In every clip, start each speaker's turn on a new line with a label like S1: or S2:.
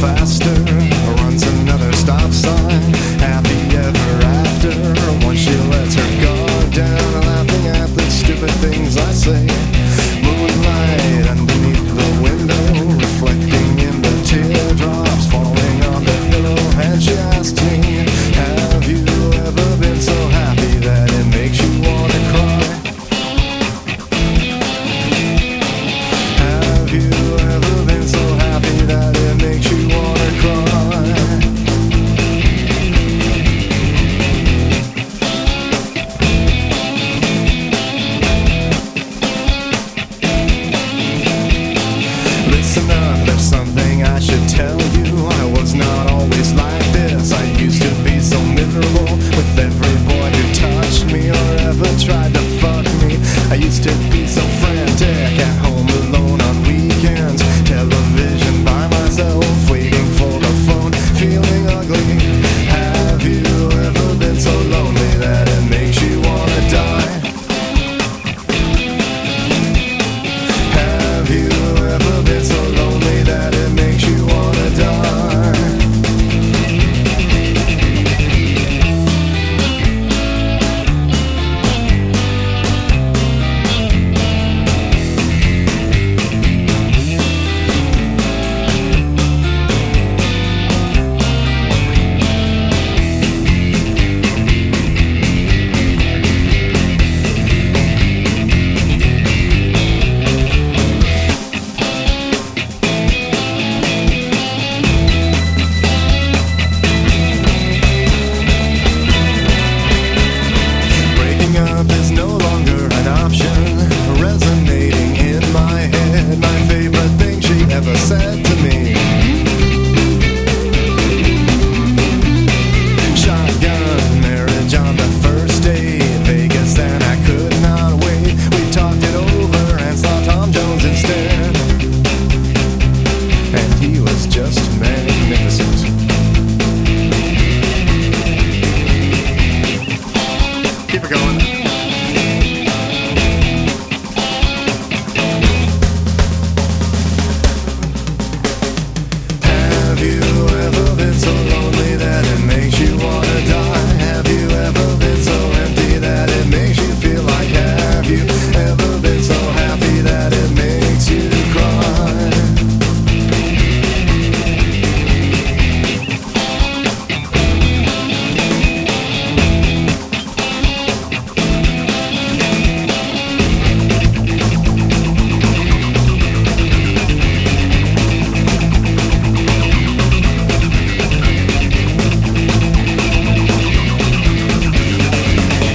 S1: faster runs another stop sign. Happy ever after. Once she lets her guard down, laughing at the stupid things I say. Moonlight underneath the window, reflecting in the teardrops falling on the pillow. And she asks me, Have you ever been so happy that it makes you wanna cry? Have you ever been so happy that it makes you wanna cry? Listen up, there's something I should tell you. I was not always like this. I used to be so miserable with every boy who touched me or ever tried to fuck me. I used to be so frantic at home alone on weekends. Television by myself, waiting for the phone, feeling ugly. Have you ever been so lonely that it makes you wanna die? Have you ever been so lonely that it makes you wanna die? Breaking up is no longer an option. Resonating in my head, my favorite thing she ever said to me. Shotgun marriage on the first day, Vegas, and I could not wait. We talked it over and saw Tom Jones instead. And he was just magnificent. Keep it going. Have you ever been so lonely that it makes you wanna die? Have you ever been so empty that it makes you feel like have you ever been so happy that it makes you cry?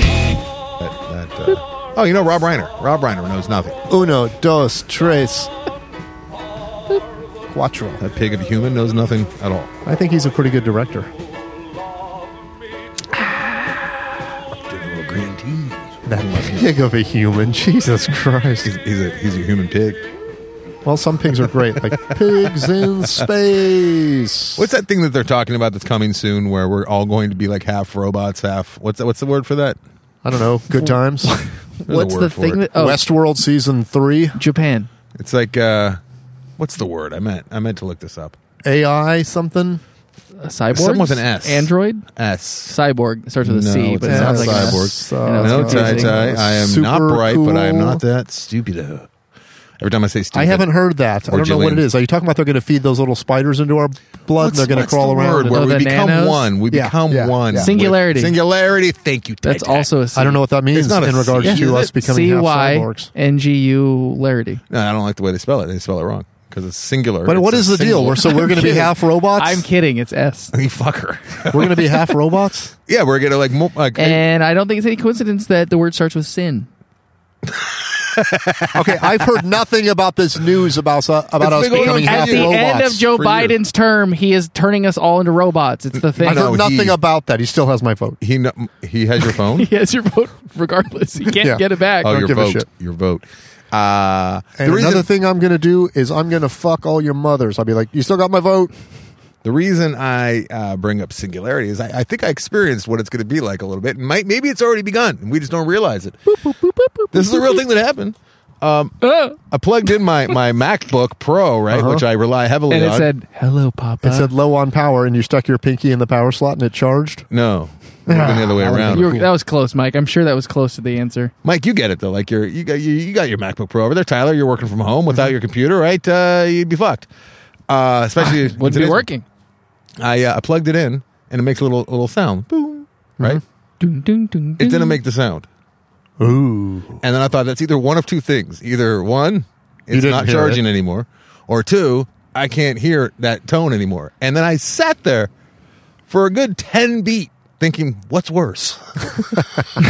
S2: That, that, uh, oh, you know Rob Reiner. Rob Reiner knows nothing.
S3: Uno, dos, tres, cuatro.
S2: That pig of a human knows nothing at all.
S3: I think he's a pretty good director. That pig of a human, Jesus Christ!
S2: He's, he's a he's a human pig.
S3: Well, some pigs are great, like pigs in space.
S2: What's that thing that they're talking about that's coming soon, where we're all going to be like half robots, half what's that, what's the word for that?
S3: I don't know. Good times.
S2: There's a
S4: What's
S2: word
S4: the
S2: for
S4: thing
S2: it.
S4: that? Oh,
S3: Westworld season three.
S4: Japan.
S2: It's like uh, what's the word? I meant I meant to look this up.
S3: AI something.
S4: Cyborg.
S2: Something with an S.
S4: Android.
S2: S.
S4: Cyborg starts with a
S2: No,
S4: C,
S2: it's
S4: but it
S2: not
S4: sounds like an S.
S2: cyborg.
S4: You know, it's
S2: No,
S4: confusing.
S2: Ty, Ty, I am not
S3: Super
S2: bright, but I am
S3: cool.
S2: not that stupid. Every time I say stupid,
S3: I haven't heard that. I
S2: Or
S3: don't know what it
S2: Jillian.
S3: is. Are you talking about they're going to feed those little spiders into our blood
S2: What's-
S3: and they're going to
S2: what's the
S3: crawl around?
S2: word
S3: and-
S2: Where
S4: Oh,
S2: we
S4: the
S2: become
S4: nanos?
S2: one. We
S3: Yeah,
S2: become
S3: yeah,
S2: one.
S3: yeah.
S4: Singularity.
S2: With- singularity. Thank you. Ty,
S4: That's
S2: Ty.
S4: also a C.
S3: I don't know what that means
S2: It's not a
S3: in regards
S2: C-
S3: to
S2: Yeah.
S3: us becoming half cyborgs.
S4: larity.
S2: No, I don't like the way they spell it. They spell it wrong because it's singular.
S3: But
S2: It's
S3: what
S2: a
S3: is the
S2: single-
S3: deal? We're so we're going to be
S4: kidding.
S3: half robots.
S4: I'm kidding. It's S.
S2: you fucker.
S3: we're going to be half robots.
S2: yeah, we're gonna like mo- like
S4: And I don't think it's any coincidence that the word starts with sin.
S3: Okay, I've heard nothing about this news about uh, about
S2: It's
S3: us
S2: been going on
S3: becoming
S2: for
S3: half
S4: At the
S3: robots.
S4: end of Joe
S2: for years.
S4: Biden's term, he is turning us all into robots. It's the
S2: I
S4: thing.
S3: I've
S2: know,
S3: heard nothing
S2: he-
S3: about that. He still has my vote.
S2: he kn- he has your phone.
S4: He has your vote regardless. He can't
S3: Yeah.
S4: get it back.
S2: oh,
S3: don't
S2: your
S3: give a
S2: vote.
S3: shit.
S2: Your vote. Uh,
S3: And
S2: the reason
S3: another thing I'm going to do is I'm going to fuck all your mothers. I'll be like, you still got my vote?
S2: The reason I uh, bring up singularity is I, I think I experienced what it's going to be like a little bit, and might, maybe it's already begun, and we just don't realize it. this is a real thing that happened. Um,
S4: Oh.
S2: I plugged in my my MacBook Pro, right,
S3: Uh. Uh-huh.
S2: which I rely heavily
S4: and
S2: on.
S4: it said, "Hello, Papa."
S3: It said low on power, and you stuck your pinky in the power slot, and it charged.
S2: no. It would've been the other way around.
S4: You were- that was close, Mike. I'm sure that was close to the answer.
S2: Mike, you get it though. Like you're you got you, you got your MacBook Pro over there, Tyler. You're working from home without your computer, right? Uh, you'd be fucked. Uh, especially
S4: Wouldn't be
S2: today's-
S4: working.
S2: I uh, I plugged it in and it makes a little little sound, boom, right?
S4: Dun, dun, dun,
S2: It didn't
S4: dun.
S2: make the sound,
S3: Ooh,
S2: and then I thought that's either one of two things: either one, it's
S3: didn't
S2: not
S3: hear
S2: charging anymore, or two, I can't hear that tone anymore. And then I sat there for a good ten beat thinking, what's worse? and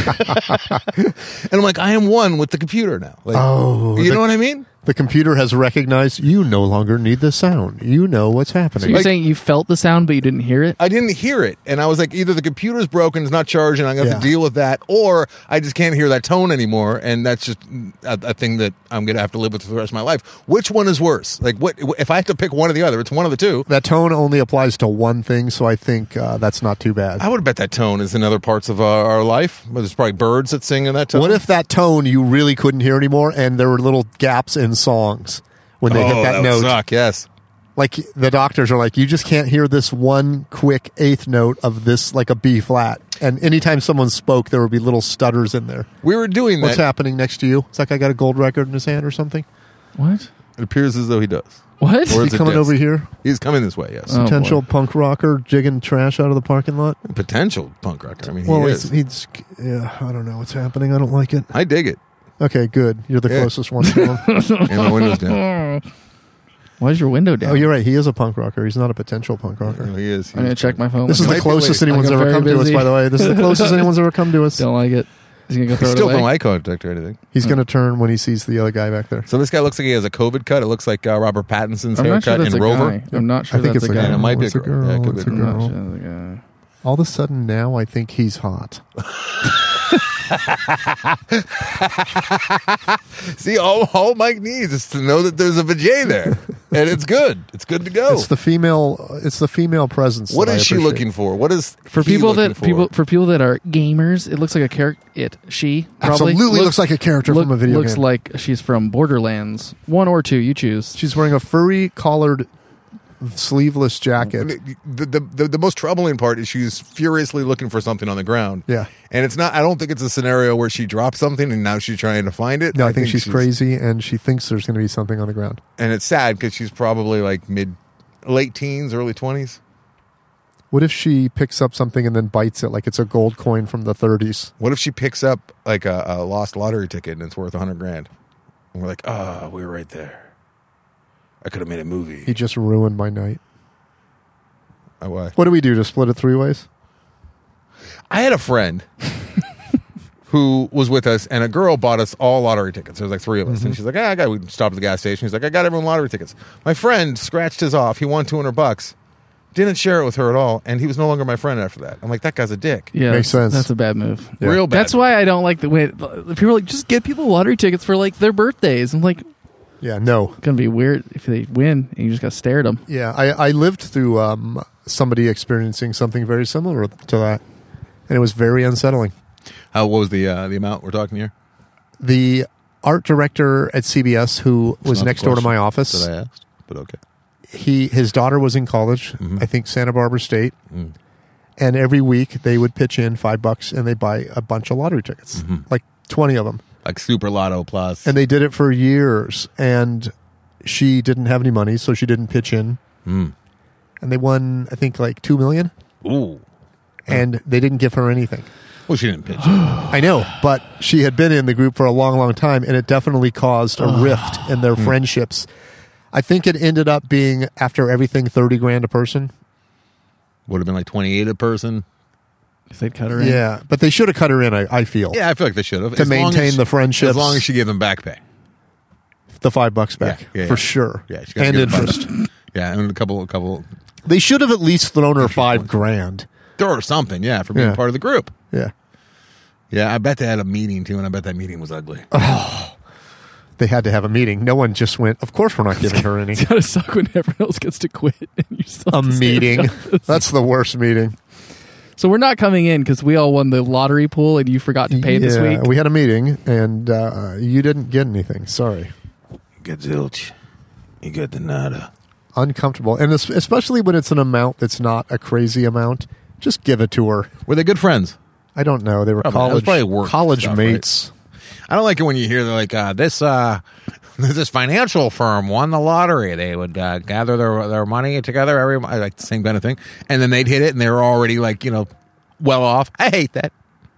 S2: I'm like, I am one with the computer now. Like,
S3: Oh,
S2: you
S3: the-
S2: know what I mean?
S3: the computer has recognized you no longer need the sound. You know what's
S4: So
S3: happening.
S4: you're
S2: Like-
S4: saying you felt the sound, but you didn't hear it?
S2: I didn't hear it, and I was like, either the computer's broken, it's not charging, I'm gonna have to
S3: Yeah.
S2: deal with that, or I just can't hear that tone anymore, and that's just a, a thing that I'm gonna have to live with for the rest of my life. Which one is worse? Like, what if I have to pick one or the other? It's one of the two.
S3: that tone only applies to one thing, so I think uh, that's not too bad.
S2: I would bet that tone is in other parts of uh, our life. Well, There's probably birds that sing in that tone.
S3: What if that tone you really couldn't hear anymore, and there were little gaps in songs when they
S2: oh,
S3: hit that,
S2: would
S3: note?
S2: suck, Yes.
S3: Like the doctors are like, you just can't hear this one quick eighth note of this, like a B flat. And anytime someone spoke, there would be little stutters in there.
S2: We were doing
S3: What's
S2: that.
S3: happening next to you? It's like I got a gold record in his hand or something.
S4: What?
S2: It appears as though he does.
S4: What?
S2: Or
S3: Is
S2: it's a
S3: he coming
S2: disc.
S3: over here?
S2: He's coming this way. Yes.
S4: Oh, boy.
S3: Potential punk rocker jigging trash out of the parking lot.
S2: Potential punk rocker. I mean,
S3: well,
S2: he
S3: he's,
S2: is.
S3: he's yeah, I don't know what's happening. I don't like it.
S2: I dig it.
S3: Okay, good. You're the
S2: Yeah.
S3: closest one to him.
S2: And my window's down.
S4: Why's your window down?
S3: oh, you're right. He is a punk rocker. He's not a potential punk rocker.
S2: He is. He
S4: I'm gonna
S2: is
S4: check my phone.
S3: This is
S2: might
S3: the
S2: be
S3: closest
S2: late.
S3: anyone's
S4: I got
S3: ever
S4: very
S3: come to us,
S4: busy.
S3: by the way. This is the closest anyone's ever come to us.
S4: Don't like it. He's gonna go throw
S2: Still
S4: it away.
S2: no eye contact or anything.
S3: He's going to turn when he sees the other guy back there.
S2: So this guy looks like he has a COVID cut. It looks like uh, Robert Pattinson's
S4: I'm
S2: haircut
S4: not sure
S2: in
S4: that's a
S2: Rover.
S4: guy. I'm not sure
S3: I think
S4: that's
S3: it's
S4: a
S3: a
S4: guy.
S3: guy.
S2: Yeah, it might be
S3: It's
S2: a
S3: a
S2: girl. Yeah, it
S3: girl.
S2: could
S3: It's
S2: be
S3: a
S2: a girl.
S4: I'm not
S3: girl.
S4: sure that's a guy.
S3: All of a sudden now, I think he's hot.
S2: See, all, all Mike needs is to know that there's a vajay there, and it's good. It's good to go.
S3: It's the female. It's the female presence.
S2: Oh. what
S3: that I
S2: is she
S3: appreciate.
S2: looking for? What is
S4: For
S2: he
S4: people
S2: looking
S4: that
S2: for?
S4: people for people that are gamers, it looks like a character. It she probably
S3: Absolutely looks like a character from a video
S4: Looks
S3: game.
S4: like she's from Borderlands one or two. You choose.
S3: She's wearing a furry collared, sleeveless jacket.
S2: The, the, the, the most troubling part is she's furiously looking for something on the ground.
S3: Yeah.
S2: And it's not, I don't think it's a scenario where she dropped something and now she's trying to find it.
S3: No, I, think, she's, crazy, and she thinks there's going to be something on the ground.
S2: And it's sad because she's probably like mid, late teens, early 20s.
S3: What if she picks up something and then bites it like it's a gold coin from the 30s?
S2: What if she picks up like a, a lost lottery ticket and it's worth a hundred grand? And we're like, ah, we were right there. I could have made a movie.
S3: He just ruined my night.
S2: I, why?
S3: What do we do? Just split it three ways?
S2: I had a friend who was with us, and a girl bought us all lottery tickets. There was like three of us, and she's like, ah, I got. We stopped at the gas station. He's like, I got everyone lottery tickets. My friend scratched his off. He won two hundred bucks. Didn't share it with her at all, and he was no longer my friend after that. I'm like, that guy's a dick.
S4: Yeah,
S3: Makes
S4: that's-
S3: sense.
S4: That's a bad move.
S3: Yeah.
S2: Real bad.
S4: That's why I don't like the way people are like just get people lottery tickets for like their birthdays. I'm like it's
S3: Yeah, no.
S4: gonna be weird if they win and you just got to stare at them.
S3: Yeah, I, I lived through um, somebody experiencing something very similar to that, and it was very unsettling.
S2: How what was the uh, the amount we're talking here?
S3: The art director at CBS, who was
S2: not the
S3: next door to
S2: question
S3: my
S2: That
S3: office,
S2: I asked, but okay.
S3: he his daughter was in college,
S2: Mm-hmm.
S3: I think Santa Barbara State,
S2: Mm.
S3: and every week they would pitch in five bucks and they buy a bunch of lottery tickets,
S2: Mm-hmm.
S3: like twenty of them,
S2: Like Super Lotto Plus.
S3: and they did it for years. And she didn't have any money, so she didn't pitch in,
S2: Mm.
S3: and they won I think like two million,
S2: Ooh.
S3: and they didn't give her anything.
S2: Well, she didn't pitch. it.
S3: I know, but she had been in the group for a long, long time, and it definitely caused a rift in their
S2: Hmm.
S3: friendships. I think it ended up being after everything thirty grand a person.
S2: would have been like 28 a person.
S4: If they'd cut her in.
S3: Yeah, but they should have cut her in. I, I feel
S2: Yeah, I feel like they should have.
S3: To
S2: long as
S3: maintain
S2: she-
S3: the friendships.
S2: As long as she gave them back pay.
S3: the five bucks back
S2: Yeah, yeah,
S3: for
S2: yeah.
S3: sure.
S2: Yeah, she gotta
S3: and
S2: give them
S3: interest.
S2: back. Yeah, and a couple, a couple,
S3: They should have at least thrown her five grand.
S2: or something. Yeah, for being
S3: Yeah.
S2: part of the group.
S3: Yeah,
S2: Yeah, I bet they had a meeting too, and I bet that meeting was ugly.
S3: Uh. they had to have a meeting. No one just went. Of course, we're not giving her any.
S4: It's gotta suck when everyone else gets to quit and you still
S3: a
S4: have to stay in
S3: meeting.
S4: the office.
S3: That's the worst meeting.
S4: So we're not coming in because we all won the lottery pool and you forgot to pay this
S3: Yeah,
S4: week.
S3: We had a meeting and uh, you didn't get anything. Sorry.
S5: Get zilch. You get the nada.
S3: Uncomfortable. And es- especially when it's an amount that's not a crazy amount, just give it to her.
S2: Were they good friends?
S3: I don't know. They were
S2: Probably not. It was probably
S3: college
S2: work
S3: college
S2: stuff, right?
S3: mates.
S2: I don't like it when you hear they're like uh, this. Uh, this financial firm won the lottery. They would uh, gather their their money together every mo- like the same kind of thing, and then they'd hit it, and they were already like you know well off. I hate that.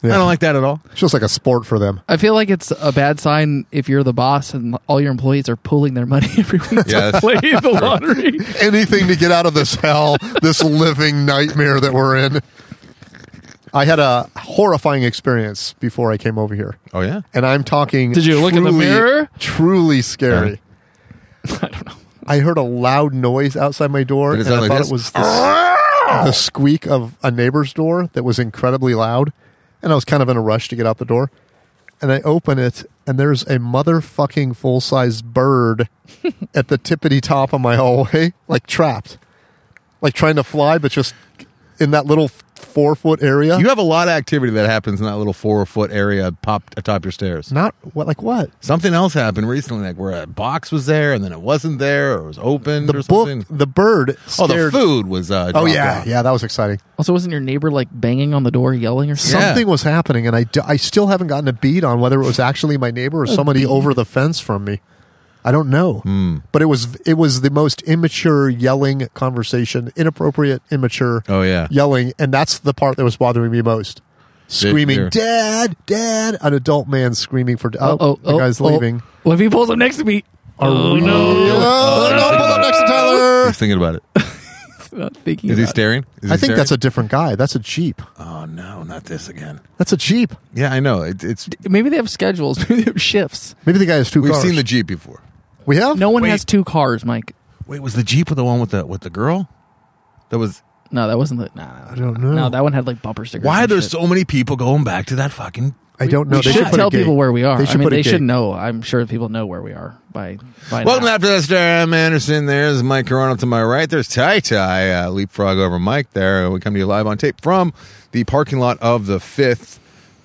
S2: I
S3: Yeah.
S2: don't like that at all.
S3: It's just like a sport for them.
S4: I feel like it's a bad sign if you're the boss and all your employees are pulling their money every week
S2: Yeah,
S4: to
S2: that's
S4: play the lottery.
S3: anything to get out of this hell, this living nightmare that we're in. I had a horrifying experience before I came over here.
S2: Oh yeah,
S3: And I'm talking.
S4: Did you look in the
S3: truly-
S4: mirror?
S3: Truly scary.
S2: Okay.
S4: I don't know.
S3: I heard a loud noise outside my door,
S2: Did
S3: and
S2: it
S3: I
S2: sound
S3: thought
S2: like
S3: it
S2: this?
S3: was the, the squeak of a neighbor's door that was incredibly loud. And I was kind of in a rush to get out the door. And I open it, and there's a motherfucking full size bird at the tippity top of my hallway, like trapped, like trying to fly, but just in that little four foot area.
S2: you have a lot of activity that happens in that little four foot area pop atop your stairs.
S3: Not what, like what?
S2: Something else happened recently, like where a box was there and then it wasn't there or it was opened
S3: The
S2: or
S3: book,
S2: something.
S3: the bird.
S2: oh, the
S3: stared-
S2: food was. Uh,
S3: Oh
S2: dropped
S3: yeah,
S2: out.
S3: yeah, that was exciting.
S4: Also, wasn't your neighbor like banging on the door, yelling or something?
S2: Yeah.
S3: something was happening and I, d- I still haven't gotten a beat on whether it was actually my neighbor or somebody over the fence from me i don't know
S2: Hmm.
S3: but it was it was the most immature yelling conversation inappropriate immature
S2: Oh yeah.
S3: yelling and that's the part that was bothering me most screaming
S2: they're-
S3: dad dad an adult man screaming for oh, the guy's leaving
S4: What if he pulls up next to me? Oh no!
S3: Oh, no, pull up next to Tyler.
S2: He's thinking about it.
S4: Not thinking
S2: Is he
S4: about it.
S2: staring? Is
S3: i
S2: he
S3: think
S2: staring?
S3: that's a different guy that's a jeep
S5: Oh no, not this again.
S3: that's a jeep
S2: Yeah, I know. It, it's
S4: Maybe they have schedules. Maybe they have shifts.
S3: maybe the guy has two
S2: we've
S3: cars
S2: seen the Jeep before.
S3: we have
S4: No one
S2: Wait.
S4: has two cars, Mike.
S2: Wait, was the Jeep with the one with the with the girl? That was
S4: No, that wasn't the. Nah, I
S3: don't know.
S4: No, that one had like bumper stickers.
S2: why are
S4: and
S2: there
S4: shit.
S2: so many people going back to that fucking
S3: i don't know
S4: we
S3: they
S4: should,
S3: should put a
S4: tell
S3: gate.
S4: people where we are.
S3: they should
S4: I mean,
S3: put a
S4: they
S3: gate.
S4: should know. I'm sure people know where we are by by
S2: Welcome
S4: now.
S2: after that star. I'm Anderson. There's Mike Corona to my right. There's Ty Ty. Uh, leapfrog over Mike there. We come to you live on tape from the parking lot of the fifth.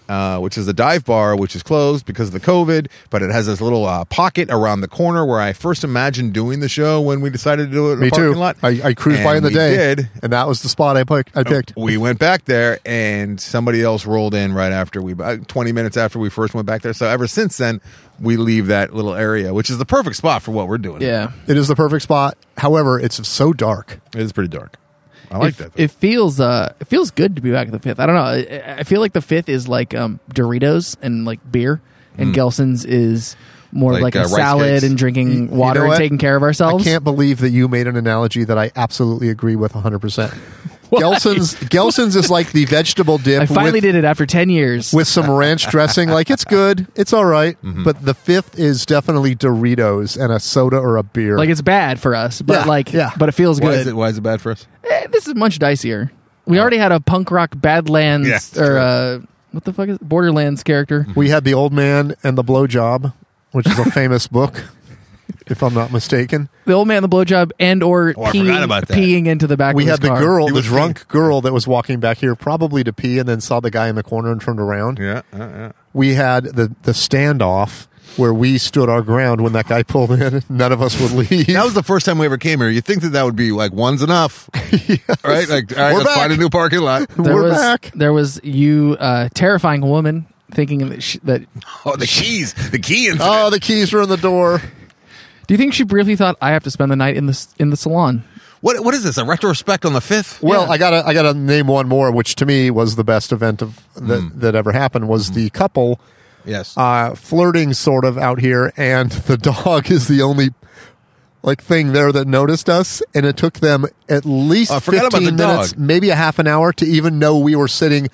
S2: Uh, which is the dive bar, which is closed because of the COVID, but it has this little uh, pocket around the corner where I first imagined doing the show when we decided to do it in
S3: Me
S2: the parking
S3: too.
S2: lot.
S3: I, I cruised
S2: And
S3: by in the
S2: we
S3: day,
S2: Did.
S3: and that was the spot I picked.
S4: Oh.
S3: I picked.
S2: We went back there, and somebody else rolled in right after we, uh, 20 minutes after we first went back there. So ever since then, we leave that little area, which is the perfect spot for what we're doing.
S4: Yeah,
S3: It is the perfect spot. However, it's so dark.
S2: It is pretty dark. I like
S4: it,
S2: that. though.
S4: It feels uh, it feels good to be back at the fifth. I don't know. I, I feel like the fifth is like um Doritos and like beer, and Gelson's is more
S2: Like,
S4: like,
S2: uh,
S4: a
S2: rice
S4: salad
S2: cakes.
S4: and drinking
S3: You- you
S4: water
S3: know
S4: and
S3: what?
S4: taking care of
S3: I
S4: ourselves.
S3: can't believe that you made an analogy that I absolutely agree with 100%.
S4: Why?
S3: Gelson's Gelson's is like the vegetable dip
S4: I finally
S3: with,
S4: did it after ten years.
S3: with some ranch dressing. Like it's good, it's all right,
S4: Mm-hmm.
S3: but the fifth is definitely Doritos and a soda or a beer.
S4: like it's bad for us, but
S3: Yeah,
S4: like
S3: yeah.
S4: but it feels
S2: why,
S4: good.
S2: is it, why is it bad for us?
S4: Eh, this is much dicier. We already had a punk rock Badlands
S2: Yeah, that's
S4: or
S2: true.
S4: uh, what the fuck is it? Borderlands character.
S3: we had the old man and the blowjob, which is a famous book, if I'm not mistaken.
S4: The old man, the blowjob, and or
S2: Oh, I
S4: peeing,
S2: forgot about that.
S4: peeing into the back.
S3: we
S4: of his
S3: had the
S4: car.
S3: girl,
S2: He
S3: the
S2: was
S3: drunk girl that was walking back here, probably to pee, and then saw the guy in the corner and turned around.
S2: Yeah, uh, yeah.
S3: We had the the standoff where we stood our ground when that guy pulled in. None of us would leave.
S2: That was the first time we ever came here. You think that that would be like one's enough, right? Like, all right,
S3: We're
S2: let's
S3: back.
S2: find a new parking lot.
S4: There
S3: We're
S4: was,
S3: back.
S4: There was you, uh, terrifying woman, thinking that, she, that.
S2: Oh, the keys, the key incident.
S3: Oh, the keys were in the door.
S4: Do you think she briefly thought I have to spend the night in the s- in the salon?
S2: what what is this? A retrospect on the fifth?
S3: Well,
S4: Yeah.
S3: I gotta I gotta name one more, which to me was the best event of that
S2: Hmm.
S3: that ever happened was the couple
S2: Yes.
S3: uh, flirting sort of out here, and the dog is the only like thing there that noticed us, and it took them at least
S2: Oh, I forgot about
S3: fifteen
S2: the dog.
S3: minutes, maybe a half an hour, to even know we were sitting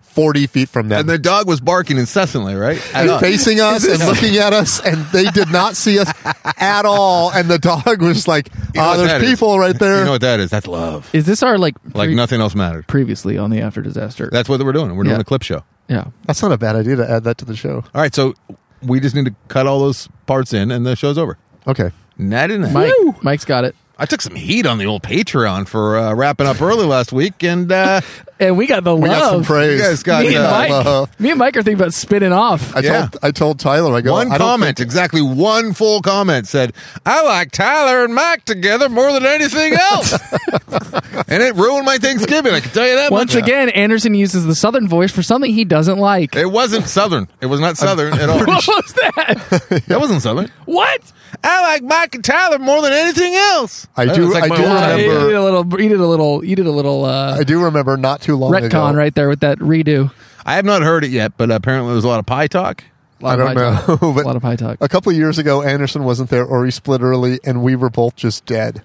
S3: forty feet from them.
S2: and the dog was barking incessantly, right? Uh, At
S3: and
S2: us.
S3: facing us and looking at us, and they did not see us at all. And the dog was like,
S2: You know
S3: "Ah,
S2: what that
S3: there's
S2: is.
S3: people right there."
S2: You know what that is? That's love.
S4: Is this our like
S2: Like
S4: pre-
S2: nothing else mattered.
S4: previously on the after disaster?
S2: That's what we're doing. We're doing
S4: Yeah.
S2: a clip show.
S4: yeah.
S3: That's not a bad idea to add that to the show.
S2: All right, so we just need to cut all those parts in, and the show's over.
S3: Okay,
S2: Not in that.
S4: Mike, Mike's got it.
S2: I took some heat on the old Patreon for uh, wrapping up early last week, and uh,
S4: and we got the
S3: We
S4: love.
S3: got some praise. uh-huh.
S2: You guys got
S4: me, and
S2: the
S4: Mike,
S3: love.
S4: me and Mike are thinking about spinning off.
S3: I
S2: Yeah.
S3: told I told Tyler I go
S2: one
S3: I don't
S2: comment,
S3: think-
S2: exactly one full comment said, I like Tyler and Mike together more than anything else. and it ruined my Thanksgiving. I can tell you that
S4: Once
S2: much.
S4: again, Anderson uses the Southern voice for something he doesn't like.
S2: It wasn't Southern. It was not Southern at all.
S4: what was that?
S2: That wasn't Southern.
S4: what?
S2: I like Mike and Tyler more than anything else.
S3: I
S2: That
S3: do-
S2: was like
S3: I
S2: my
S3: do
S2: old
S4: Uh,
S3: remember-
S4: you
S2: number.
S4: did a little. You did a little. You did a little uh,
S3: I do remember not too long ago.
S4: retcon right there with that redo.
S2: I have not heard it yet, but apparently there was a lot of pie talk.
S4: A lot
S3: I don't
S4: of pie
S3: know,
S4: talk.
S3: but-
S4: a lot of pie talk.
S3: A couple of years ago, Anderson wasn't there, or he split early, and we were both just dead.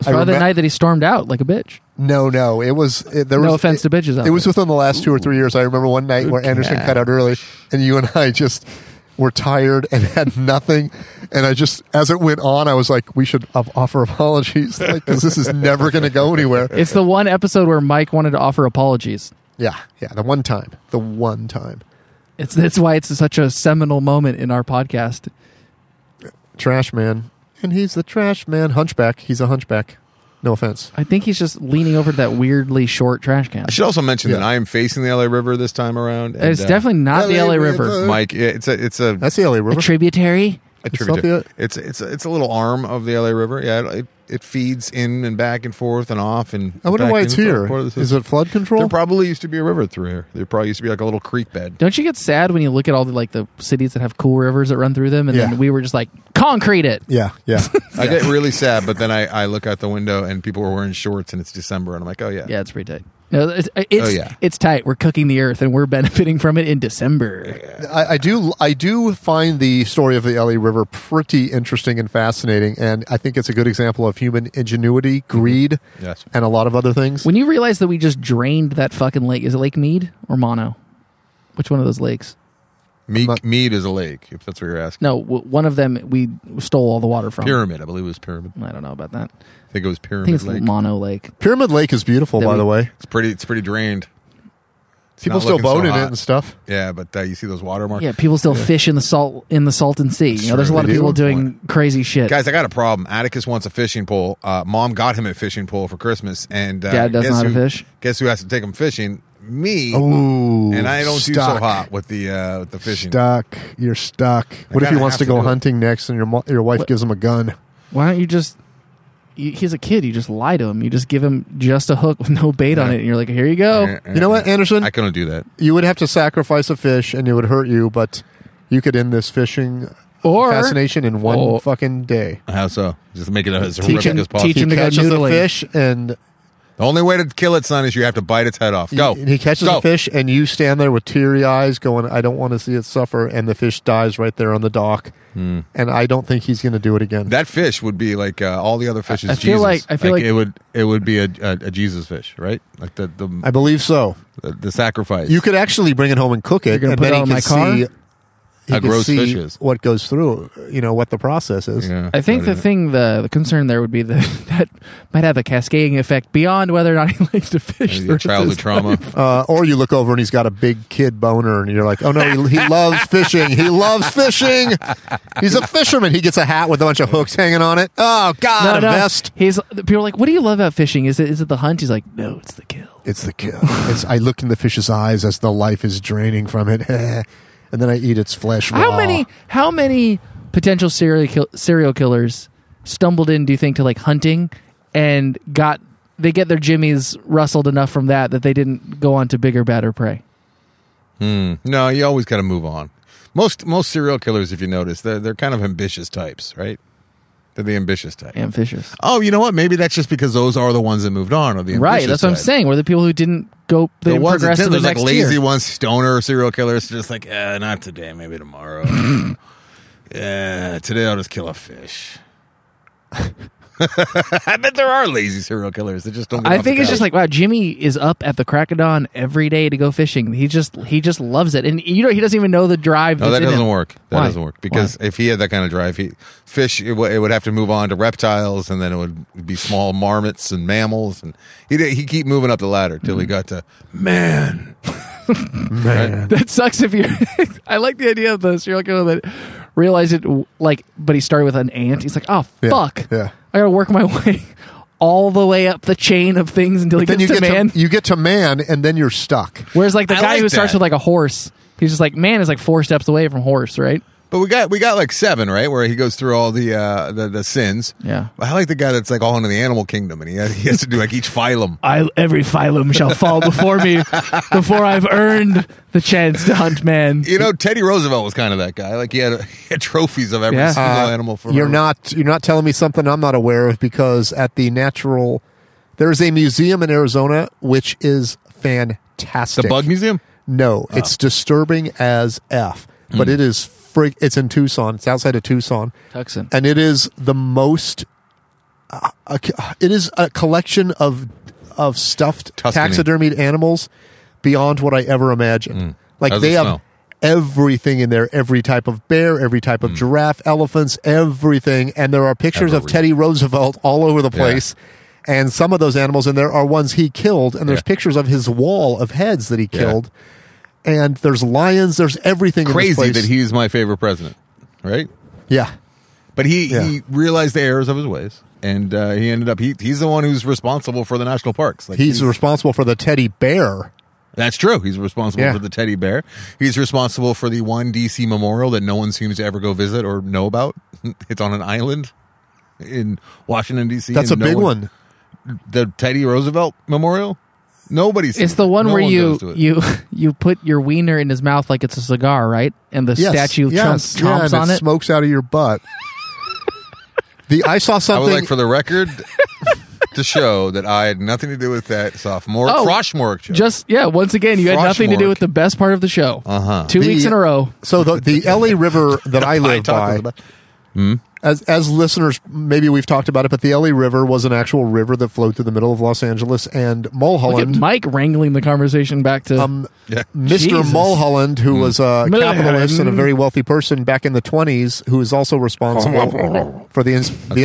S4: It's probably the
S3: remem-
S4: night that he stormed out like a bitch.
S3: No, no, it was it, there
S4: No
S3: was
S4: offense
S3: it,
S4: to bitches out
S3: It was
S4: there.
S3: within the last two or three years. I remember one night where Anderson cut out early, and you and I just were tired and had nothing. And I just, as it went on, I was like, we should up- offer apologies because this is never going to go anywhere.
S4: It's the one episode where Mike wanted to offer apologies.
S3: yeah, yeah, the one time, the one time.
S4: It's that's why it's such a seminal moment in our podcast.
S3: Trash man, and he's the trash man. Hunchback, he's a hunchback. No offense.
S4: I think he's just leaning over to that weirdly short trash can.
S2: I should also mention
S3: Yeah.
S2: that I am facing the LA River this time around. and,
S4: It's
S2: uh,
S4: definitely not the LA
S3: Uh,
S4: River.
S2: Mike. It's a it's a,
S3: That's the LA
S4: A
S3: River.
S4: tributary.
S2: a
S3: It's not
S2: tributary.
S3: the-
S2: It's it's a, it's a little arm of the LA River. Yeah, it, it feeds in and back and forth and off and.
S3: I wonder
S2: back
S3: why
S2: in
S3: it's
S2: and
S3: here.
S2: forth. Part of the
S3: Is
S2: system.
S3: it flood
S2: There
S3: control?
S2: probably used to be a river through here. There probably used to be like a little creek bed.
S4: Don't you get sad when you look at all the like the cities that have cool rivers that run through them, and
S3: Yeah.
S4: then we were just like concrete it.
S3: yeah, yeah.
S2: I get really sad, but then I, I look out the window and people are wearing shorts and it's December and I'm like, oh yeah,
S4: Yeah, it's pretty tight. No, it's uh, it's,
S2: Oh, yeah.
S4: it's tight. We're cooking the earth, and we're benefiting from it in December.
S3: I, I do. I do find the story of the LA River pretty interesting and fascinating, and I think it's a good example of human ingenuity, greed,
S2: Yes.
S3: and a lot of other things.
S4: When you realize that we just drained that fucking lake, is it Lake Mead or Mono? Which one of those lakes?
S2: Mead,
S3: But-
S2: Mead is a lake if that's what you're asking.
S4: No, w- one of them we stole all the water from.
S2: Pyramid, I believe it was pyramid.
S4: I don't know about that.
S2: I think it was
S4: I think
S2: pyramid
S4: it's
S2: lake.
S4: Mono Lake.
S3: Pyramid Lake is beautiful,
S4: That
S3: by
S4: we-
S3: the way.
S2: It's pretty it's pretty drained. It's
S3: People
S2: not
S3: still
S2: looking so
S3: boat in it
S2: hot.
S3: and stuff.
S2: Yeah, but uh, you see those water marks.
S4: Yeah, people still fish in the salt in the Salton Sea. You know, there's a
S2: true.
S4: lot of
S2: They do.
S4: people doing crazy shit.
S2: Guys, I got a problem. Atticus wants a fishing pole. Uh, Mom got him a fishing pole for Christmas, and uh,
S4: Dad
S2: guess
S4: doesn't know how to
S2: who-
S4: fish?
S2: Guess who has to take him fishing? Me.
S3: Ooh,
S2: and I don't do so
S3: stuck.
S2: hot with the uh, with the fishing.
S3: Stuck. You're stuck. What if he
S2: kinda
S3: wants
S2: have
S3: to
S2: to
S3: go
S2: do it.
S3: hunting next, and your mo- your wife
S4: What-
S3: gives him a gun?
S4: Why don't you just? You, he's a kid. You just lie to him. You just give him just a hook with no bait on it, and you're like, "Here Oh, you go."
S2: Uh, uh,
S3: You know what,
S2: uh,
S3: Anderson?
S2: I couldn't do that.
S3: You would have to sacrifice a fish, and it would hurt you, but you could end this fishing
S4: Or- Oh.
S3: fascination in one
S4: or-
S3: fucking day.
S2: How so? Just make it as
S4: Teach
S2: horrific
S4: him-
S2: as possible.
S4: teach
S3: He
S4: him to go
S3: catches a
S4: noodling.
S3: fish and
S2: The only way to kill it, son, is you have to bite its head off. Go.
S3: He, he catches
S2: Go.
S3: a fish, and you stand there with teary eyes, going, "I don't want to see it suffer." And the fish dies right there on the dock. And I don't think he's going to do it again.
S2: Hmm. That fish would be like uh, all the other fishes.
S4: I feel
S2: Jesus.
S4: like- I feel like-
S2: it would it would be a, a, a Jesus fish, right? Like the the,
S3: I believe so.
S2: the, the sacrifice.
S3: You could actually bring it home and cook it,
S4: gonna
S3: and
S4: put
S3: then
S4: it
S3: he
S4: on
S3: can
S4: my car?
S3: see he
S2: How
S3: can
S2: gross
S3: see
S2: fish is.
S3: what goes through. You know what the process is.
S2: Yeah,
S4: I think the
S2: that'd be-
S4: thing, the, the concern there would be that that might have a cascading effect beyond whether or not he likes to fish.
S2: that'd
S4: the
S2: be a
S4: rest of
S2: childhood
S4: his
S2: trauma.
S3: Uh, or you look over and he's got a big kid boner, and you're like, "Oh no, he, he loves fishing. He loves fishing. He's a fisherman. He gets a hat with a bunch of hooks hanging on it. Oh God, a vest.
S4: He's people are like, "What do you love about fishing? Is it is it the hunt?" He's like, "No, it's the kill."
S3: It's the kill. it's I look in the fish's eyes as the life is draining from it, and then I eat its flesh. Raw.
S4: How many how many potential serial kill, serial killers stumbled in? Do you think to like hunting and got they get their jimmies rustled enough from that that they didn't go on to bigger, badder prey?
S2: no, you always got to move on. Most most serial killers, if you notice, they're they're kind of ambitious types, right? They're the ambitious type.
S4: Ambitious,
S2: Oh, you know what? Maybe that's just because those are the ones that moved on, or the
S4: right?
S2: ambitious
S4: That's what I'm
S2: type.
S4: saying. Were the people who didn't go, they
S2: The
S4: didn't
S2: ones that
S4: progress to
S2: did,
S4: the
S2: there's like
S4: next
S2: lazy
S4: tier.
S2: ones, stoner serial killers, just like, uh, not today, maybe tomorrow. yeah, today I'll just kill a fish. I bet there are lazy serial killers that just don't. Get
S4: I
S2: off
S4: think
S2: the
S4: it's just
S2: couch.
S4: like wow, Jimmy is up at the crack of dawn every day to go fishing. He just he just loves it, and you know he doesn't even know the drive.
S2: No,
S4: that's
S2: that
S4: in him.
S2: doesn't work. That
S4: Why?
S2: doesn't work because if he had that kind of drive, he fish it, w- it would have to move on to reptiles, and then it would be small marmots and mammals, and he he keep moving up the ladder till he got to man.
S3: Man.
S4: That sucks if you. I like the idea of the serial killer that realized it, like, but he started with an ant. He's like, oh,
S3: Yeah,
S4: fuck.
S3: yeah.
S4: I gotta work my way all the way up the chain of things until he
S3: then
S4: gets
S3: you
S4: to
S3: get
S4: man.
S3: to you get to man, and then you're stuck.
S4: Whereas like the
S2: I
S4: guy
S2: like
S4: who starts
S2: that.
S4: with like a horse, he's just like man is like four steps away from horse, right?
S2: But we got we got like seven, right? Where he goes through all the uh, the, the sins.
S4: Yeah.
S2: I like the guy that's like all into the animal kingdom, and he has, he has to do like each phylum.
S4: I every phylum shall fall before me before I've earned the chance to hunt man.
S2: You know, Teddy Roosevelt was kind of that guy. Like he had, he had trophies of every
S4: Yeah.
S2: single
S3: Uh,
S2: animal. For
S3: You're not you're not telling me something I'm not aware of because at the natural there is a museum in Arizona which is
S2: the
S3: fantastic.
S2: bug museum.
S3: No,
S4: Oh.
S3: it's disturbing as f, but it is frig. It's in Tucson. It's outside of Tucson,
S4: Hmm. Tucson.
S3: and it is the most. Uh, a co- it is a collection of of stuffed
S2: Tuscany.
S3: taxidermied animals beyond what I ever imagined. Like
S2: Mm. How's
S3: they
S2: it
S3: have
S2: smell?
S3: everything in there, every type of bear, every type of
S2: Mm.
S3: giraffe, elephants, everything, and there are pictures of
S2: Everything.
S3: Teddy Roosevelt all over the
S2: Yeah.
S3: place. And some of those animals in there are ones he killed, and there's
S2: Yeah.
S3: pictures of his wall of heads that he killed and there's lions. There's everything.
S2: Crazy
S3: in this
S2: that
S3: place.
S2: he's my favorite president, right?
S3: Yeah,
S2: But he,
S3: Yeah.
S2: he realized the errors of his ways, and uh, he ended up. He, he's the one who's responsible for the national parks. Like
S3: he's responsible for the teddy bear.
S2: that's true. He's responsible
S3: Yeah.
S2: for the teddy bear. He's responsible for the one DC memorial that no one seems to ever go visit or know about. It's on an island in Washington DC.
S3: That's a
S2: and no
S3: big one.
S2: The Teddy Roosevelt Memorial. Nobody's.
S4: It's the one
S2: no
S4: where you
S2: goes to it.
S4: you you put your wiener in his mouth like it's a cigar, right? And the
S3: Yes,
S4: statue
S3: yes, yeah,
S4: chomps, chomps
S3: and
S4: on
S3: it,
S4: it.
S3: smokes out of your butt. the I saw
S2: I
S3: something.
S2: would like for the record to show that I had nothing to do with that sophomore
S4: Oh,
S2: Froshmore joke.
S4: Just yeah, once again, you had
S2: Froshmork.
S4: nothing to do with the best part of the show.
S2: Uh-huh.
S4: Two
S3: The-
S4: weeks in a row.
S3: so the the LA River that I live
S2: talk was
S3: by.
S2: about-
S3: As as listeners, maybe we've talked about it, but the LA River was an actual river that flowed through the middle of Los Angeles and
S4: Look at
S3: Mulholland.
S4: Mike wrangling the conversation back to
S3: um,
S2: Yeah.
S3: Mr.
S4: Jesus. Hmm.
S3: Mulholland, who was a
S4: Mulholland.
S3: capitalist and a very wealthy person back in the 20s, who is also responsible for the ins- the
S2: he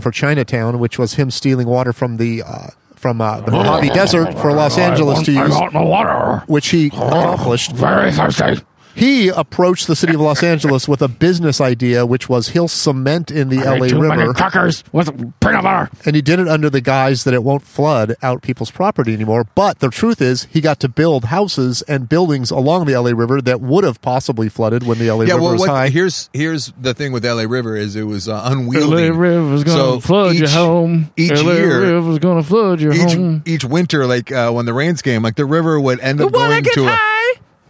S2: sounded like.
S3: for Chinatown, which was him stealing water from the uh, from uh, the Mojave Desert for Los Angeles to use,
S6: Oh, want the water. Oh,
S3: which he accomplished.
S6: Very thirsty.
S3: He approached the city of Los Angeles with a business idea, which was he'll cement in the
S6: Ate
S3: LA
S6: too many
S3: River,
S6: crackers with peanut butter.
S3: and he did it under the guise that it won't flood out people's property anymore. But the truth is, he got to build houses and buildings along the LA River that would have possibly flooded when the LA
S2: Yeah,
S3: River
S2: well,
S3: was
S2: what,
S3: high.
S2: here's here's the thing with LA River is it was uh, unwieldy.
S4: LA River's gonna
S2: So
S4: flood your
S2: each-
S4: home.
S2: each
S4: LA
S2: year-
S4: River's gonna flood your
S2: Each,
S4: home.
S2: each winter, like uh, when the rains came, like the river would end up going to a,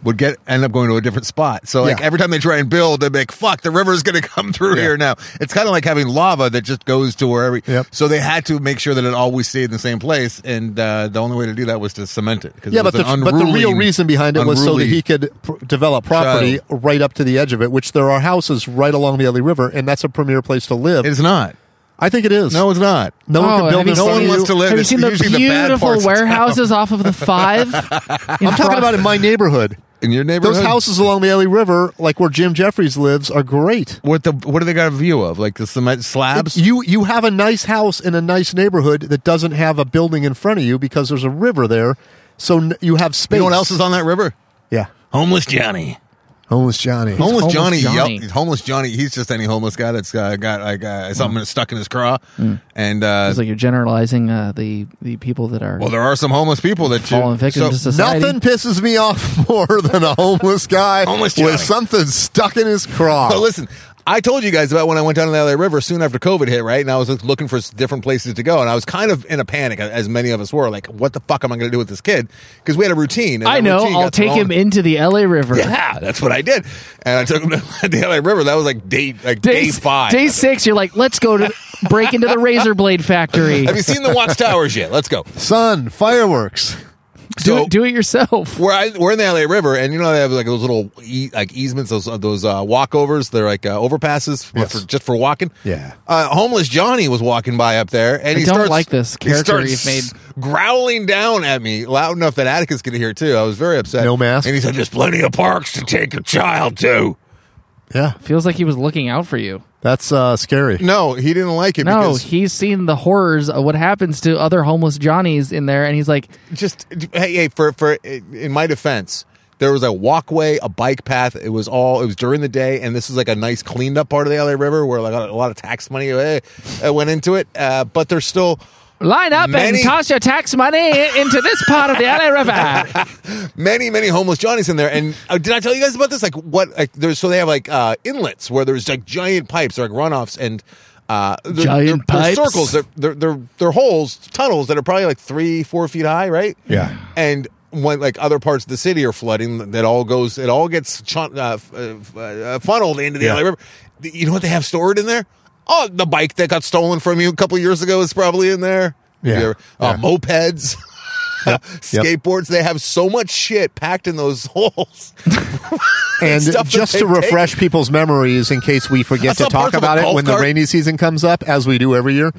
S2: would get end up going to a different spot. So like
S3: Yeah.
S2: every time they try and build, they're like, "Fuck, the river's going to come through here now." It's kind of like having lava that just goes to wherever.
S3: Yep.
S2: So they had to make sure that it always stayed in the same place, and uh, the only way to do that was to cement it. 'cause
S3: Yeah,
S2: it
S3: but
S2: was
S3: the,
S2: an
S3: but the real
S2: unruly-
S3: reason behind it was so that
S2: unruly-
S3: he could pr- develop property right up to the edge of it, which there are houses right along the LA River, and that's a premier place to live.
S2: It's not.
S3: I think it is.
S2: No, it's not.
S3: no one
S4: Oh,
S3: can build
S4: have you
S3: in
S4: seen-
S3: front
S2: no
S3: of
S2: one
S3: you.
S2: wants to live.
S4: Have you
S2: It's
S4: seen the
S2: usually the bad
S4: beautiful
S2: parts of town.
S4: warehouses off of the five? I'm
S3: I'm talking about in my neighborhood.
S2: in your neighborhood.
S3: Those houses along the LA River, like where Jim Jeffries lives, are great.
S2: What the? What do they got a view of? Like the cement slabs?
S3: You you have a nice house in a nice neighborhood that doesn't have a building in front of you because there's a river there, so n- you have space.
S2: you know what else is on that river?
S3: Yeah,
S5: Homeless Johnny.
S3: homeless Johnny.
S2: Homeless,
S4: homeless
S2: Johnny.
S4: Johnny.
S2: Yep. Homeless Johnny. He's just any homeless guy that's uh, got like uh, something stuck in his craw. And uh,
S4: It's Mm. like you're generalizing uh, the the people that are
S2: well, there are some homeless people that you-
S4: fallen victims
S2: so-
S4: to society.
S3: Nothing pisses me off more than a homeless guy
S2: Homeless Johnny.
S3: with something stuck in his craw.
S2: But listen, I told you guys about when I went down to the LA River soon after COVID hit, right? And I was like, looking for s- different places to go, and I was kind of in a panic, as many of us were. Like, what the fuck am I going to do with this kid? Because we had a routine. and
S4: I
S2: that
S4: know.
S2: routine
S4: I'll
S2: got thrown-
S4: take him into the LA River.
S2: Yeah, Ah, that's what I did, and I took him to the LA River. That was like day like day,
S4: s-
S2: five.
S4: Day six, you're like, let's go to break into the razor blade factory.
S2: Have you seen the watchtowers yet? Let's go.
S3: Sun, fireworks.
S4: do,
S2: So-
S4: it, do it yourself.
S2: we're I, we're in the LA River, and you know they have like those little e- like easements, those those uh, walkovers. They're like uh, overpasses
S3: Yes.
S2: for, just for walking.
S3: Yeah.
S2: Uh, homeless Johnny was walking by up there, and
S4: I
S2: he
S4: don't
S2: starts
S4: like this
S2: he
S4: character
S2: starts
S4: you've made.
S2: growling down at me loud enough that Atticus could hear too. I was very upset.
S3: No mask?
S2: And he said, "There's plenty of parks to take a child to."
S3: Yeah,
S4: Feels like he was looking out for you.
S3: that's uh, scary.
S2: No, he didn't like it
S4: No,
S2: because
S4: he's seen the horrors of what happens to other homeless Johnnies in there, and he's like,
S2: just hey, hey for for in my defense there was a walkway a bike path it was all it was during the day and this is like a nice eh, cleaned up part of the la river where like a lot of tax money eh, uh, went into it uh, but there's still
S4: Line up
S2: Many-
S4: and toss your tax money into this part of the LA River.
S2: many many homeless johnnies in there and uh, did i tell you guys about this like what like there's so they have like uh inlets where there's like giant pipes or like runoffs and uh they're,
S4: Giant
S2: they're,
S4: pipes?
S2: they're circles they're, they're they're they're holes tunnels that are probably like three four feet high right
S3: Yeah.
S2: and when like other parts of the city are flooding that all goes it all gets chun- uh, f- uh, f- uh, funneled into the
S3: Yeah.
S2: LA river Th- you know what they have stored in there oh the bike that got stolen from you a couple years ago is probably in there
S3: Yeah.
S2: Your, uh,
S3: Yeah.
S2: mopeds
S3: Yep.
S2: skateboards. They have so much shit packed in those holes.
S3: And
S2: stuff that
S3: just
S2: they
S3: to
S2: take.
S3: refresh people's memories in case we
S2: I
S3: forget
S2: saw
S3: to
S2: parts
S3: talk
S2: of a
S3: about it
S2: golf
S3: when the
S2: cart.
S3: rainy season comes up, as we do every year,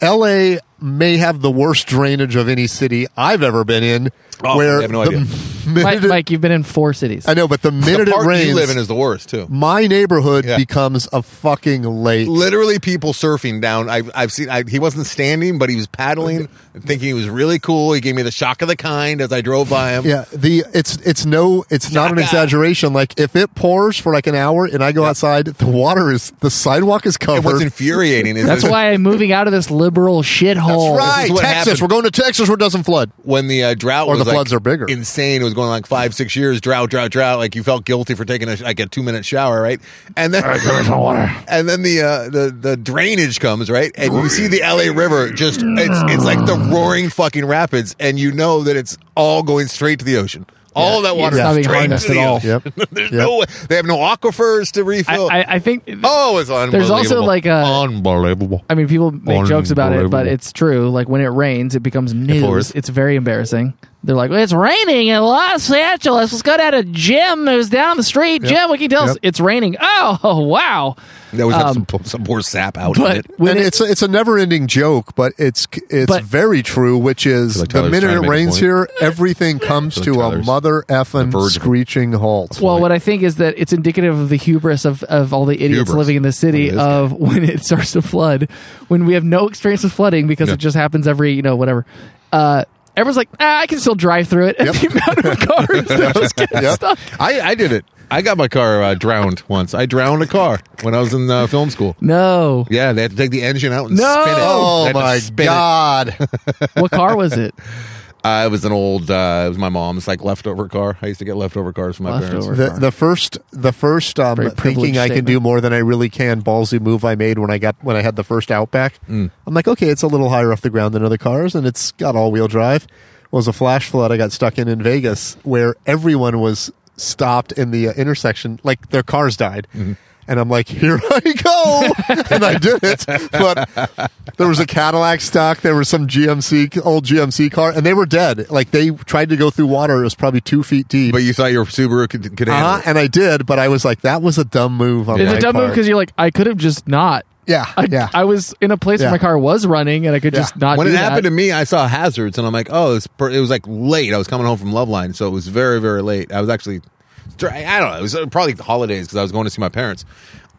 S3: LA may have the worst drainage of any city I've ever been in.
S2: Oh,
S3: where
S2: I have no
S3: the
S2: idea.
S3: minute
S4: Mike,
S3: it-
S4: Mike, you've been in four cities.
S3: I know, but the
S2: The
S3: minute
S2: park
S3: it rains,
S2: you live in is the worst too.
S3: my neighborhood
S2: Yeah.
S3: becomes a fucking lake.
S2: Literally, people surfing down. I've, I've seen. I, he wasn't standing, but he was paddling, thinking he was really cool. He gave me the shock of the kind as I drove by him.
S3: Yeah, the it's it's no it's not an
S2: Shaka.
S3: exaggeration. Like if it pours for like an hour and I go outside, the water is the sidewalk is
S2: And what's
S3: covered.
S2: infuriating is
S4: That's
S2: is
S4: why I'm moving out of this liberal shithole.
S2: That's right.
S3: Hey,
S2: is what
S3: Texas,
S2: happened.
S3: we're going to Texas where it doesn't flood.
S2: when the uh, drought
S3: Or
S2: was,
S3: the
S2: like,
S3: floods are bigger.
S2: Insane. It was going like five, six years. Drought, drought, drought. Like you felt guilty for taking a, like a two minute shower, right? And then
S6: Give me some water.
S2: and then the uh, the the drainage comes right, and you see the LA River just it's it's like the roaring fucking rapids, and you know that it's all going straight to the ocean. All that water
S4: it's not
S2: is
S4: being
S2: straight
S4: harnessed
S2: to the
S4: at all.
S2: ocean.
S3: Yep.
S2: There's no way they have no aquifers to
S4: I,
S2: refill.
S4: I, I think.
S2: oh, it's unbelievable.
S4: There's also like uh, um, a-
S2: unbelievable.
S4: I mean, people make jokes about it, but
S2: Unbelievable.
S4: it's true. Like when it rains, it becomes
S2: pours.
S4: news. It's very embarrassing. They're like, it's raining in Los Angeles. Let's go down to Jim, who's down the street. Jim, what can you tell us?
S3: Yep.
S4: It's raining. Oh, wow.
S2: They always have some, some poor sap out in
S4: um, But
S2: it.
S4: when
S3: and
S4: it-
S3: it's it's a never ending joke, but it's it's
S4: But-
S3: very true. Which is
S2: like
S3: the
S2: Tyler's
S3: minute
S2: trying to
S3: it
S2: make a
S3: rains
S2: point.
S3: here, everything comes
S2: like
S3: to a
S2: Tyler's
S3: mother
S2: verge
S3: effing
S2: of-
S3: screeching halt.
S4: Well, what I think is that it's indicative of the hubris of, of all the idiots
S2: Hubris.
S4: living in the city
S2: It is.
S4: of when it starts to flood, when we have no experience with flooding because
S2: Yeah.
S4: it just happens every, you know, whatever. Uh, everyone's like, ah, I can still drive through it. And
S3: Yep.
S4: the amount of cars that was getting stuck.
S2: I, I did it. I got my car uh, drowned once. I drowned a car when I was in uh, film school.
S4: No.
S2: Yeah, they had to take the engine out and
S4: No!
S2: spin it. They
S3: oh
S2: had to
S3: my
S2: spin it.
S3: god!
S4: What car was it?
S2: Uh, it was an old. Uh, it was my mom's like leftover car. I used to get leftover cars from my
S4: Leftover.
S2: parents.
S3: the the first the first um,
S4: Very privileged
S3: thinking I can
S4: statement.
S3: do more than I really can ballsy move I made when I got when I had the first Outback.
S4: Mm.
S3: I'm like, okay, it's a little higher off the ground than other cars, and it's got all wheel drive. Was a flash flood I got stuck in in Vegas where everyone was stopped in the uh, intersection, like their cars died.
S4: Mm-hmm.
S3: And I'm like, here I go, and I did it. But there was a Cadillac stuck. There was some GMC, old GMC car, and they were dead. Like they tried to go through water. It was probably two feet deep.
S2: But you thought your Subaru could, could handle
S3: Uh-huh,
S2: it.
S3: and I did, but I was like, that was a dumb move. On
S4: It's
S3: my
S4: a dumb move
S3: part.
S4: because you're like, I could have just not.
S3: yeah,
S4: I,
S3: yeah.
S4: I was in a place
S3: Yeah.
S4: where my car was running and I could
S3: Yeah.
S4: just not
S2: When it
S4: do that.
S2: happened to me, I saw hazards, and I'm like, oh, it's per- it was like late. I was coming home from Loveline, so it was very, very late. I was actually, I don't know, it was uh, probably the holidays because I was going to see my parents,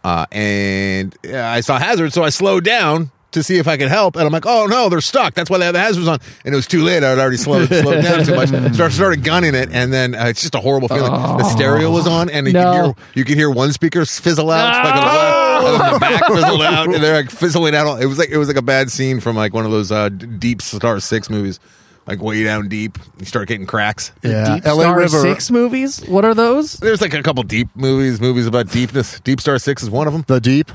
S2: uh, and uh, I saw hazards, so I slowed down to see if I could help, and I'm like, oh no, they're stuck. That's why they have the hazards on, and it was too late. I had already slowed, slowed down too much. So I started gunning it, and then uh, it's just a horrible feeling. The stereo was on, and you
S4: Oh. No.
S2: could hear you could hear one speaker fizzle out, like on the left, and then the back fizzled out, and they're like fizzling out. all- It was like it was like a bad scene from like one of those uh, d- deep Star Six movies, like way down deep. You start getting cracks.
S3: yeah.
S4: Deep Star Six movies? What are those?
S2: There's like a couple deep movies, movies about deepness. Deep Star Six is one of them.
S3: the deep,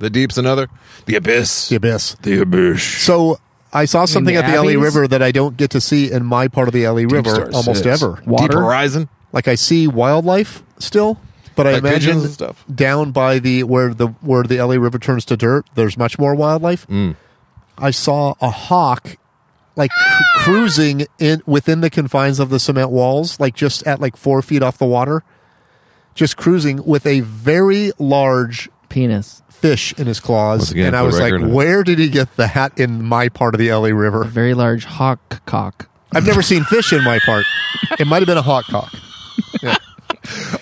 S2: The Deep's another. The Abyss.
S3: the abyss.
S5: The abyss.
S3: So I saw something
S4: the
S3: at the LA
S4: abbeys?
S3: River that I don't get to see in my part of the LA River
S5: Star
S3: almost
S5: Six.
S3: ever.
S2: Deep
S4: Water.
S2: Horizon.
S3: Like I see wildlife still, but I
S2: Like
S3: imagine
S2: pigeons and stuff.
S3: down by the where the where the LA River turns to dirt, there's much more wildlife.
S2: Mm.
S3: I saw a hawk like cr- cruising in within the confines of the cement walls, like just at like four feet off the water, just cruising with a very large
S4: Penis.
S3: fish in his claws,
S2: Once again,
S3: and I
S2: for the
S3: was like,
S2: record, uh,
S3: "Where did he get that in my part of the LA River?
S4: Very large hawk cock.
S3: I've never seen fish in my part. It might have been a hawk cock."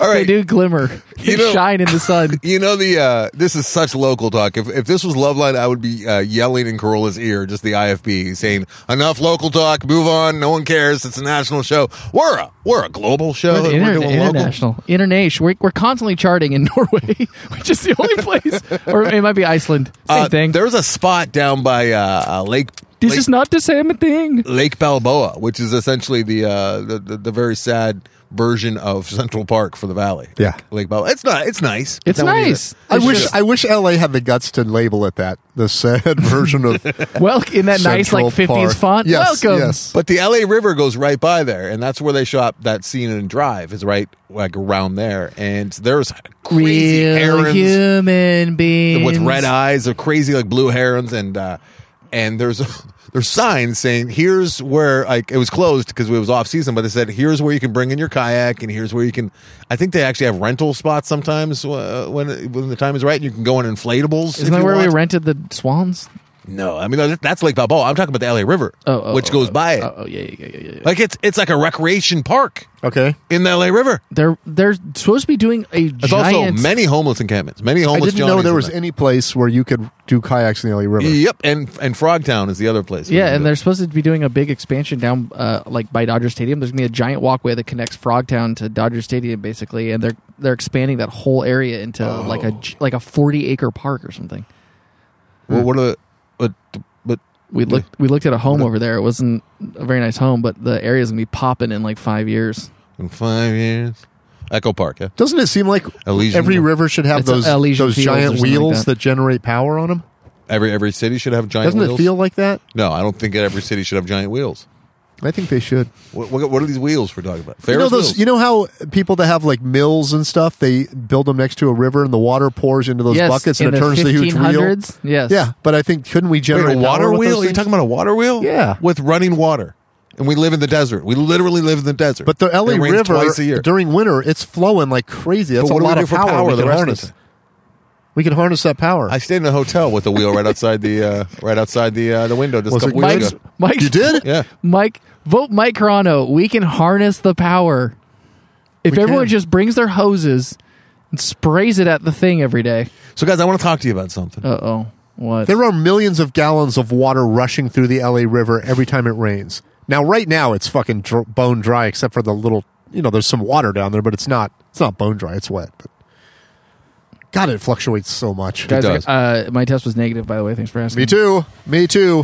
S2: All
S4: They
S2: right.
S4: do glimmer.
S2: You know-
S4: shine in the sun.
S2: You know the uh, this is such local talk. If if this was Loveline, I would be uh, yelling in Corolla's ear, just the IFB saying, "Enough local talk, move on. No one cares. It's a national show. We're a we're a global show.
S4: We're the
S2: and
S4: inter- international, international. We're, we're constantly charting in Norway, which is the only place, or it might be Iceland. Same
S2: Uh,
S4: thing.
S2: There's a spot down by uh, uh, Lake.
S4: This
S2: Lake,
S4: is not the same thing.
S2: Lake Balboa, which is essentially the, uh, the, the the very sad version of Central Park for the Valley.
S3: Yeah.
S2: Lake Balboa. It's not. It's nice.
S4: It's
S2: not what it is.
S4: nice.
S3: I
S4: It's
S3: wish
S4: just-
S3: I wish LA had the guts to label it that the sad version of
S4: well, in that nice
S3: Central
S4: like
S3: Park.
S4: fifties font.
S3: Yes,
S4: Welcome.
S3: Yes.
S2: But the LA River goes right by there, and that's where they shot that scene in Drive. Is right like around there, and there's crazy
S4: Real
S2: herons
S4: human beings
S2: with red eyes, or crazy like blue herons, and uh, and there's there's signs saying here's where like it was closed because it was off season, but they said here's where you can bring in your kayak, and here's where you can. I think they actually have rental spots sometimes uh, when when the time is right, and you can go on inflatables. if
S4: Isn't that
S2: you
S4: where
S2: want.
S4: we rented the swans?
S2: No, I mean that's Lake Balboa. I'm talking about the LA River,
S4: Oh, oh,
S2: which
S4: oh,
S2: goes
S4: oh,
S2: by it.
S4: Oh, oh yeah, yeah, yeah, yeah, yeah.
S2: Like it's it's like a recreation park
S3: Okay.
S2: in the LA River.
S4: They're they're supposed to be doing a
S2: There's
S4: giant.
S2: also many homeless encampments. Many
S3: I
S2: homeless.
S3: didn't know
S2: Johnnies
S3: there
S2: in
S3: was any place where you could do kayaks in the LA River.
S4: E-
S2: Yep, and and Frogtown is the other place.
S4: yeah, and they're supposed to be doing a big expansion down uh, like by Dodger Stadium. There's gonna be a giant walkway that connects Frogtown to Dodger Stadium, basically, and they're they're expanding that whole area into like
S3: Oh.
S4: a gi- like a 40 acre park or something.
S2: Well, what are the but but
S4: We looked we looked at a home over there. It wasn't a very nice home, but the area's gonna be popping in like five years.
S2: in five years, Echo Park. Yeah,
S3: Doesn't it seem like
S2: Elysian-
S3: every river should have
S4: It's a-
S3: those
S4: Elysian
S3: those
S4: Fields or
S3: giant
S4: something like
S3: wheels
S4: that.
S3: that. generate power on them?
S2: every every city should have giant.
S3: Doesn't
S2: wheels.
S3: it feel like that?
S2: No, I don't think that every city should have giant wheels.
S3: I think they should.
S2: What, what, what are these wheels we're talking about? Ferris
S3: you know those.
S2: wheels.
S3: You know how people that have like mills and stuff, they build them next to a river, and the water pours into those
S4: yes,
S3: buckets,
S4: in
S3: and it
S4: the
S3: turns the huge wheel.
S4: 1500s, Yes.
S3: Yeah, but I think couldn't we
S2: Wait,
S3: generate
S2: a water
S3: power with
S2: wheel? Are
S3: those
S2: you
S3: things?
S2: talking about a water wheel?
S3: Yeah.
S2: with running water, and we live in the desert. We literally live in the desert.
S3: But the
S2: It
S3: LA
S2: rains
S3: River
S2: twice a year.
S3: during winter, it's flowing like crazy. That's
S2: But what
S3: a
S2: do we
S3: lot
S2: do
S3: of
S2: for
S3: power,
S2: power
S3: we
S2: the
S3: can
S2: rest of
S3: harness.
S2: the time?
S3: we can harness that power.
S2: I stayed in a hotel with a wheel right outside the uh, right outside the uh, the window just
S3: Was
S2: a
S3: it
S2: couple
S3: Mike's-
S2: weeks
S4: Mike's,
S2: ago.
S4: Mike's
S3: You did?
S2: Yeah.
S4: Mike, vote Mike Carano. We can harness the power. If
S3: We
S4: everyone
S3: can.
S4: just brings their hoses and sprays it at the thing every day.
S2: So, guys, I want to talk to you about something.
S4: Uh oh. What?
S3: There are millions of gallons of water rushing through the LA River every time it rains. Now, right now, it's fucking dr- bone dry, except for the little, you know, there's some water down there, but it's not, it's not bone dry. It's wet. But God, it fluctuates so much.
S4: Guys,
S2: does.
S4: uh, my test was negative, by the way. Thanks for asking.
S3: Me too. Me too.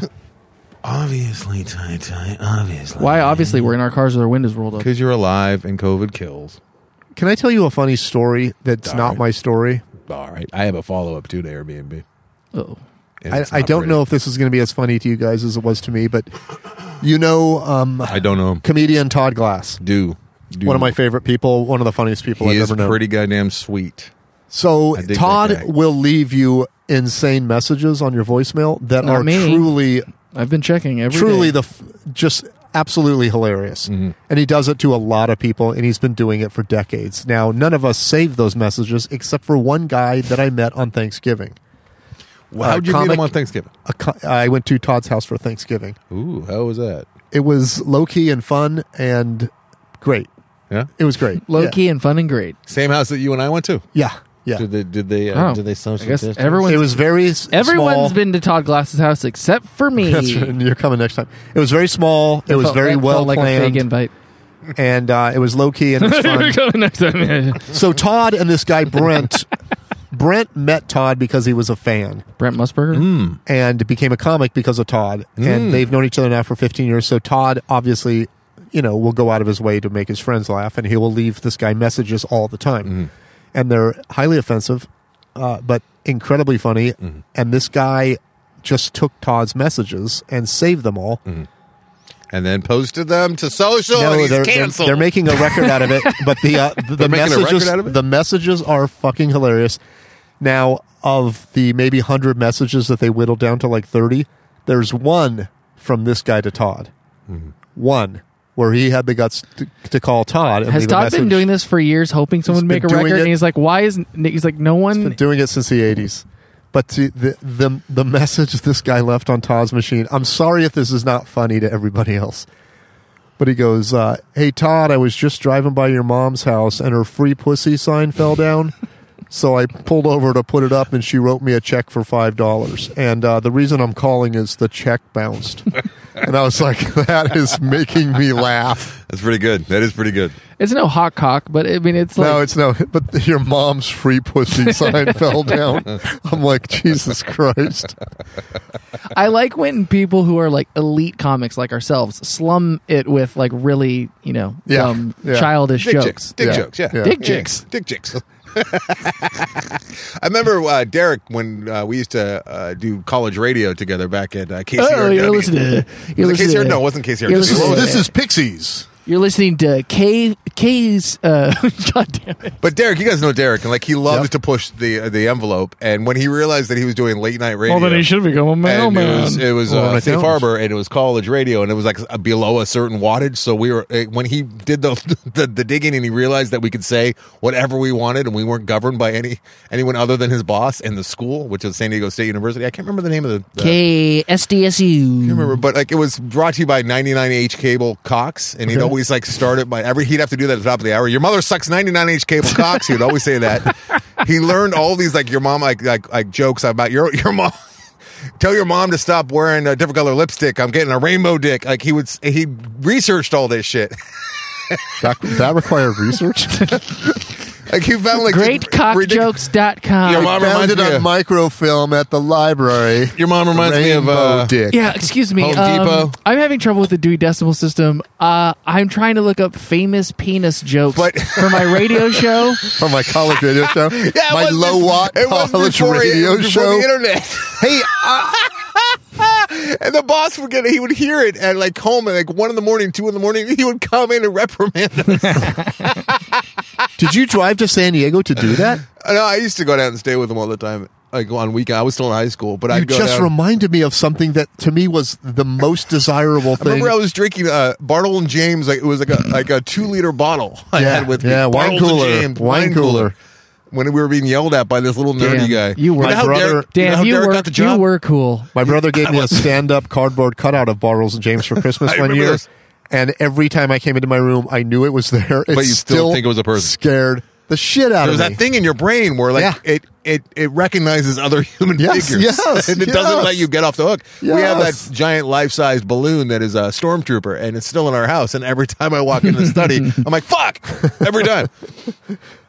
S5: Obviously, Ty Ty, obviously.
S4: Why? Obviously, we're in our cars with our windows rolled up.
S2: Because you're alive and COVID kills.
S3: Can I tell you a funny story that's
S2: All
S3: not
S2: right.
S3: my story?
S2: All right. I have a follow up too to Airbnb.
S4: Oh,
S2: and
S3: I,
S2: it's
S3: I
S2: not
S3: don't
S2: pretty.
S3: know if this is going to be as funny to you guys as it was to me, but you know, um,
S2: I don't know.
S3: comedian Todd Glass,
S2: Do. Do.
S3: one of my favorite people, one of the funniest people
S2: He
S3: I've
S2: is
S3: ever known.
S2: pretty goddamn sweet.
S3: So
S2: I dig that
S3: Todd
S2: guy.
S3: will leave you insane messages on your voicemail that
S4: Not
S3: are
S4: me.
S3: truly,
S4: I've been checking every
S3: truly
S4: day.
S3: the f- just absolutely hilarious.
S2: Mm-hmm.
S3: And he does it to a lot of people, and he's been doing it for decades now. None of us saved those messages except for one guy that I met on Thanksgiving.
S2: How'd you meet
S3: comic-
S2: him on Thanksgiving?
S3: A co- I went to Todd's house for Thanksgiving.
S2: Ooh, how was that?
S3: It was low key and fun and great.
S2: Yeah.
S3: It was great.
S4: low
S3: Yeah.
S4: key and fun and great.
S2: Same house that you and I went to.
S3: Yeah, yeah.
S2: Did they? Did they? Uh,
S4: Oh.
S2: Did they?
S4: I
S2: Social
S4: guess
S2: distance?
S4: everyone's,
S3: It was very s-
S4: everyone's
S3: small.
S4: been to Todd Glass's house except for me.
S3: That's right. You're coming next time. It was very small. It was
S4: Felt-
S3: very
S4: that felt
S3: well
S4: like a
S3: planned,
S4: fake invite.
S3: and uh, it was low key and it was fun.
S4: Coming next time.
S3: so Todd and this guy Brent, Brent met Todd because he was a fan
S4: Brent Musburger.
S3: Mm, and became a comic because of Todd, and they've known each other now for 15 years. So Todd obviously, you know, will go out of his way to make his friends laugh, and he will leave this guy messages all the time, and they're highly offensive, uh, but incredibly funny. And this guy just took Todd's messages and saved them all.
S2: and then posted them to social.
S3: No,
S2: and he's
S3: they're, they're-
S2: canceled.
S3: they're making a record out of it, but the uh, the, the
S2: making a record
S3: messages
S2: out of it?
S3: the messages are fucking hilarious. Now, of the maybe hundred messages that they whittled down to like thirty, there's one from this guy to Todd,
S2: Hmm.
S3: one where he had the guts to, to call Todd. And
S4: Has
S3: leave a
S4: Todd been
S3: message.
S4: doing this for years, hoping someone would
S3: been
S4: make a
S3: doing
S4: record?
S3: it.
S4: And he's like, "Why is?" He's like, "No one."
S3: Been doing it since the eighties. But to the, the the message this guy left on Todd's machine. I'm sorry if this is not funny to everybody else, But he goes, uh, "Hey Todd, I was just driving by your mom's house and her free pussy sign fell down, so I pulled over to put it up, and she wrote me a check for five dollars. And uh, the reason I'm calling is the check bounced." and I was like, "That is making me laugh."
S2: That's pretty good. That is pretty good.
S4: It's no hot cock, but I mean, it's like
S3: no, it's no, but your mom's free pussy sign fell down. I'm like, Jesus Christ.
S4: I like when people who are like elite comics like ourselves slum it with like really, you know,
S3: Yeah.
S4: dumb,
S3: Yeah.
S4: childish
S2: Dick
S4: jokes.
S2: jokes. Dick
S3: Yeah.
S2: jokes. Yeah.
S3: Yeah.
S4: Dick jokes.
S2: Dick jokes. I remember uh, Derek when uh, we used to uh, do college radio together back at uh, KCRW.
S4: Oh, you're listening. To, you're
S2: Was it
S4: listening
S2: KCRW?
S4: to-
S2: No, it wasn't KCRW.
S4: You're
S2: This
S4: listening,
S2: is-
S4: to,
S3: this is Pixies.
S4: you're listening to K K's. Uh, God damn it!
S2: But Derek, you guys know Derek, and like he loves
S3: Yep.
S2: to push the uh, the envelope. And when he realized that he was doing late night radio,
S6: Well, then he should "Oh, become a
S4: Oh,
S2: and
S6: mailman.
S2: it was it was
S3: Well,
S2: uh,
S3: I
S2: Safe
S3: don't.
S2: Harbor, and it was college radio, and it was like a- below a certain wattage. So we were uh, when he did the, the the digging, and he realized that we could say whatever we wanted, and we weren't governed by any anyone other than his boss and the school, which is San Diego State University. I can't remember the name of the. the
S4: K S D S
S2: I
S4: U.
S2: can't remember, but like it was brought to you by 99H Cable Cox, and he'd always like start it by every. He'd have to do that at the top of the hour. Your mother sucks 99H Cable Cox. He'd always say that. he learned all these like your mom like like like jokes about your your mom. Tell your mom to stop wearing a different color lipstick. I'm getting a rainbow dick. Like he would, s- he researched all this shit.
S3: That, that required research.
S2: Like he found like ridiculous-
S4: Greatcockjokes.com.
S2: Your
S3: I
S2: mom reminds
S3: found it
S2: me
S3: on
S2: of-
S3: microfilm at the library.
S2: Your mom reminds me of
S3: Rainbow
S2: uh,
S3: Dick.
S4: Yeah, excuse me.
S2: Home
S4: um,
S2: Depot.
S4: I'm having trouble with the Dewey Decimal System. Uh, I'm trying to look up famous penis jokes
S2: But-
S4: for my radio show.
S3: from my college radio show.
S2: Yeah, it
S3: my
S2: was
S3: low
S2: bef-
S3: watt
S2: it was
S3: college
S2: before- it
S3: radio
S2: was before
S3: show.
S2: The internet. hey, uh, and the boss would get he would hear it at like home at like one in the morning, two in the morning. He would come in and reprimand us.
S3: Did you drive to San Diego to do that?
S2: no, I used to go down and stay with him all the time. Like on weekend, I was still in high school, but
S3: you
S2: I'd go
S3: just
S2: down.
S3: reminded me of something that to me was the most desirable
S2: I
S3: thing.
S2: remember I was drinking uh, Bartle and James. Like it was like a like a two liter bottle I
S3: Yeah,
S2: had with
S3: yeah,
S2: me. Bartles
S3: wine
S2: and
S3: cooler,
S2: James,
S3: wine cooler.
S2: When we were being yelled at by this little nerdy guy,
S4: Damn, you were-
S2: know
S4: My
S2: how
S3: brother-
S2: Derek- you know how
S4: Damn, you
S2: Derek
S4: were
S2: got the
S4: you
S2: job?
S4: were cool.
S3: my brother gave me a stand-up cardboard cutout of Bartles and James for Christmas
S2: I
S3: one
S2: remember
S3: year,
S2: this.
S3: and every time I came into my room, I knew it was there. It
S2: But you still think it was a person.
S3: Scared the shit out
S2: There's
S3: of me.
S2: that thing in your brain where like
S3: Yeah.
S2: it it it recognizes other human
S3: Yes,
S2: figures
S3: yes,
S2: and it
S3: yes.
S2: doesn't let you get off the hook. We have
S3: Yes.
S2: that giant life-sized balloon that is a stormtrooper and it's still in our house and every time I walk in the study I'm like fuck every time.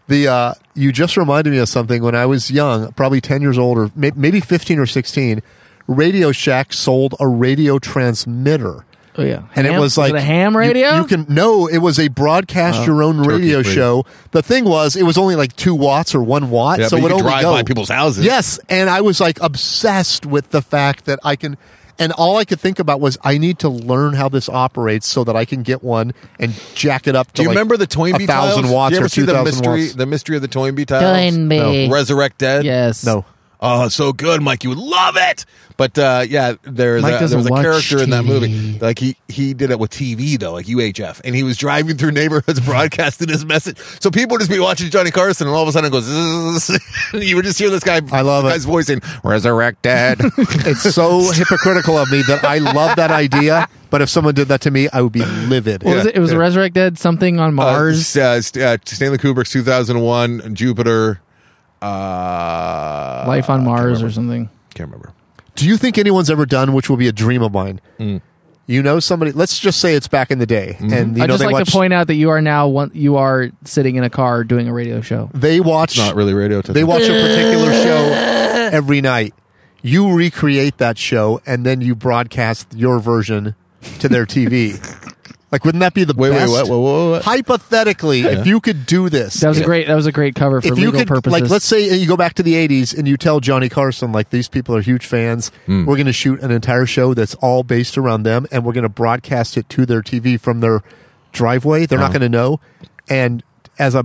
S3: The uh, you just reminded me of something when I was young, probably ten years old or may- maybe fifteen or sixteen. Radio Shack sold a radio transmitter.
S4: Oh yeah,
S3: and
S4: Ham-
S3: it was like
S4: a ham
S3: you-
S4: radio.
S3: You, can no, it was a broadcast
S2: Oh,
S3: your own radio
S2: radio.
S3: show. The thing was, it was only like two watts or one watt,
S2: Yeah, but
S3: so it
S2: you
S3: would
S2: could
S3: only
S2: drive
S3: go.
S2: by people's houses.
S3: Yes, and I was like obsessed with the fact that I can, and all I could think about was I need to learn how this operates so that I can get one and jack it up. To
S2: Do you
S3: like
S2: remember the Toynbee
S3: a thousand
S2: tiles?
S3: watts
S2: Do you ever
S3: or
S2: see
S3: two
S2: the
S3: thousand
S2: mystery
S3: watts?
S2: the mystery of the Toynbee tiles?
S4: Toynbee. No.
S2: Resurrect Dead?
S4: yes.
S3: No,
S2: Oh, so good, Mike. You would love it. But uh, yeah, there's
S4: Mike
S2: a, there
S4: doesn't
S2: was a
S4: watch
S2: character in that
S4: TV.
S2: movie. Like he he did it with TV though, like UHF, and he was driving through neighborhoods broadcasting his message. So people would just be watching Johnny Carson, and all of a sudden it goes. "Zzzz." And you would just hear this guy.
S3: I love
S2: this
S3: it.
S2: Guy's voicing resurrected.
S3: it's so hypocritical of me that I love that idea, but if someone did that to me, I would be livid.
S4: What was it? It was Resurrect Dead something on Mars.
S2: Uh, uh, St- uh, Stanley Kubrick's 2001 Jupiter. Uh,
S4: Life on Mars or something.
S2: Can't remember.
S3: Do you think anyone's ever done, which will be a dream of mine?
S2: Mm.
S3: You know somebody. Let's just say it's back in the day,
S2: Mm-hmm.
S3: and you
S4: I'd
S3: know
S4: just
S3: they
S4: like
S3: watched.
S4: to point out that you are now one, you are sitting in a car doing a radio show.
S3: they watch.
S2: Not really radio.
S3: They watch a particular show every night. You recreate that show, and then you broadcast your version to their TV. like, wouldn't that be the
S2: Wait, wait,
S3: best?
S2: what, what, what, what?
S3: Hypothetically, if you could do this,
S4: That was a great that was a great cover for
S3: if you
S4: legal
S3: could,
S4: purposes.
S3: like, let's say uh, you go back to the '80s and you tell Johnny Carson, like, these people are huge fans.
S2: Hmm.
S3: We're going to shoot an entire show that's all based around them, and we're going to broadcast it to their TV from their driveway.
S2: Oh.
S3: They're not going to know. And as a,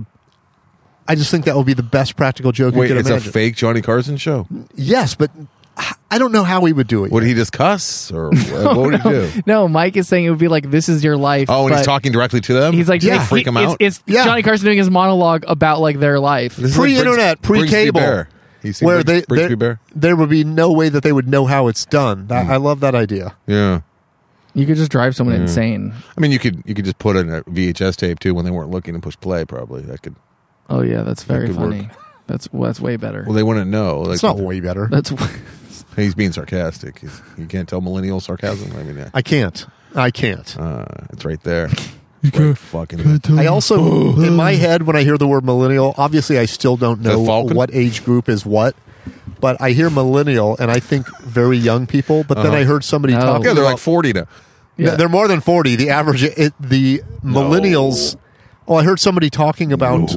S3: I just think that would be the best practical joke
S2: Wait,
S3: you could
S2: it's
S3: imagine.
S2: a fake Johnny Carson show.
S3: yes, but I don't know how he would do it.
S2: Would he just cuss or what would he do?
S4: no, Mike is saying it would be like this is your life.
S2: Oh, and he's
S4: but
S2: talking directly to them.
S4: He's like,
S2: Does it
S4: he-
S2: freak him
S4: it's-
S2: out.
S4: It's,
S3: Yeah.
S4: Johnny Carson doing his monologue about like their life.
S2: This is like
S3: Pre-internet,
S2: Briggs-
S3: pre-cable.
S2: Brigsby Bear. You see
S3: Where
S2: Briggs-
S3: they,
S2: Brigsby
S3: there,
S2: Bear? Hmm.
S3: there would be no way that they would know how it's done. That, I love that idea.
S2: Yeah.
S4: You could just drive
S3: Mm.
S4: someone insane.
S2: I mean, you could you could just put in a VHS tape too when they weren't looking and push play. Probably that could.
S4: Oh yeah, that's very
S2: could work.
S4: funny. That's well, that's way better.
S2: Well, they wouldn't know. Like,
S3: It's not way better.
S4: That's
S2: He's being sarcastic. He's, you can't tell millennial sarcasm. I mean, yeah.
S3: I can't. I can't.
S2: uh, it's right there. Right fucking.
S3: I
S4: Mm.
S3: also, in my head, when I hear the word millennial, obviously I still don't know
S2: The Falcon?
S3: what age group is what. But I hear millennial and I think very young people. But then
S2: Uh-huh.
S3: I heard somebody
S4: No.
S3: talk.
S2: Yeah, they're like
S3: about-
S2: forty now.
S4: yeah.
S3: They're more than forty. The average, it, the millennials. Oh, I heard somebody talking about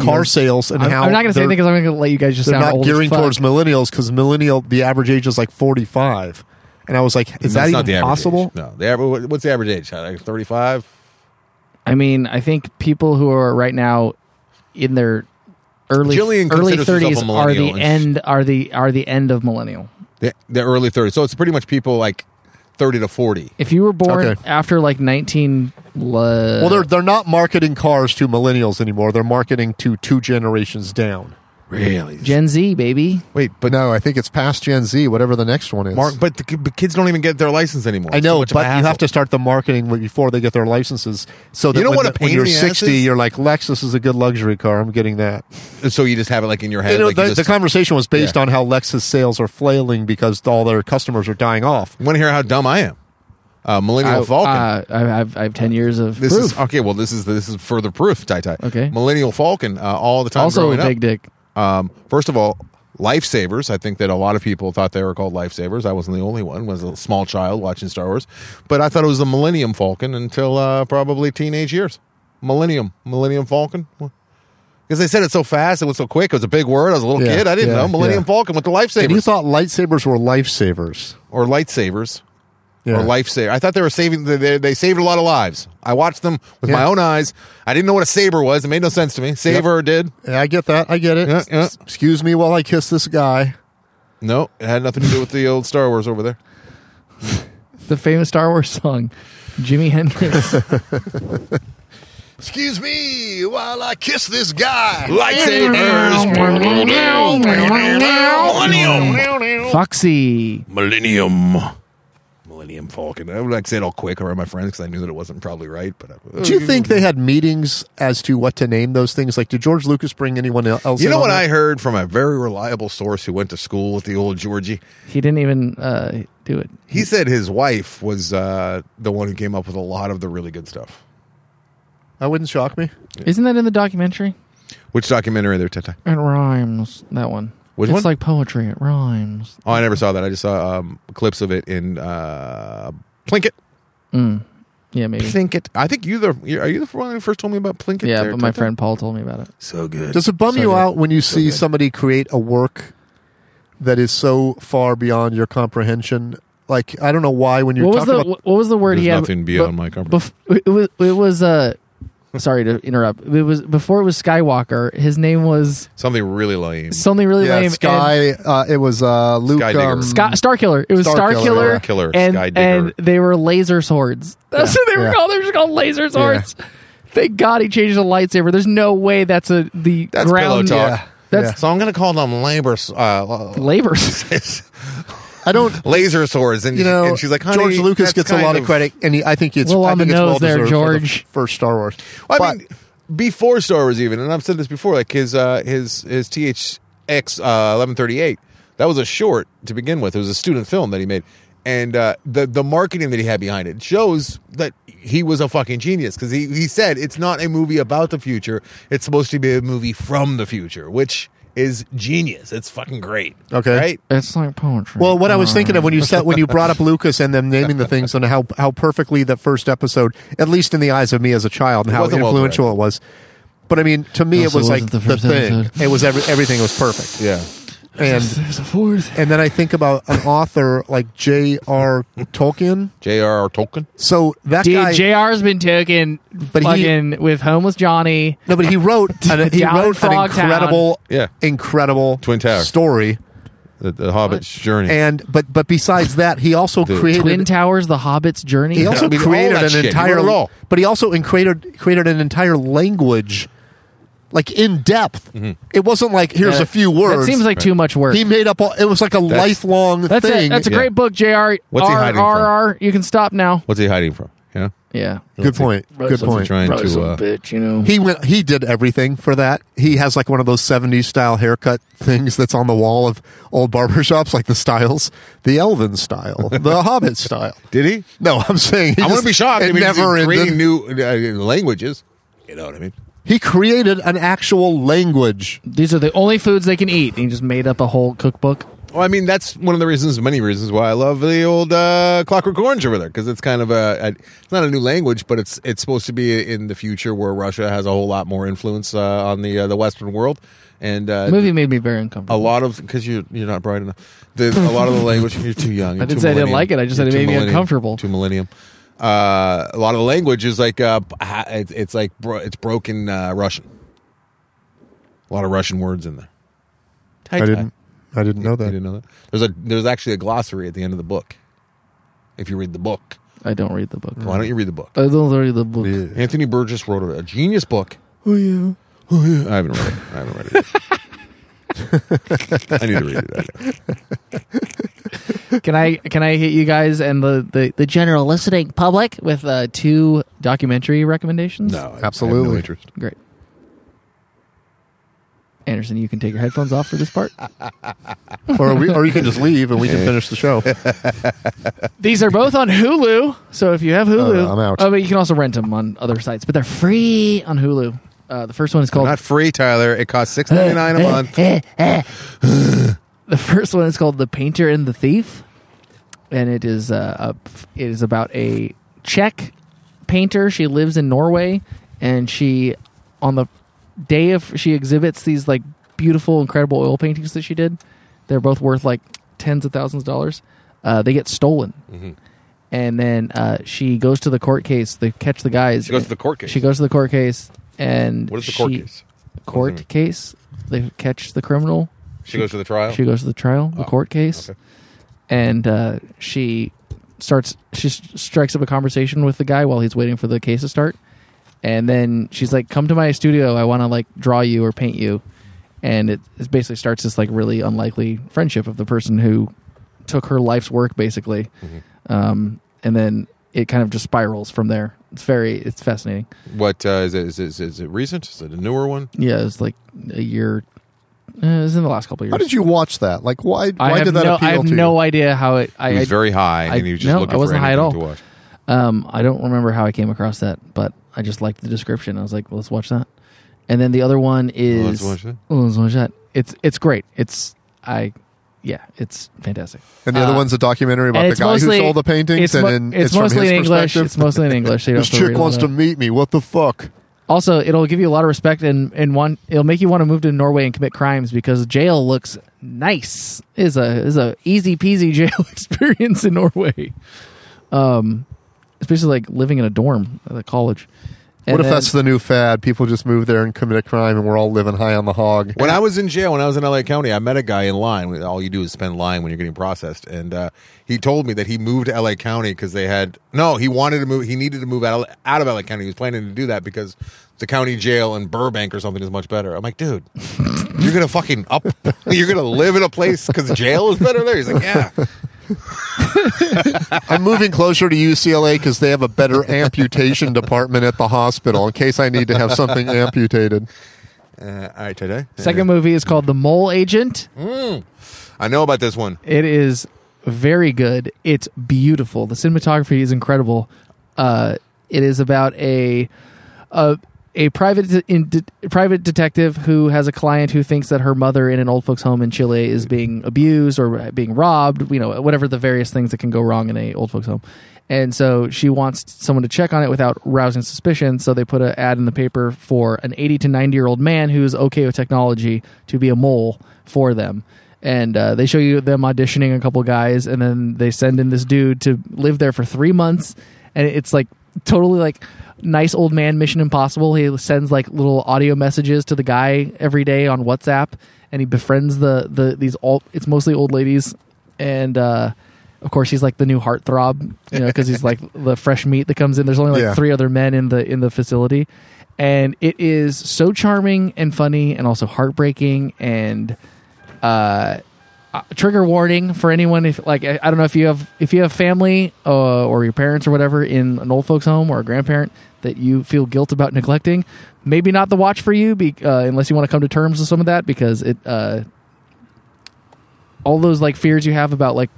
S3: car sales and
S4: I'm,
S3: how
S4: I'm not gonna say
S3: they're-
S4: anything because I'm gonna let you guys just
S3: they're
S4: sound
S3: not
S4: old
S3: gearing
S4: as fuck.
S3: towards millennials because millennial the average age is like 45 and i was like is that
S2: That's
S3: even
S2: not the average
S3: possible
S2: age. No, the average. What's the average age? Like thirty-five.
S4: I mean, I think people who are right now in their early
S2: Jillian
S4: early
S2: considers herself a
S4: 30s are
S2: millennial
S4: the
S2: and s-
S4: end are the are the end of millennial.
S2: The, the early thirties. So it's pretty much people like thirty to forty.
S4: If you were born
S3: Okay.
S4: after like uh, 19
S3: well they're they're not marketing cars to millennials anymore they're marketing to two generations down
S5: Really?
S4: Gen Z, baby.
S2: Wait,
S3: but
S2: but
S3: no i think it's past gen z whatever the next one is
S2: Mark, but the ki- but kids don't even get their license anymore.
S3: i
S2: It's so
S3: know
S2: much of
S3: but
S2: a
S3: you have
S2: hassle.
S3: to start the marketing wi- before they get their licenses so that
S2: You know
S3: when,
S2: what
S3: the-
S2: a
S3: when
S2: pain in
S3: you're
S2: the ass
S3: 60
S2: is?
S3: you're like lexus is a good luxury car i'm getting that
S2: So you just have it like in your head.
S3: you know,
S2: like
S3: the,
S2: you
S3: the
S2: just-
S3: conversation was based
S2: Yeah.
S3: on how lexus sales are flailing because all their customers are dying off
S2: You want to hear how dumb I am? Uh, Millennial
S4: I-
S2: Falcon.
S4: uh, I, have I have 10 years of
S2: this
S4: proof.
S2: is okay. Well, this is this is further proof, Tai Tai.
S4: Okay.
S2: Millennial Falcon. Uh, all the time.
S4: also a
S2: growing up.
S4: big dick.
S2: Um, first of all, lifesavers. I think that a lot of people thought they were called lifesavers. I wasn't the only one. Was a small child watching Star Wars, but I thought it was the Millennium Falcon until uh, probably teenage years. Millennium, Millennium Falcon. Because they said it so fast, it was so quick. It was a big word. I was a little
S3: Yeah,
S2: kid. I didn't
S3: yeah,
S2: know Millennium
S3: yeah.
S2: Falcon with the
S3: and you
S2: lifesavers
S3: thought lightsabers were lifesavers
S2: or lightsabers
S3: Yeah.
S2: or lifesaver. I thought they were saving. They- They, they saved a lot of lives. I watched them with my
S3: Yeah.
S2: own eyes. I didn't know what a saber was. It made no sense to me. Saber did.
S3: Yeah, I get that. I get it.
S2: Yeah, yeah.
S3: S- Excuse me while I kiss this guy.
S2: No, it had nothing to do with the old Star Wars over there.
S4: The famous Star Wars song, Jimi Hendrix.
S3: Excuse me while I kiss this guy.
S2: Lightsabers.
S5: Millennium.
S4: Foxy.
S5: Millennium.
S2: Millennium Falcon. I would like say it all quick around my friends because I knew that it wasn't probably right. But uh, I,
S3: Do you think they had meetings as to what to name those things? Like, did George Lucas bring anyone else?
S2: you
S3: in
S2: know
S3: on
S2: what I
S3: that?
S2: heard from a very reliable source who went to school with the old Georgie?
S4: He didn't even uh, do it.
S2: He said his wife was uh, the one who came up with a lot of the really good stuff.
S3: That wouldn't shock me.
S4: not that in the documentary?
S2: Which documentary there, Tata?
S4: It rhymes. That one.
S2: Which
S4: it's
S2: one?
S4: like poetry. It rhymes.
S2: Oh, I never saw that. I just saw um, clips of it in uh, Plinkett.
S4: Mm. Yeah, maybe.
S2: Plinkett. I think you the you're- are you the one who first told me about Plinkett?
S4: Yeah,
S2: there,
S4: but my
S2: Tata?
S4: friend Paul told me about it.
S5: So good.
S3: Does it bum
S4: So
S3: you
S4: good.
S3: out when you see
S5: good.
S3: somebody create a work that is so far beyond your comprehension? Like, I don't know why when you're
S4: What was
S3: talking
S4: the
S3: about.
S4: what was the word he
S2: There's
S4: had?
S2: nothing
S4: bu-
S2: beyond my comfort.
S4: bef- it was it was uh sorry to interrupt. It was before it was Skywalker. His name was
S2: Something really lame.
S4: something really
S3: yeah,
S4: lame. and-
S3: Sky. Uh, it was uh, Luke.
S2: Sky Digger.
S3: um,
S4: Sky, Starkiller. It was
S3: Star
S4: Starkiller.
S3: Killer.
S2: Killer,
S4: And,
S2: Sky Digger.
S4: and they were laser swords. That's what they were
S3: yeah.
S4: called. They were just called laser swords. Thank God he changed the lightsaber. There's no way that's a the
S2: That's pillow
S4: ground.
S2: talk.
S4: That's
S2: So I'm going to call them labor uh,
S4: labor.
S3: I don't.
S2: laser swords, and
S3: you know,
S2: and she's like, Honey,
S3: George Lucas
S2: that's
S3: gets a
S2: kind
S3: lot of, credit, and he, I think it's
S4: Well,
S3: I
S4: on
S3: think
S4: the
S3: it's
S4: nose
S3: well
S4: there,
S3: deserved for the
S4: George.
S3: f- first Star Wars.
S2: I
S3: But-
S2: mean, before Star Wars, even, and I've said this before, like his uh, his his THX uh, eleven thirty eight. That was a short to begin with. It was a student film that he made, and uh, the the marketing that he had behind it shows that he was a fucking genius because he he said it's not a movie about the future. It's supposed to be a movie from the future, which is genius. It's fucking great.
S3: Okay.
S2: right?
S4: it's like poetry.
S3: well, what I was thinking of when you said when you brought up Lucas and them naming the things and how how perfectly the first episode, at least in the eyes of me as a child, and how
S2: wasn't well
S3: influential it was. But I mean, to me, it
S4: Also
S3: was like
S4: wasn't
S3: the,
S4: the first
S3: thing.
S4: episode.
S3: It was every, everything was perfect,
S2: Yeah.
S3: and
S4: there's a fourth.
S3: and then I think about an author like J.R. Tolkien.
S2: J.R.R. Tolkien.
S3: So that guy,
S4: Dude, Jr's been taken
S3: But he-
S4: fucking with homeless Johnny.
S3: No, but he wrote an, he
S4: Down
S3: wrote an
S4: Frog Town.
S3: incredible,
S2: Yeah.
S3: incredible
S2: Twin Towers.
S3: story.
S2: The, the Hobbit's journey.
S3: And but but besides that, he also
S2: Dude.
S3: created
S4: Twin Towers, The Hobbit's Journey.
S3: he also
S2: I mean, all
S3: created
S2: that
S3: an
S2: shit. He
S3: entire
S2: wrote it all.
S3: but he also in- created created an entire language like in depth. It wasn't like here's a few words.
S4: That seems like too much work.
S3: he made up. All, it was like a lifelong
S4: that's
S3: thing.
S4: a, that's a
S2: Yeah.
S4: great book, Jr.
S2: What's he hiding from?
S4: RRR, You can stop now.
S2: What's he hiding from? Yeah.
S4: Yeah.
S3: Good point. Good
S4: What's he
S3: point.
S2: Trying
S4: Probably
S2: to.
S4: some
S2: Uh,
S4: bitch, you know.
S3: He went. He did everything for that. He has like one of those '70s style haircut things that's on the wall of old barbershops, like the styles, the Elven style, the Hobbit style.
S2: did he?
S3: No, I'm saying he
S2: I
S3: want
S2: wouldn't be shocked. I
S3: It
S2: mean, he's
S3: never
S2: creating
S3: ended.
S2: new uh, languages. You know what I mean?
S3: he created an actual language.
S4: These are the only foods they can eat. And he just made up a whole cookbook.
S2: Well, I mean, that's one of the reasons, many reasons, why I love the old uh, Clockwork Orange over there because it's kind of a, a, it's not a new language, but it's it's supposed to be in the future where Russia has a whole lot more influence uh, on the uh, the Western world, and uh,
S4: The movie made me very
S2: a
S4: uncomfortable.
S2: lot of because you you're not bright enough. The, a lot of the language you're too young.
S4: I didn't say I didn't like it. I just said it made me uncomfortable.
S2: Too millennium. Uh, a lot of the language is like uh, p- ha- it's, it's like bro- it's broken uh, Russian. A lot of Russian words in there. Tie
S3: I didn't. I didn't know
S2: You
S3: that.
S2: didn't know that. There's a there's actually a glossary at the end of the book. If you read the book,
S4: I don't read the book.
S2: why don't you read the book?
S4: I don't read the book.
S2: Anthony Burgess wrote a, a genius book.
S4: Oh, yeah.
S2: I haven't read it. I haven't read it. yet. I need to read it.
S4: Can I can I hit you guys and the, the, the general listening public with uh, two documentary recommendations?
S2: No, I have no
S3: Absolutely.
S2: interest.
S4: Great. Anderson, you can take your headphones off for this part.
S3: or we, or you can just leave and we can finish the show.
S4: These are both on Hulu, so if you have Hulu,
S3: Uh, I'm out.
S4: Oh, but you can also rent them on other sites, but they're free on Hulu. Uh, the first one is called
S2: Not free, Tyler. It costs six ninety nine a
S4: Eh,
S2: month.
S4: the first one is called The Painter and the Thief, and it is uh, a, it is about a Czech painter. She lives in Norway, and she on the day of she exhibits these like beautiful, incredible oil paintings that she did. They're both worth like tens of thousands of dollars. Uh, they get stolen,
S2: Mm-hmm.
S4: and then uh, she goes to the court case. They catch the guys.
S2: She goes to the court case.
S4: She goes to the court case, and
S2: What is the court
S4: she-
S2: case? What does
S4: Court
S2: it
S4: case. They catch the criminal.
S2: Mm-hmm. She goes to the trial. Oh,
S4: She goes to the trial, the court case,
S2: okay.
S4: and uh, she starts. She s- strikes up a conversation with the guy while he's waiting for the case to start, and then she's like, "Come to my studio. I want to like draw you or paint you," and it, it basically starts this like really unlikely friendship of the person who took her life's work basically,
S2: Mm-hmm.
S4: um, and then it kind of just spirals from there. It's very, it's fascinating.
S2: What uh, is, it, is it? Is it- is it recent? Is it a newer one?
S4: Yeah, it's like a year. Uh, it was in the last couple of years.
S3: How did you watch that? Like, why?
S4: I
S3: Why
S4: have
S3: did that
S4: no,
S3: appeal
S4: I have
S3: to you?
S4: no idea how it. I,
S2: He
S4: I
S2: was very high,
S4: I-
S2: and he was just
S4: no,
S2: looking
S4: I wasn't
S2: for
S4: high at
S2: anything
S4: all.
S2: to watch.
S4: Um, I don't remember how I came across that, but I just liked the description. I was like, well, let's watch that. And then the other one is
S2: let's watch that.
S4: Oh, let's watch that. It's it's great. It's I yeah, it's fantastic.
S3: And the other
S4: Uh,
S3: one's a documentary about
S4: and
S3: the
S4: it's
S3: guy
S4: mostly-
S3: who sold the paintings,
S4: It's,
S3: and
S4: mo-
S3: then
S4: it's,
S3: it's, from
S4: mostly
S3: his
S4: in English.
S3: perspective.
S4: It's mostly in English. So you don't
S3: this
S4: have to
S3: chick
S4: read
S3: wants
S4: all
S3: to
S4: that.
S3: meet me. What the fuck?
S4: Also, it'll give you a lot of respect and and one it'll make you want to move to Norway and commit crimes because jail looks nice. It Is a is a easy peasy jail experience in Norway. Um, especially like living in a dorm at a college. And
S3: what if
S4: then-
S3: that's the new fad? People just move there and commit a crime, and we're all living high on the hog.
S2: When I was in jail, when I was in LA County, I met a guy in line. All you do is spend line when you're getting processed, and uh, he told me that he moved to LA County because they had no. He wanted to move. He needed to move out out of LA County. He was planning to do that because the county jail in Burbank or something is much better. I'm like, dude, you're gonna fucking up. You're gonna live in a place because jail is better there. He's like, yeah.
S3: I'm moving closer to UCLA because they have a better amputation department at the hospital in case I need to have something amputated.
S2: Uh, all right, today.
S4: Second movie is called The Mole Agent.
S3: Hmm?
S2: I know about this one.
S4: It is very good. It's beautiful. The cinematography is incredible. Uh, it is about a a a private de- in de- private detective who has a client who thinks that her mother in an old folks home in Chile is being abused or uh, being robbed, you know, whatever the various things that can go wrong in a old folks home. And so she wants someone to check on it without rousing suspicion, so they put an ad in the paper for an 80 to 90 year old man who's okay with technology to be a mole for them and uh, they show you them auditioning a couple guys and then they send in this dude to live there for three months and it's like totally like nice old man mission impossible he sends like little audio messages to the guy every day on whatsapp and he befriends the the these all it's mostly old ladies and uh of course he's like the new heartthrob you know because he's like the fresh meat that comes in there's only like
S3: Yeah.
S4: three other men in the in the facility and it is so charming and funny and also heartbreaking and uh, uh, trigger warning for anyone if like I, I don't know if you have if you have family uh, or your parents or whatever in an old folks home or a grandparent that you feel guilt about neglecting maybe not the watch for you be, uh, unless you want to come to terms with some of that because it uh, all those like fears you have about like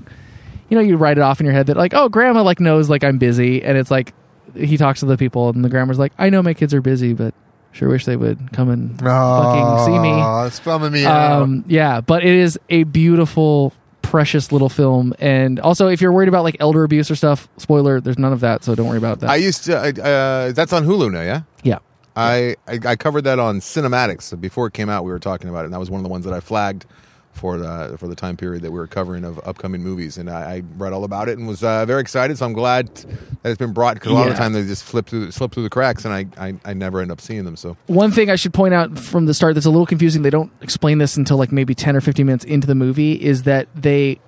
S4: you know you write it off in your head that like oh grandma like knows like i'm busy and it's like he talks to the people and the grandma's like i know my kids are busy but sure wish they would come and fucking see me
S3: Aw, It's bumming me out.
S4: um, yeah, but it is a beautiful, precious little film. And also, if you're worried about like elder abuse or stuff, spoiler, there's none of that, so don't worry about that.
S2: I used to. I, uh, that's on Hulu now, yeah.
S4: yeah,
S2: I, I I covered that on Cinematics So before it came out. We were talking about it, and that was one of the ones that I flagged for the for the time period that we were covering of upcoming movies. And I, I read all about it and was uh, very excited. So I'm glad that it's been brought because a lot of
S4: Yeah.
S2: the time they just flip through slip through the cracks, and I, I I never end up seeing them. So
S4: one thing I should point out from the start that's a little confusing. They don't explain this until like maybe ten or fifteen minutes into the movie. Is that they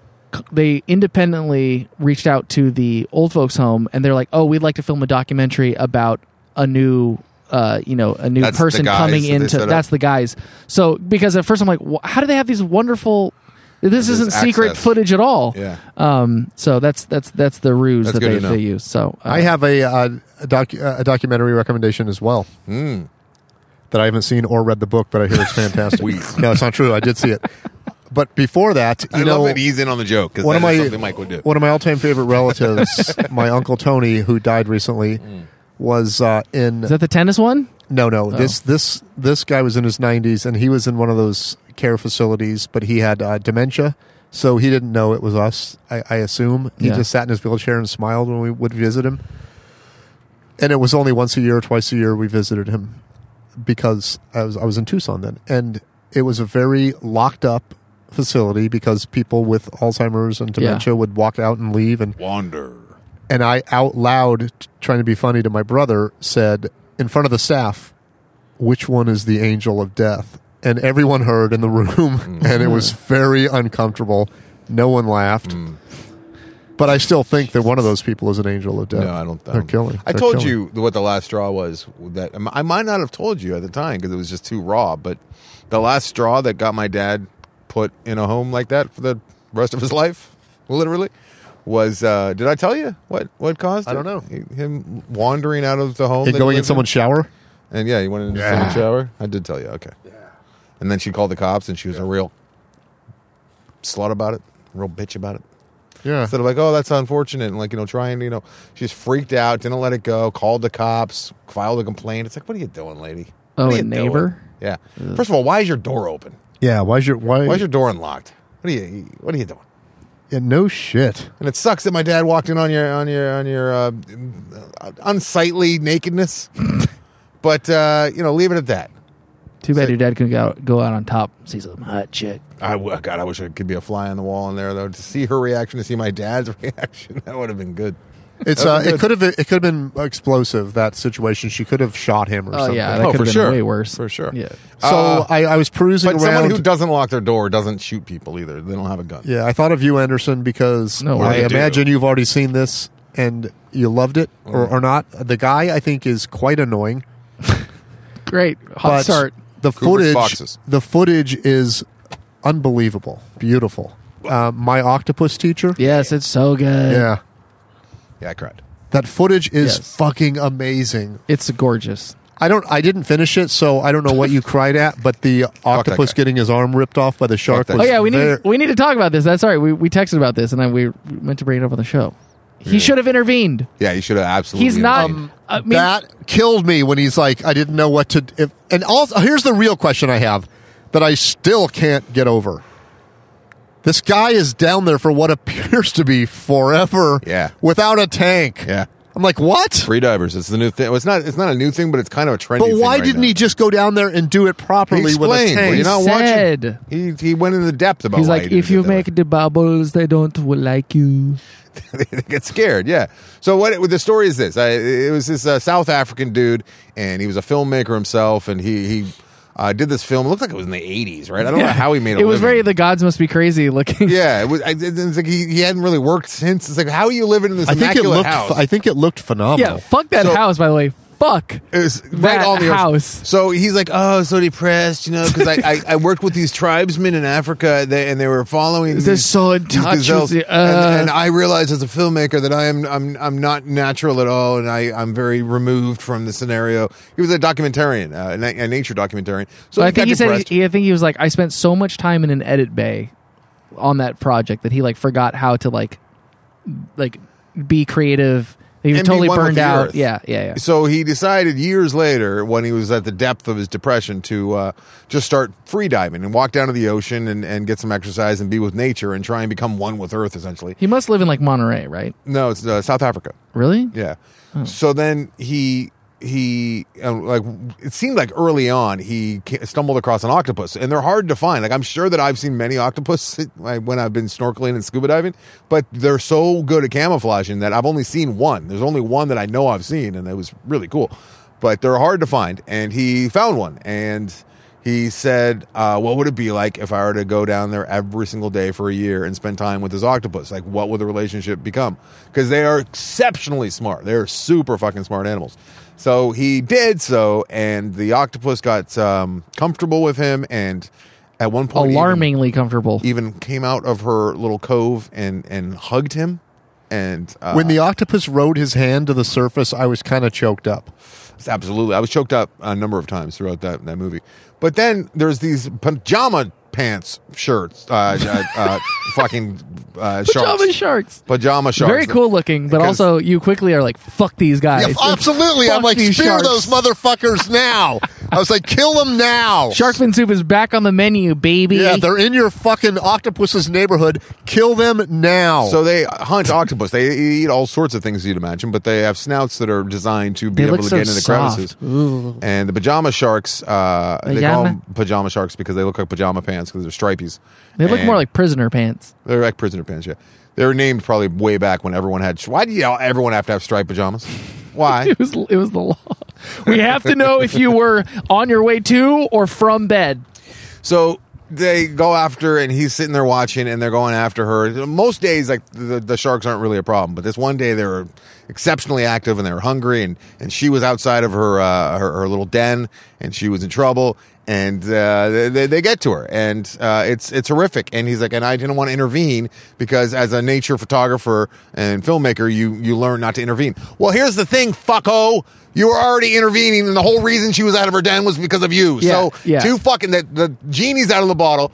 S4: they independently reached out to the old folks home and they're like, oh, we'd like to film a documentary about a new. Uh, you know, a new
S2: That's the
S4: person
S2: guys
S4: coming
S2: that they
S4: into
S2: set up.
S4: that's the guys. So because at first I'm like, "Wh- how do they have these wonderful? This
S2: There's
S4: isn't secret
S2: access.
S4: footage at all.
S2: yeah,
S3: Uh,
S4: Um, so that's that's that's the ruse
S2: That's
S4: that
S2: good
S4: they,
S2: to know.
S4: they use. So uh,
S3: I have a uh, a, docu- uh, a documentary recommendation as well
S2: Mm.
S3: that I haven't seen or read the book, but I hear it's fantastic.
S2: Sweet.
S3: No, it's not true. I did see it, but before that, you
S2: I
S3: know,
S2: love e- that he's in on the joke because
S3: one of
S2: that's
S3: my
S2: something Mike would do.
S3: one of my all time favorite relatives, my uncle Tony, who died recently,
S2: Hmm.
S3: was uh, in
S4: is that the tennis one?
S3: no
S4: Oh.
S3: no this this this guy was in his nineties and he was in one of those care facilities, but he had uh, dementia. So he didn't know it was us. I, I assume he
S4: Yeah.
S3: just sat in his wheelchair and smiled when we would visit him. And it was only once a year or twice a year we visited him because I was I was in Tucson then, and it was a very locked up facility because people with Alzheimer's and
S4: Yeah.
S3: dementia would walk out and leave, and
S2: Wander.
S3: and I out loud t- trying to be funny to my brother said in front of the staff, "Which one is the angel of death?" And everyone heard in the room,
S2: Mm.
S3: and it was very uncomfortable. No one laughed.
S2: Mm.
S3: But I still think that one of those people is an angel of death.
S2: No, I don't. I
S3: They're
S2: don't-
S3: killing.
S2: I
S3: They're
S2: told
S3: killing.
S2: you what the last straw was. That um, I might not have told you at the time because it was just too raw. But the last straw that got my dad put in a home like that for the rest of his life, literally, was. Uh, did I tell you what what caused?
S3: I don't
S2: it?
S3: know.
S2: He- Him wandering out of the home
S3: And
S2: that he
S3: going in
S2: lived
S3: someone's shower.
S2: and yeah, he went into
S3: Yeah.
S2: someone's shower. I did tell you. Okay. And then she called the cops, and she was a real slut about it, real bitch about it
S3: Yeah.
S2: instead of like, oh, that's unfortunate, and like you know, trying, you know, she's freaked out, didn't let it go, called the cops, filed a complaint. It's like, what are you doing, lady? What
S4: Oh,
S2: are you
S4: a neighbor?
S2: doing? Yeah. First of all, why is your door open?
S3: Yeah. Why's your why?
S2: Why is your door unlocked? What are you? What are you doing?
S3: yeah, no shit.
S2: And it sucks that my dad walked in on your on your on your uh, unsightly nakedness. but uh, you know, leave it at that.
S4: Too bad your dad couldn't go out, go out on top. and See some hot chick.
S2: I w- God, I wish I could be a fly on the wall in there though to see her reaction, to see my dad's reaction. That would have been good.
S3: It's
S2: That
S3: uh,
S2: was
S3: it
S2: good.
S3: could have it could have been explosive that situation. She could have shot him or
S4: Oh
S3: something.
S4: yeah, that
S2: Oh,
S4: could
S2: for
S4: have been
S2: sure.
S4: way worse.
S2: For sure.
S4: Yeah.
S3: So
S2: Uh,
S3: I, I was perusing
S2: But
S3: around.
S2: someone who doesn't lock their door doesn't shoot people either. They don't have a gun.
S3: Yeah, I thought of you, Anderson, because
S4: No,
S3: I
S4: I
S2: do.
S3: imagine you've already seen this and you loved it or,
S2: Mm.
S3: or not. The guy, I think, is quite annoying.
S4: Great hot
S3: But
S4: start.
S3: the
S2: Kubrick's
S3: footage,
S2: boxes.
S3: the footage is unbelievable, beautiful. Uh, my octopus teacher,
S4: Yes, it's so good.
S3: yeah,
S2: Yeah, I cried.
S3: that footage is
S4: Yes.
S3: fucking amazing.
S4: it's gorgeous.
S3: I don't, I didn't finish it, so I don't know what you cried at, but the octopus
S2: guy.
S3: getting his arm ripped off by the shark.
S2: that
S3: Was
S4: Oh yeah, we need
S3: ver-
S4: we need to talk about this. That's all right. We we texted about this, and I, we meant to bring it up on the show. He should have intervened.
S2: Yeah, you should have absolutely.
S4: He's not.
S2: intervened.
S4: I mean,
S3: that killed me when he's like, I didn't know what to. If, and also, here's the real question I have that I still can't get over. This guy is down there for what appears to be forever.
S2: Yeah.
S3: Without a tank.
S2: Yeah.
S3: I'm like, what?
S2: free divers. It's the new thing. Well, it's not. It's not a new thing, but it's kind of a trendy.
S3: But
S2: thing
S3: why
S2: right
S3: didn't
S2: now.
S3: he just go down there and do it
S2: He
S3: properly with a
S2: explained. Were
S3: tank?
S2: you not
S4: Said.
S2: watching? He he went into depth about.
S4: he's
S2: why
S4: like,
S2: he
S4: if
S2: did it
S4: you
S2: that way.
S4: make the bubbles, they don't like you.
S2: they get scared. Yeah. So what the story is this? I, it was this uh, South African dude, and he was a filmmaker himself, and he he uh, did this film. It looked like it was in the eighties, right? I don't know how he made a
S4: It was
S2: living.
S4: very the gods must be crazy looking.
S2: yeah, it was. I, it's like he, he hadn't really worked since. It's like, how are you living in this
S3: I think it
S2: immaculate
S3: looked.
S2: house?
S3: I think it looked
S4: yeah.
S3: phenomenal.
S4: Fuck that
S2: So-
S4: house, by the way. fuck
S2: It's
S4: that
S2: right on the ocean.
S4: house.
S2: So he's like, oh, so depressed, you know, because I, I, I worked with these tribesmen in Africa they, and they were following.
S4: They're
S2: these-
S4: so in
S2: these
S4: touch with
S2: gazelles.
S4: the
S2: and, and
S4: earth.
S2: I realized as a filmmaker that I am I'm I'm not natural at all, and I I'm very removed from the scenario. He was a documentarian, uh, a, na- a nature documentarian. So
S4: I
S2: he got
S4: think he said
S2: depressed.
S4: he, I think he was like I spent so much time in an edit bay on that project that he like forgot how to like like be creative. He was
S2: And be
S4: totally
S2: one with
S4: burned
S2: the
S4: out.
S2: earth.
S4: Yeah, yeah, yeah.
S2: so he decided years later, when he was at the depth of his depression, to uh, just start free diving and walk down to the ocean and, and get some exercise and be with nature and try and become one with Earth, essentially.
S4: He must live in like Monterey, right?
S2: No, it's uh, South Africa.
S4: Really?
S2: Yeah. So then he he uh, like it seemed like early on he ca- stumbled across an octopus and they're hard to find like i'm sure that i've seen many octopus like, when i've been snorkeling and scuba diving but they're so good at camouflaging that i've only seen one there's only one that i know i've seen and it was really cool but they're hard to find and he found one and he said, uh, "What would it be like if I were to go down there every single day for a year and spend time with this octopus? Like, what would the relationship become? Because they are exceptionally smart. They are super fucking smart animals." So he did so, and the octopus got um, comfortable with him, and at one point,
S4: Alarmingly comfortable.
S2: even, even came out of her little cove and and hugged him. And uh,
S3: When the octopus rode his hand to the surface, I was kind of choked up.
S2: Absolutely. I was choked up a number of times throughout that, that movie. But then there's these pajama pants shirts, uh, uh, uh, fucking uh, sharks.
S4: Pajama sharks.
S2: Pajama sharks.
S4: Very cool looking, but
S2: Because-
S4: also you quickly are like, fuck these guys.
S3: Yeah, absolutely. I'm
S4: Fuck
S3: like, spear
S4: these sharks.
S3: those motherfuckers now. I was like, kill them now.
S4: Sharkfin soup is back on the menu, baby.
S3: Yeah, they're in your fucking octopus's neighborhood. Kill them now.
S2: So they hunt octopus. They eat all sorts of things you'd imagine, but they have snouts that are designed to be
S4: They
S2: able
S4: look
S2: to
S4: so
S2: get into the
S4: soft.
S2: crevices.
S4: Ooh.
S2: And the pajama sharks, uh, they call
S4: Pajama?
S2: them pajama sharks because they look like pajama pants because they're stripies.
S4: they look
S2: And-
S4: more like prisoner pants.
S2: They're like prisoner pants, yeah. They were named probably way back when everyone had. Why do y'all everyone have to have striped pajamas? Why?
S4: It was it was the law. We have to know if you were on your way to or from bed.
S2: So they go after, and he's sitting there watching, and they're going after her. Most days, like the, the sharks aren't really a problem, but this one day they were exceptionally active, and they were hungry, and and she was outside of her uh, her, her little den, and she was in trouble. And uh, they- they, they get to her, and uh, it's it's horrific. And he's like, and I didn't want to intervene because as a nature photographer and filmmaker, you you learn not to intervene. Well, here's the thing, fucko. You were already intervening, and the whole reason she was out of her den was because of you.
S4: Yeah,
S2: so,
S4: yeah.
S2: two fucking the, the genie's out of the bottle.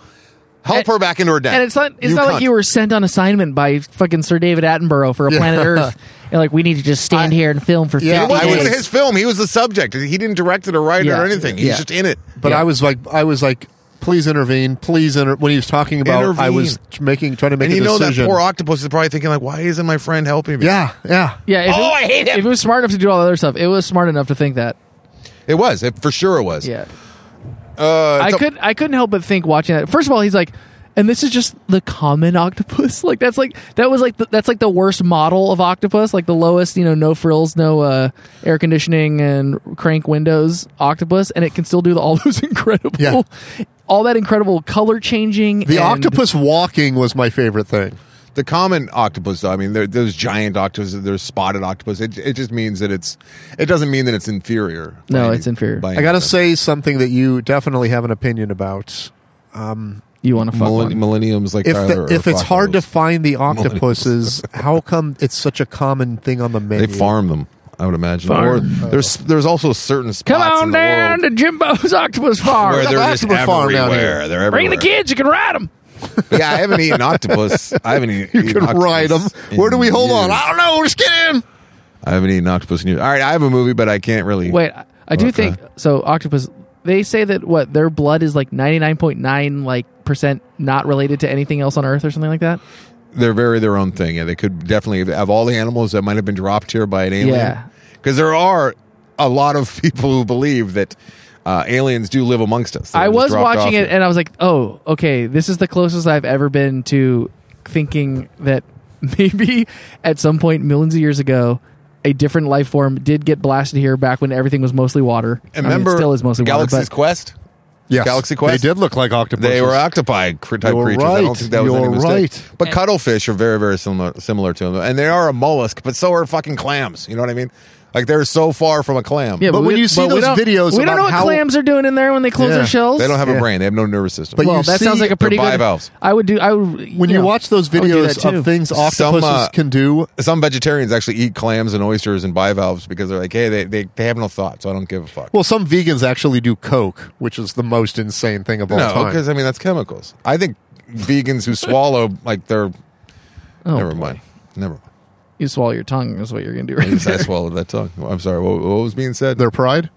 S2: Help
S4: And-
S2: her back into her den.
S4: And it's not it's not
S2: cunt.
S4: like you were sent on assignment by fucking Sir David Attenborough for a planet Earth. And like we need to just stand here and film for
S3: Yeah,
S2: It
S4: 50
S2: wasn't
S4: days.
S2: even his film. He was the subject. He didn't direct it or write it
S4: Yeah,
S2: or anything. He's
S4: yeah.
S2: just in it.
S3: but
S4: Yeah.
S3: I was like, I was like, please intervene, please inter. When he was talking about, I was
S2: Intervene.
S3: t- making trying to make
S2: And
S3: a
S2: you know that
S3: decision.
S2: poor octopus is probably thinking like, why isn't my friend helping me?
S3: yeah, yeah.
S4: yeah, if
S2: Oh,
S4: it,
S2: I hate him.
S4: If it was smart enough to do all the other stuff, it was smart enough to think that.
S2: it was. It, for sure, it was.
S4: Yeah.
S2: Uh,
S4: I
S2: so-
S4: could I couldn't help but think watching that. First of all, he's like, and this is just the common octopus. Like that's like that was like the, that's like the worst model of octopus. Like the lowest, you know, no frills, no uh, air conditioning and crank windows octopus, and it can still do the, all those incredible,
S3: Yeah.
S4: all that incredible color changing.
S3: The
S4: and-
S3: octopus walking was my favorite thing.
S2: The common octopus, though, I mean, there, there's giant octopus, there's spotted octopus. It, it just means that it's, it doesn't mean that it's inferior. by
S4: No, it's inferior.
S2: by
S3: I gotta
S2: any-
S3: say something that you definitely have an opinion about.
S4: You want to fuck
S2: Millenn-
S4: one.
S2: millenniums like
S3: If
S2: Tyler
S3: the,
S2: are
S3: if it's
S2: fucking
S3: hard to
S2: those.
S3: find the octopuses, how come it's such a common thing on the menu?
S2: They farm them, I would imagine. Or there's there's also certain spots
S4: Come on
S2: in the
S4: down
S2: world
S4: to Jimbo's Octopus Farm.
S2: where
S3: Got
S2: they're
S3: an
S2: just
S3: octopus farm down here.
S2: everywhere. They're everywhere.
S4: Bring the kids; you can ride them.
S2: Yeah, I haven't eaten octopus. I haven't eaten.
S3: You can ride them. Where do we hold on? I don't know. Just get in.
S2: I haven't eaten octopus in years. All right, I have a movie, but I can't really.
S4: Wait, I, I do
S2: Okay.
S4: think so. Octopus. They say that what their blood is like ninety nine point nine like percent not related to anything else on Earth or something like that.
S2: they're very their own thing. Yeah, they could definitely of all the animals that might have been dropped here by an alien.
S4: Yeah.
S2: Because there are a lot of people who believe that uh, aliens do live amongst us. They
S4: I
S2: were just
S4: was
S2: dropped off
S4: watching
S2: here.
S4: it and I was like, oh, okay, this is the closest I've ever been to thinking that maybe at some point millions of years ago. A different life form did get blasted here back when everything was mostly water. I
S2: And
S4: mean, it
S2: remember,
S4: still is mostly
S2: Galaxy's
S4: water. but-
S2: Quest.
S3: Yes.
S2: Galaxy Quest?
S3: They did look like octopuses.
S2: They were octopi cr- type
S3: You're
S2: creatures. I don't
S3: right.
S2: think that was any
S3: You're
S2: mistake.
S3: right.
S2: But cuttlefish are very, very similar, similar to them, and they are a mollusk. But so are fucking clams. You know what I mean? Like they're so far from a clam.
S4: Yeah,
S3: But when
S4: we-
S3: you see
S4: but we
S3: those
S4: don't-
S3: videos
S4: we
S3: about
S4: don't know what
S3: how-
S4: clams are doing in there when they close
S3: Yeah.
S4: their shells.
S2: They don't have
S3: Yeah.
S2: a brain. They have no nervous system.
S3: But
S4: Well,
S3: you
S4: that sounds
S3: see-
S4: like a pretty
S2: They're
S4: good.
S2: bivalves.
S4: I would do. I would
S3: when you
S4: know,
S3: watch those
S4: I would do
S3: videos
S4: that too.
S3: of things octopuses
S2: Some, uh,
S3: can do,
S2: Some vegetarians actually eat clams and oysters and bivalves because they're like, hey, they, they, they have no thought, so I don't give a fuck.
S3: well, some vegans actually do coke, which is the most insane thing of all
S2: no,
S3: time.
S2: because I mean that's chemicals. I think vegans who swallow like they're
S4: Oh,
S2: never mind, never mind.
S4: you swallow your tongue is what you're gonna do right
S2: I just- I
S4: there.
S2: swallowed that tongue. I'm sorry. What, what was being said?
S3: their pride.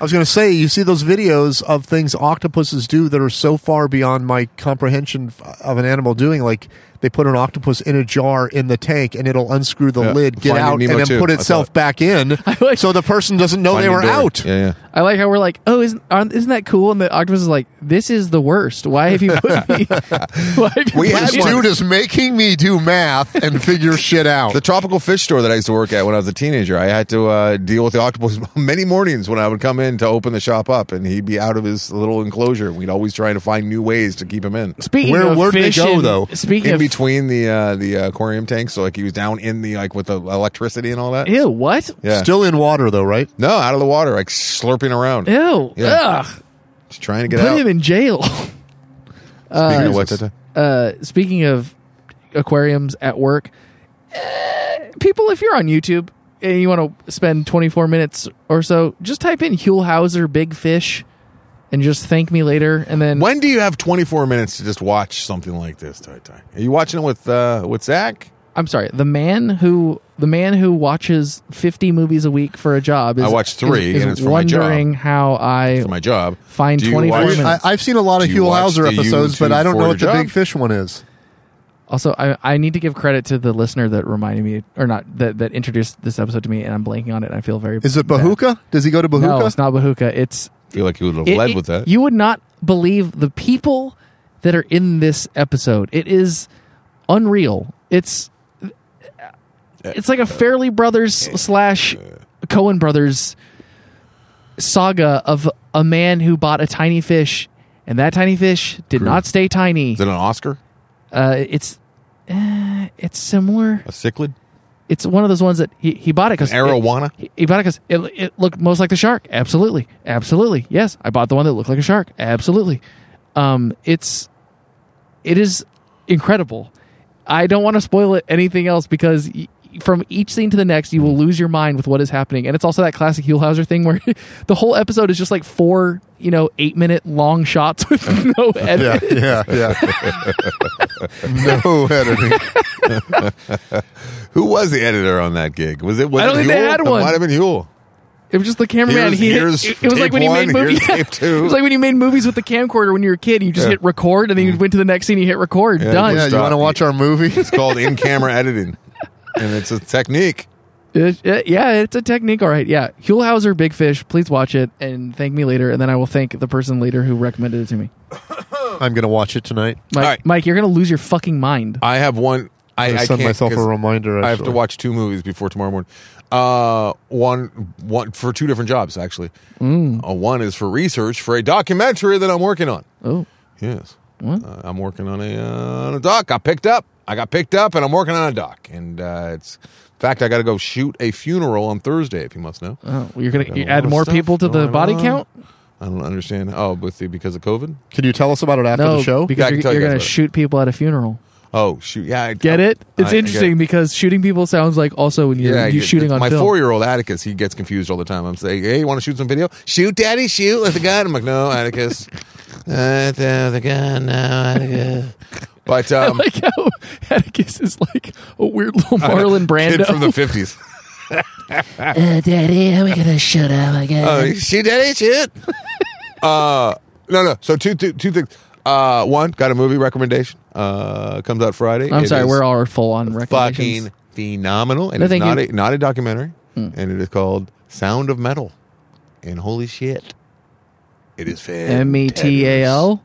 S3: I was going to say, you see those videos of things octopuses do that are so far beyond my comprehension f- of an animal doing. Like they put an octopus in a jar in the tank, and it'll unscrew the
S2: Yeah.
S3: lid, get
S2: Finding
S3: out,
S2: Nemo
S3: and then
S2: too.
S3: put
S2: I saw
S3: itself
S2: it.
S3: back in,
S4: like-
S3: so the person doesn't know they
S2: Finding
S3: were
S2: Dory.
S3: out.
S2: Yeah, yeah.
S4: I like how we're like, oh, isn't aren't, isn't that cool? And the octopus is like, this is the worst. Why have you put me? why have you
S2: We
S4: put
S2: had
S3: This
S4: me-
S2: one.
S3: dude is making me do math and figure shit out.
S2: The tropical fish store that I used to work at when I was a teenager, I had to uh, deal with the octopus many mornings when I would come in to open the shop up, and he'd be out of his little enclosure. We'd always try to find new ways to keep him in.
S4: Speaking
S3: Where-
S4: of
S3: where'd they
S4: fish
S3: go,
S4: and-
S3: though?
S4: Speaking
S2: In
S4: of
S2: between the uh, the aquarium tanks, so like he was down in the like with the electricity and all that.
S4: ew, what?
S2: Yeah.
S3: Still in water though, right?
S2: no, out of the water, like slurping around,
S4: Ew,
S2: Yeah.
S4: ugh,
S2: just trying to get
S4: put
S2: out.
S4: him in jail.
S2: Speaking of what, Tata?
S4: uh, speaking of aquariums at work, eh, people, if you're on YouTube and you want to spend 24 minutes or so, just type in Hulhauser Big Fish and just thank me later. And then
S2: When do you have 24 minutes to just watch something like this, Tai Tai? Are you watching it with uh, with Zach?
S4: I'm sorry, the man who the man who watches 50 movies a week for a job is
S2: I watch three,
S4: is, is
S2: and it's for my job.
S4: wondering how I
S2: For my job,
S4: Find
S2: Do you
S4: 24
S2: watch-
S4: minutes.
S3: I, I've seen a lot of
S2: Do you
S3: Hugh
S2: watch
S3: Hauser
S2: the
S3: episodes, but
S2: YouTube
S3: I don't
S2: for
S3: know what the
S2: your
S3: big
S2: job?
S3: fish one is.
S4: also I, I need to give credit to the listener that reminded me or not that that introduced this episode to me and I'm blanking on it. and I feel very
S3: Is it
S4: bad.
S3: Bahuka? Does he go to Bahuka?
S4: No, it's not Bahuka. It's
S2: I feel like you would have
S4: It-
S2: led
S4: it-
S2: with that.
S4: You would not believe the people that are in this episode. It is unreal. It's it's like a Fairly Brothers slash Cohen Brothers saga of a man who bought a tiny fish, and that tiny fish did not stay tiny.
S2: Is it an Oscar?
S4: Uh, it's eh, it's similar.
S2: A cichlid?
S4: It's one of those ones that he, he bought it because
S2: Arowana?
S4: he- He bought it because it, it looked most like the shark. Absolutely, absolutely. Yes, I bought the one that looked like a shark. Absolutely. Um, it's it is incredible. I don't want to spoil it anything else because y- from each scene to the next, you will lose your mind with what is happening. And it's also that classic Hulhauser thing where the whole episode is just like four, you know, eight minute long shots with no edit.
S3: yeah, yeah, yeah. no editing.
S2: Who was the editor on that gig? Was it? Was
S4: I don't
S2: it
S4: think they
S2: Huel?
S4: had
S2: It
S4: one.
S2: might have been Huel.
S4: It was just the cameraman.
S2: Here's-
S4: he hit-
S2: here's
S4: it, it was like
S2: tape
S4: when he
S2: one,
S4: made movies.
S2: here's tape two.
S4: It was like when you made movies with the camcorder when you were a kid. You just hit record, and then you went to the next scene. You hit record.
S2: Mm. Yeah,
S4: Done.
S3: Yeah, you
S2: Stop.
S3: want to watch our movie?
S2: It's called in-camera editing, and it's a technique.
S4: It- it- yeah, it's a technique. All right. Yeah, Hulhauser, Big Fish. Please watch it and thank me later, and then I will thank the person later who recommended it to me.
S3: I'm gonna watch it tonight.
S4: Mike,
S2: All right.
S4: Mike you're gonna lose your fucking mind.
S2: I have one. I,
S3: I'm
S2: I
S3: gonna send
S2: can't,
S3: myself a
S2: 'cause
S3: reminder.
S2: I have to
S3: actually.
S2: watch two movies before tomorrow morning. Uh, one, one for two different jobs actually.
S4: Mm.
S2: Uh, one is for research for a documentary that I'm working on.
S4: oh,
S2: Yes.
S4: Hmm?
S2: Uh, I'm working on a uh, on a doc. I picked up. I got picked up, and I'm working on a doc. And uh, it's in fact, I got to go shoot a funeral on Thursday. If you must know,
S4: oh, well, you're gonna
S2: Got a
S4: you
S2: lot
S4: add
S2: of
S4: more
S2: stuff
S4: people to the
S2: going
S4: body
S2: on.
S4: count.
S2: I don't understand. Oh, with the because of COVID.
S3: Can you tell us about it after
S4: no,
S3: the show?
S2: Yeah, I
S4: because
S2: can
S4: you're,
S2: tell you
S4: you're
S2: guys
S4: gonna
S2: about it.
S4: shoot people at a funeral.
S2: Oh shoot! Yeah, I,
S4: Get
S2: I-
S4: it?
S2: I- I
S4: It's
S2: get
S4: interesting
S2: it.
S4: because shooting people sounds like also when you're,
S2: Yeah,
S4: you
S2: I-
S4: shooting on
S2: my
S4: film.
S2: four-year-old Atticus. He gets confused all the time. I'm saying, "Hey, you want to shoot some video? Shoot, Daddy, shoot with the gun." I'm like, "No, Atticus, uh, the the gun, no, Atticus." But
S4: I
S2: um,
S4: like how Atticus is like a weird little Marlon
S2: kid
S4: Brando.
S2: from the '50s.
S7: Uh, Daddy, how are we gonna shut up again?
S2: Oh, shoot that ain't shit. uh, no, no. So two, two, two things. Uh, one, got a movie recommendation. Uh, comes out Friday.
S4: I'm
S2: It
S4: sorry,
S2: is
S4: we're all full on recommendations.
S2: fucking phenomenal, and
S4: No,
S2: it's
S4: thank
S2: not
S4: you. Hmm.
S2: a, not a documentary, and it is called Sound of Metal. And holy shit, it is fantastic.
S4: M E T A L.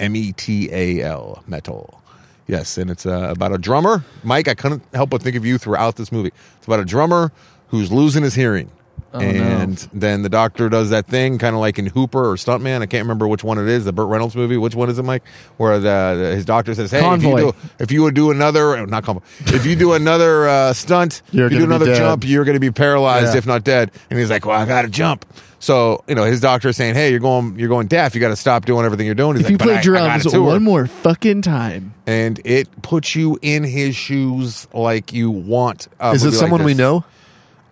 S2: M E T A L metal. Yes, and it's uh, about a drummer. Mike, I couldn't help but think of you throughout this movie. It's about a drummer who's losing his hearing,
S3: Oh,
S2: and then the doctor does that thing, kind of like in Hooper or Stuntman. I can't remember which one it is, the Burt Reynolds movie. Which one is it, Mike? Where the, the- his doctor says, "Hey, if you, do,
S4: Convoy.
S2: if you would do another, not convoy, if you do another uh, stunt,
S3: You're
S2: if you do
S3: gonna be
S2: another
S3: dead.
S2: jump, you're going to be paralyzed
S3: Yeah.
S2: if not dead." And he's like, "Well, I got to jump." So you know, his doctor is saying, "Hey, you're going, you're going deaf. You got to stop doing everything you're doing." He's
S4: If you
S2: like, "But
S4: play
S2: I- I
S4: drums
S2: got a tour."
S4: one more fucking time,
S2: and it puts you in his shoes like you want. A
S3: Is it
S2: movie like
S3: someone we
S2: this.
S3: know?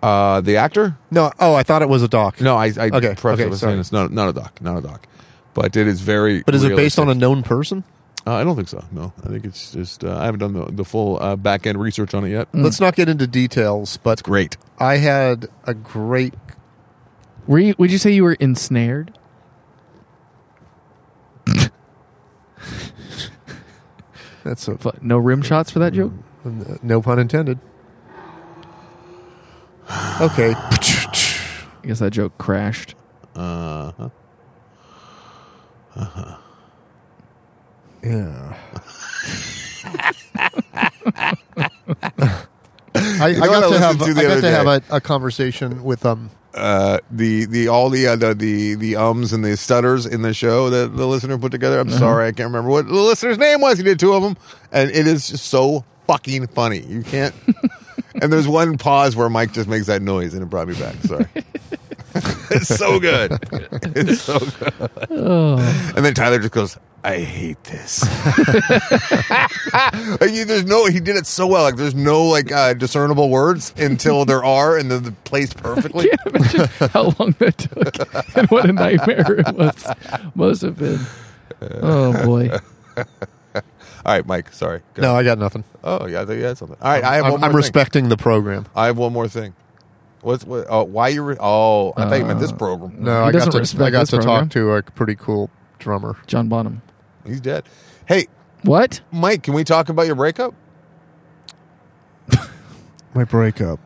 S2: Uh, the actor?
S3: No. Oh, I thought it was a doc.
S2: No, I, I
S3: Okay,
S2: preface
S3: okay,
S2: it with
S3: sorry.
S2: saying it's not not a doc, not a doc, but it is very.
S3: But is it based on a
S2: realistic.
S3: known person?
S2: Uh, I don't think so. No, I think it's just uh, I haven't done the, the full uh, back end research on it yet.
S3: Let's not get into details, but
S2: Great.
S3: I had a great.
S4: were you? Would you say you were ensnared?
S3: That's a
S4: Fu- No rim shots for that joke.
S3: no pun intended. Okay.
S4: I guess that joke crashed.
S3: Yeah. I, I
S2: what I
S3: got to
S2: listened
S3: have,
S2: to the
S3: I got
S2: other
S3: to have
S2: day?
S3: a, a conversation with um
S2: Uh, the the all the, uh, the the the ums and the stutters in the show that the listener put together. I'm sorry, I can't remember what the listener's name was. He did two of them, and it is just so fucking funny. You can't. and there's one pause where Mike just makes that noise, and it brought me back. Sorry. it's so good. It's so good. And then Tyler just goes, I hate this. like, you- there's no, he did it so well. Like, there's no like uh, discernible words until there are, and then they're placed perfectly.
S4: can't imagine how long that took and what a nightmare it was. Must have been. Oh boy.
S2: All right, Mike. Sorry. Go.
S3: no I got nothing.
S2: Oh yeah, I thought you had something. All right, I have
S3: I'm,
S2: one more
S3: I'm
S2: thing.
S3: respecting the program.
S2: I have one more thing. What's what? Oh, why you? Re- oh, I thought you meant this program.
S3: Uh, No,
S4: He
S3: I got
S4: doesn't
S3: to
S4: respect
S3: I got
S4: this
S3: to
S4: program.
S3: talk to a pretty cool drummer.
S4: John Bonham.
S2: He's dead. Hey,
S4: What?
S2: Mike, can we talk about your breakup?
S3: My breakup.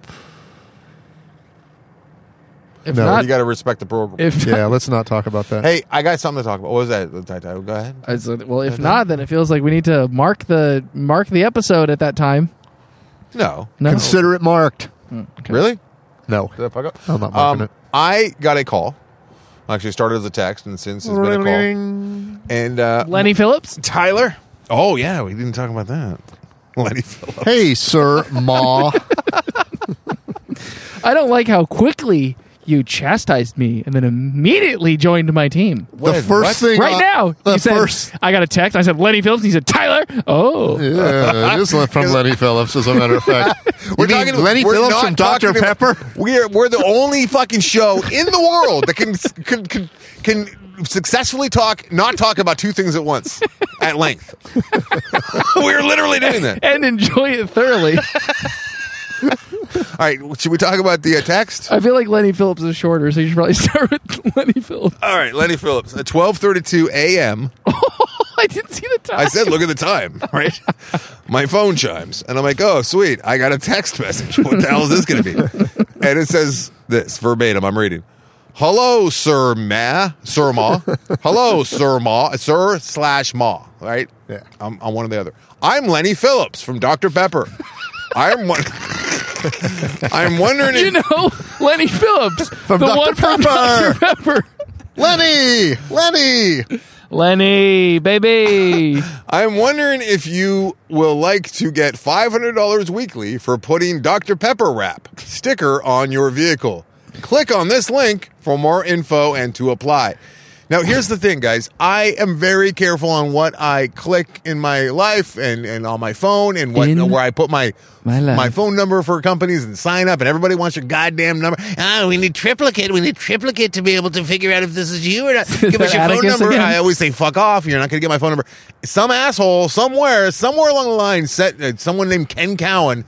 S4: If
S3: No,
S4: not,
S2: you got to respect the program.
S4: if not,
S3: Yeah, let's not talk about that.
S2: hey, I got something to talk about. What was that? Ty- Ty- Go ahead.
S4: I said, well, if not, then it feels like we need to mark the mark the episode at that time.
S2: No,
S4: No,
S3: Consider it marked.
S4: Okay.
S2: really?
S3: No.
S2: Did I fuck up?
S3: Oh,
S2: Um,
S3: I'm not marking it.
S2: I got a call. Actually, started as a text, and since it's been a call. And uh,
S4: Lenny Phillips.
S2: Tyler. Oh yeah, we didn't talk about that. Lenny Phillips.
S3: Hey, sir, ma.
S4: I don't like how quickly you chastised me and then immediately joined my team.
S3: the
S2: What?
S3: first
S2: What?
S3: thing
S4: Right
S3: I-
S4: now,
S3: the
S4: you said,
S3: first.
S4: I got a text. I said Lenny Phillips. And he said Tyler. Oh,
S3: Yeah, it is from Lenny Phillips, as a matter of fact.
S2: We're
S3: You mean
S2: talking
S3: Lenny
S2: we're
S3: Phillips
S2: not
S3: from Dr.
S2: talking about-
S3: Pepper.
S2: we are we're the only fucking show in the world that can can can, can successfully talk not talk about two things at once at length. we're literally doing that.
S4: and enjoy it thoroughly.
S2: All right, should we talk about the uh, text?
S4: I feel like Lenny Phillips is shorter, so you should probably start with Lenny Phillips.
S2: All right, Lenny Phillips at twelve thirty two a.m.
S4: I didn't see the time.
S2: I said, look at the time, right? My phone chimes. And I'm like, oh, sweet. I got a text message. What the hell is this going to be? And it says this verbatim. I'm reading. Hello, Sir Ma. Sir Ma. Hello, Sir Ma. Sir slash Ma, right?
S3: Yeah.
S2: I'm, I'm one or the other. I'm Lenny Phillips from Dr. Pepper. I'm one. I'm wondering if
S4: you know Lenny Phillips from the
S3: Dr.
S4: one from
S3: Pepper.
S4: Dr. Pepper.
S3: Lenny! Lenny!
S4: Lenny, baby.
S2: I'm wondering if you will like to get $500 weekly for putting Dr. Pepper wrap sticker on your vehicle. Click on this link for more info and to apply. Now, here's the thing, guys. I am very careful on what I click in my life and, and on my phone and what,
S4: In
S2: where I put my,
S4: my life.
S2: my phone number for companies and sign up, and everybody wants your goddamn number.
S5: Ah, we need triplicate. We need triplicate to be able to figure out if this is you or not.
S2: Give us
S4: that
S2: your phone
S4: Atticus
S2: number.
S4: again?
S2: I always say fuck off. You're not going to get my phone number. Some asshole somewhere, somewhere along the line, set uh, someone named Ken Cowan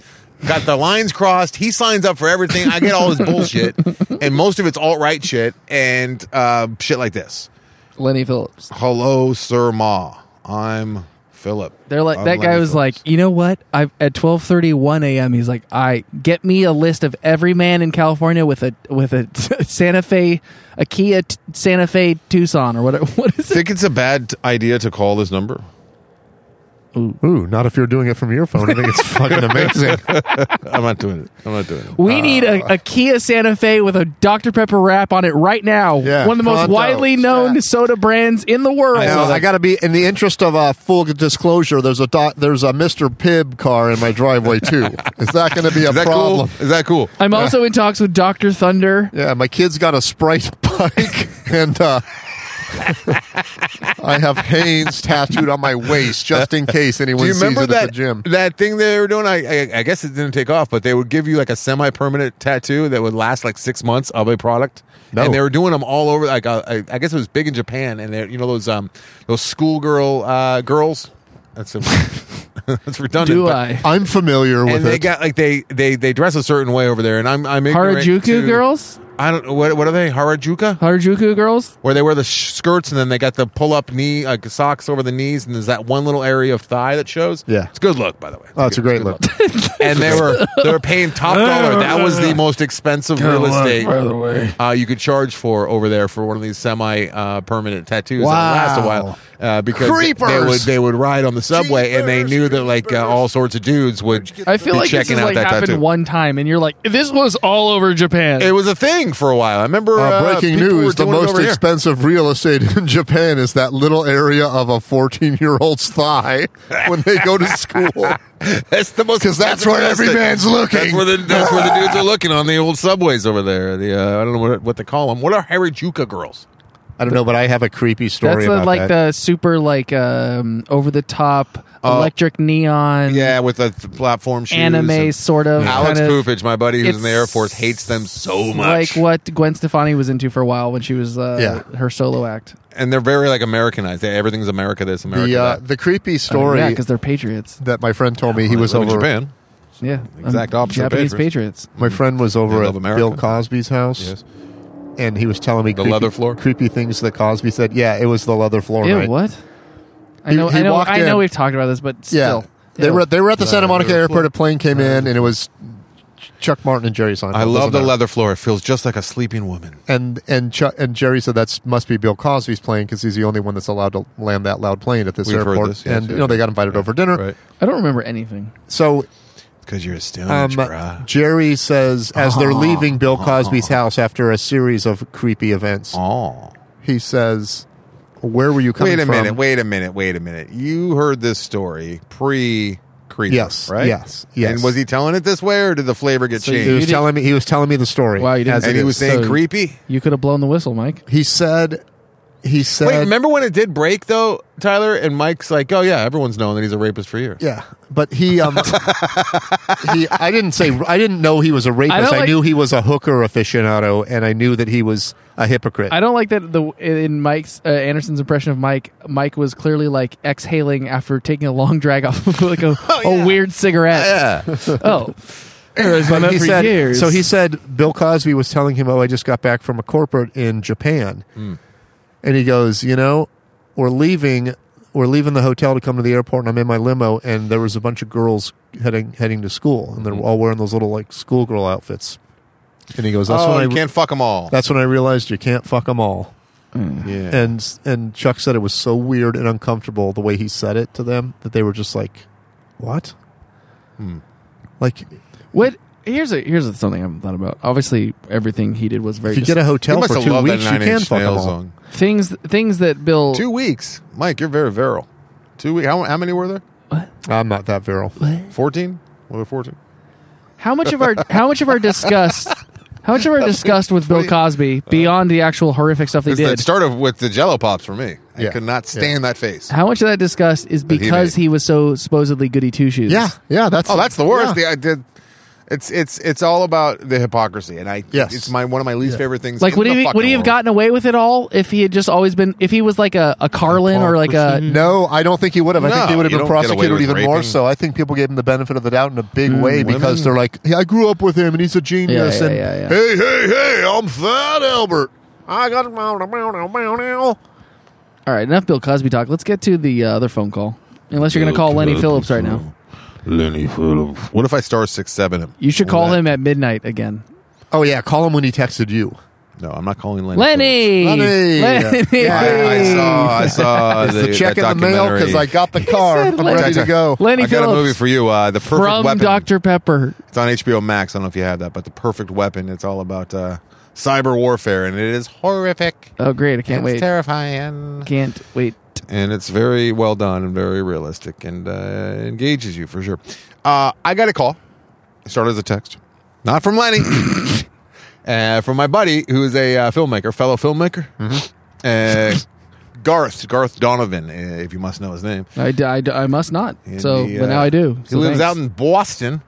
S2: got the lines crossed. He signs up for everything. I get all his bullshit, and most of it's alt right shit and uh, shit like this.
S4: Lenny Phillips.
S2: Hello, Sir Ma. I'm Philip.
S4: They're like
S2: I'm
S4: that guy
S2: Lenny
S4: was like,
S2: Phillips.
S4: you know what? I at twelve thirty one a.m. He's like, I get me a list of every man in California with a with a Santa Fe, a Kia t- Santa Fe Tucson or whatever. What is it?
S2: Think it's a bad idea to call this number?
S3: Ooh, not if you're doing it from your phone. I think it's fucking amazing.
S2: I'm not doing it. I'm not doing it.
S4: We need a, a Kia Santa Fe with a Dr. Pepper wrap on it right now.
S3: Yeah,
S4: One of the most
S3: pronto.
S4: widely known
S3: Yeah.
S4: soda brands in the world.
S3: Now, I got to be in the interest of uh, full disclosure. There's a doc, there's a Mr. Pibb car in my driveway too. Is that going to be a
S2: Is that
S3: problem?
S2: cool? Is that cool?
S4: I'm also in talks with Dr. Thunder.
S3: Yeah, my kid's got a Sprite bike, and uh, I have Haynes tattooed on my waist just in case anyone
S2: Do you
S3: sees
S2: remember
S3: it at
S2: that
S3: the gym.
S2: that thing they were doing? I, I I guess it didn't take off, but they would give you like a semi-permanent tattoo that would last like six months of a product.
S3: No.
S2: And they were doing them all over. Like uh, I, I guess it was big in Japan, and they you know those um those schoolgirl uh, girls. That's a, that's redundant.
S4: Do
S2: but-
S4: I?
S3: I'm familiar with
S2: And they
S3: it.
S2: got like they they they dress a certain way over there, and I'm I'm ignorant
S4: Harajuku
S2: to-
S4: girls?
S2: I don't what what are they Harajuku?
S4: Harajuku girls?
S2: where they wear the sh- skirts and then they got the pull up knee like socks over the knees and there's that one little area of thigh that shows.
S3: Yeah.
S2: it's a good look by the way.
S3: Oh, it's a great look.
S2: and they were they were paying top dollar. That was the most expensive real
S6: By
S2: estate
S6: the way,
S2: uh, you could charge for over there for one of these semi uh, permanent tattoos. That would last a while uh, because they
S3: Creepers.
S2: would they would ride on the subway and they knew that like uh, all sorts of dudes would.
S4: I feel
S2: be
S4: like this
S2: checking
S4: has
S2: out
S4: like
S2: that
S4: happened
S2: tattoo.
S4: one time, and you're like, this was all over Japan.
S2: It was a thing for a while. I remember
S3: Uh,
S2: uh,
S3: breaking
S2: people were
S3: news: the
S2: doing it
S3: most
S2: over here.
S3: expensive real estate in Japan is that little area of a 14 year old's thigh when they go to school.
S2: That's the most
S3: 'Cause that's where
S2: expensive
S3: every
S2: real estate.
S3: man's looking.
S2: That's where the that's where the dudes are looking on the old subways over there. The uh, I don't know what, what they call them. What are Harajuku girls?
S3: I don't know, but I have a creepy story
S4: That's the,
S3: about that.
S4: like the super like um, over the top electric neon
S2: Yeah, with the th- platform shoes.
S4: anime
S2: and-
S4: sort of
S2: Alex
S4: kind of-
S2: Poofage, my buddy who's in the
S4: it's
S2: Air Force, hates them so
S4: like
S2: much.
S4: what Gwen Stefani was into for a while when she was uh,
S3: Yeah.
S4: her solo act.
S2: and they're very like Americanized. They- Everything's America. This America.
S3: the, uh,
S2: that.
S3: the creepy story
S4: yeah, because they're patriots.
S3: that my friend told me he
S2: They
S3: was
S2: live in
S3: over.
S2: Japan.
S4: Yeah, um,
S2: Exact opposite of
S4: Japanese patriots.
S3: My friend was over
S2: They
S3: at
S2: love America.
S3: Bill Cosby's house,
S2: Yes.
S3: and he was telling me
S2: The leather floor?
S3: creepy things that Cosby said. Yeah, it was the leather floor.
S4: Ew,
S3: night.
S4: what? I
S3: He-
S4: know,
S3: he
S4: I know,
S3: walked
S4: I know.
S3: in.
S4: We've talked about this, but
S3: Yeah,
S4: still,
S3: they
S4: Ew.
S3: were they were at the Santa Monica
S2: leather
S3: airport.
S2: floor.
S3: A plane came in, and it was Chuck Martin and Jerry Seinfeld.
S2: I love
S3: Doesn't
S2: the
S3: matter.
S2: leather floor. It feels just like a sleeping woman.
S3: And and Chuck and Jerry said that must be Bill Cosby's plane because he's the only one that's allowed to land that loud plane at this
S2: We've heard
S3: airport.
S2: this, yes,
S3: and
S2: yes,
S3: you know they
S2: yes.
S3: got invited over dinner.
S2: Right.
S4: I don't remember anything.
S3: So
S2: Because you're a stone
S3: Um,
S2: bruh.
S3: Jerry says as they're
S2: Uh-huh.
S3: leaving Bill Cosby's house after a series of creepy events,
S2: Oh.
S3: he says, "Where were you coming
S2: Wait a
S3: from?"
S2: minute. Wait a minute. Wait a minute. You heard this story pre creeper,
S3: Yes,
S2: right?
S3: yes, yes.
S2: And was he telling it this way, or did the flavor get
S4: So
S2: changed?
S3: He was
S4: You didn't-
S3: telling me he was telling me the story.
S4: Wow, you didn't-
S3: as
S2: and
S3: it
S2: he was
S3: is.
S2: saying
S4: So-
S2: creepy.
S4: You could have blown the whistle, Mike.
S3: He said, he said,
S2: Wait, remember when it did break though, Tyler? And Mike's like, "Oh yeah, everyone's known that he's a rapist for years."
S3: yeah, but he um, he I didn't say I didn't know he was a rapist.
S4: I don't
S3: I,
S4: like-
S3: knew he was a hooker aficionado, and I knew that he was a hypocrite.
S4: I don't like that. The in Mike's uh, Anderson's impression of Mike, Mike was clearly like exhaling after taking a long drag off of like a,
S3: Oh,
S4: a weird cigarette.
S2: Yeah,
S4: Oh, Errors by
S3: he
S4: for
S3: said,
S4: years.
S3: So he said Bill Cosby was telling him, "Oh, I just got back from a corporate in Japan,"
S4: Hmm.
S3: and he goes, "You know, we're leaving. We're leaving the hotel to come to the airport, and I'm in my limo, and there was a bunch of girls heading heading to school, and they're
S4: Hmm.
S3: all wearing those little like schoolgirl outfits." And he goes, "That's
S2: oh,
S3: when
S2: you
S3: I
S2: can't fuck them all.
S3: that's when I realized you can't fuck them all."
S2: yeah.
S3: And and Chuck said it was so weird and uncomfortable the way he said it to them that they were just like, "What?"
S2: Hmm.
S3: Like
S4: what? Here's a here's something I haven't thought about. Obviously, everything he did was very
S3: if you get a
S2: He
S3: hotel
S2: must
S3: for
S2: have
S3: two
S2: loved
S3: weeks,
S2: that
S3: you
S2: Nine
S3: can
S2: Inch
S3: fuck them
S2: Nails
S3: all.
S2: song.
S4: dis- things things that Bill.
S2: Two weeks, Mike. You're very virile. Two weeks. How, how many were there?
S3: I'm not that virile.
S2: Fourteen. Were there fourteen?
S4: How much of our how much of our disgust how much of our disgust with Bill Cosby
S3: Uh-huh.
S4: beyond the actual horrific stuff they
S2: Because It
S4: did?
S2: started with the Jello pops for me. I
S3: Yeah.
S2: could not stand that face.
S4: How much of that disgust is
S2: he
S4: because
S2: made.
S4: he was so supposedly goody two shoes?
S3: Yeah, yeah. That's
S2: Oh, that's the worst.
S3: Yeah.
S2: The, I did. It's it's it's all about the hypocrisy, and I
S3: Yes.
S2: it's my one of my least favorite things.
S4: Like
S2: in
S4: would
S2: the
S4: he
S2: fucking
S4: would he have
S2: world.
S4: gotten away with it all if he had just always been if he was like a, a Carlin or like a
S3: No, I don't think he would have. I
S2: No,
S3: think he would have
S2: you
S3: been
S2: don't get away
S3: prosecuted
S2: with
S3: even more.
S2: raping. Mm,
S3: So I think people gave him the benefit of the doubt in a big way
S2: women?
S3: because they're like, "Yeah, I grew up with him, and he's a genius."
S4: yeah,
S3: and
S4: yeah, yeah.
S3: hey, hey, hey, I'm Fat Albert. I got my
S4: all right enough Bill Cosby talk let's get to the uh, other phone call unless you're gonna call Lenny Phillips right now
S5: Lenny Phillips.
S2: What if I star six seven him?
S4: you should call him at midnight again
S3: Oh yeah, call him when he texted you.
S2: No, I'm not calling Lenny.
S4: Lenny.
S3: Lenny!
S2: Phillips. I, I saw. I saw
S3: It's the, check in
S2: that
S3: the mail because
S2: documentary.
S3: I got the car.
S4: said
S3: I'm
S4: Lenny.
S3: ready to go.
S4: Lenny
S2: I got
S4: Phillips
S2: a movie for you. Uh, the perfect
S4: from
S2: weapon.
S4: Dr. Pepper.
S2: It's on HBO Max. I don't know if you have that, but the perfect weapon. It's all about uh, cyber warfare, and it is horrific.
S4: Oh, great. I can't
S2: it's
S4: wait.
S2: terrifying,
S4: Can't wait.
S2: and it's very well done and very realistic, and uh, engages you for sure. Uh, I got a call. It started as a text, not from Lenny, uh, from my buddy who is a uh, filmmaker, fellow filmmaker,
S4: Mm-hmm.
S2: uh, Garth Garth Donovan, uh, if you must know his name.
S4: I, d- I d- I must not.
S2: And
S4: so,
S2: he,
S4: but
S2: uh,
S4: now I do.
S2: He lives out in Boston,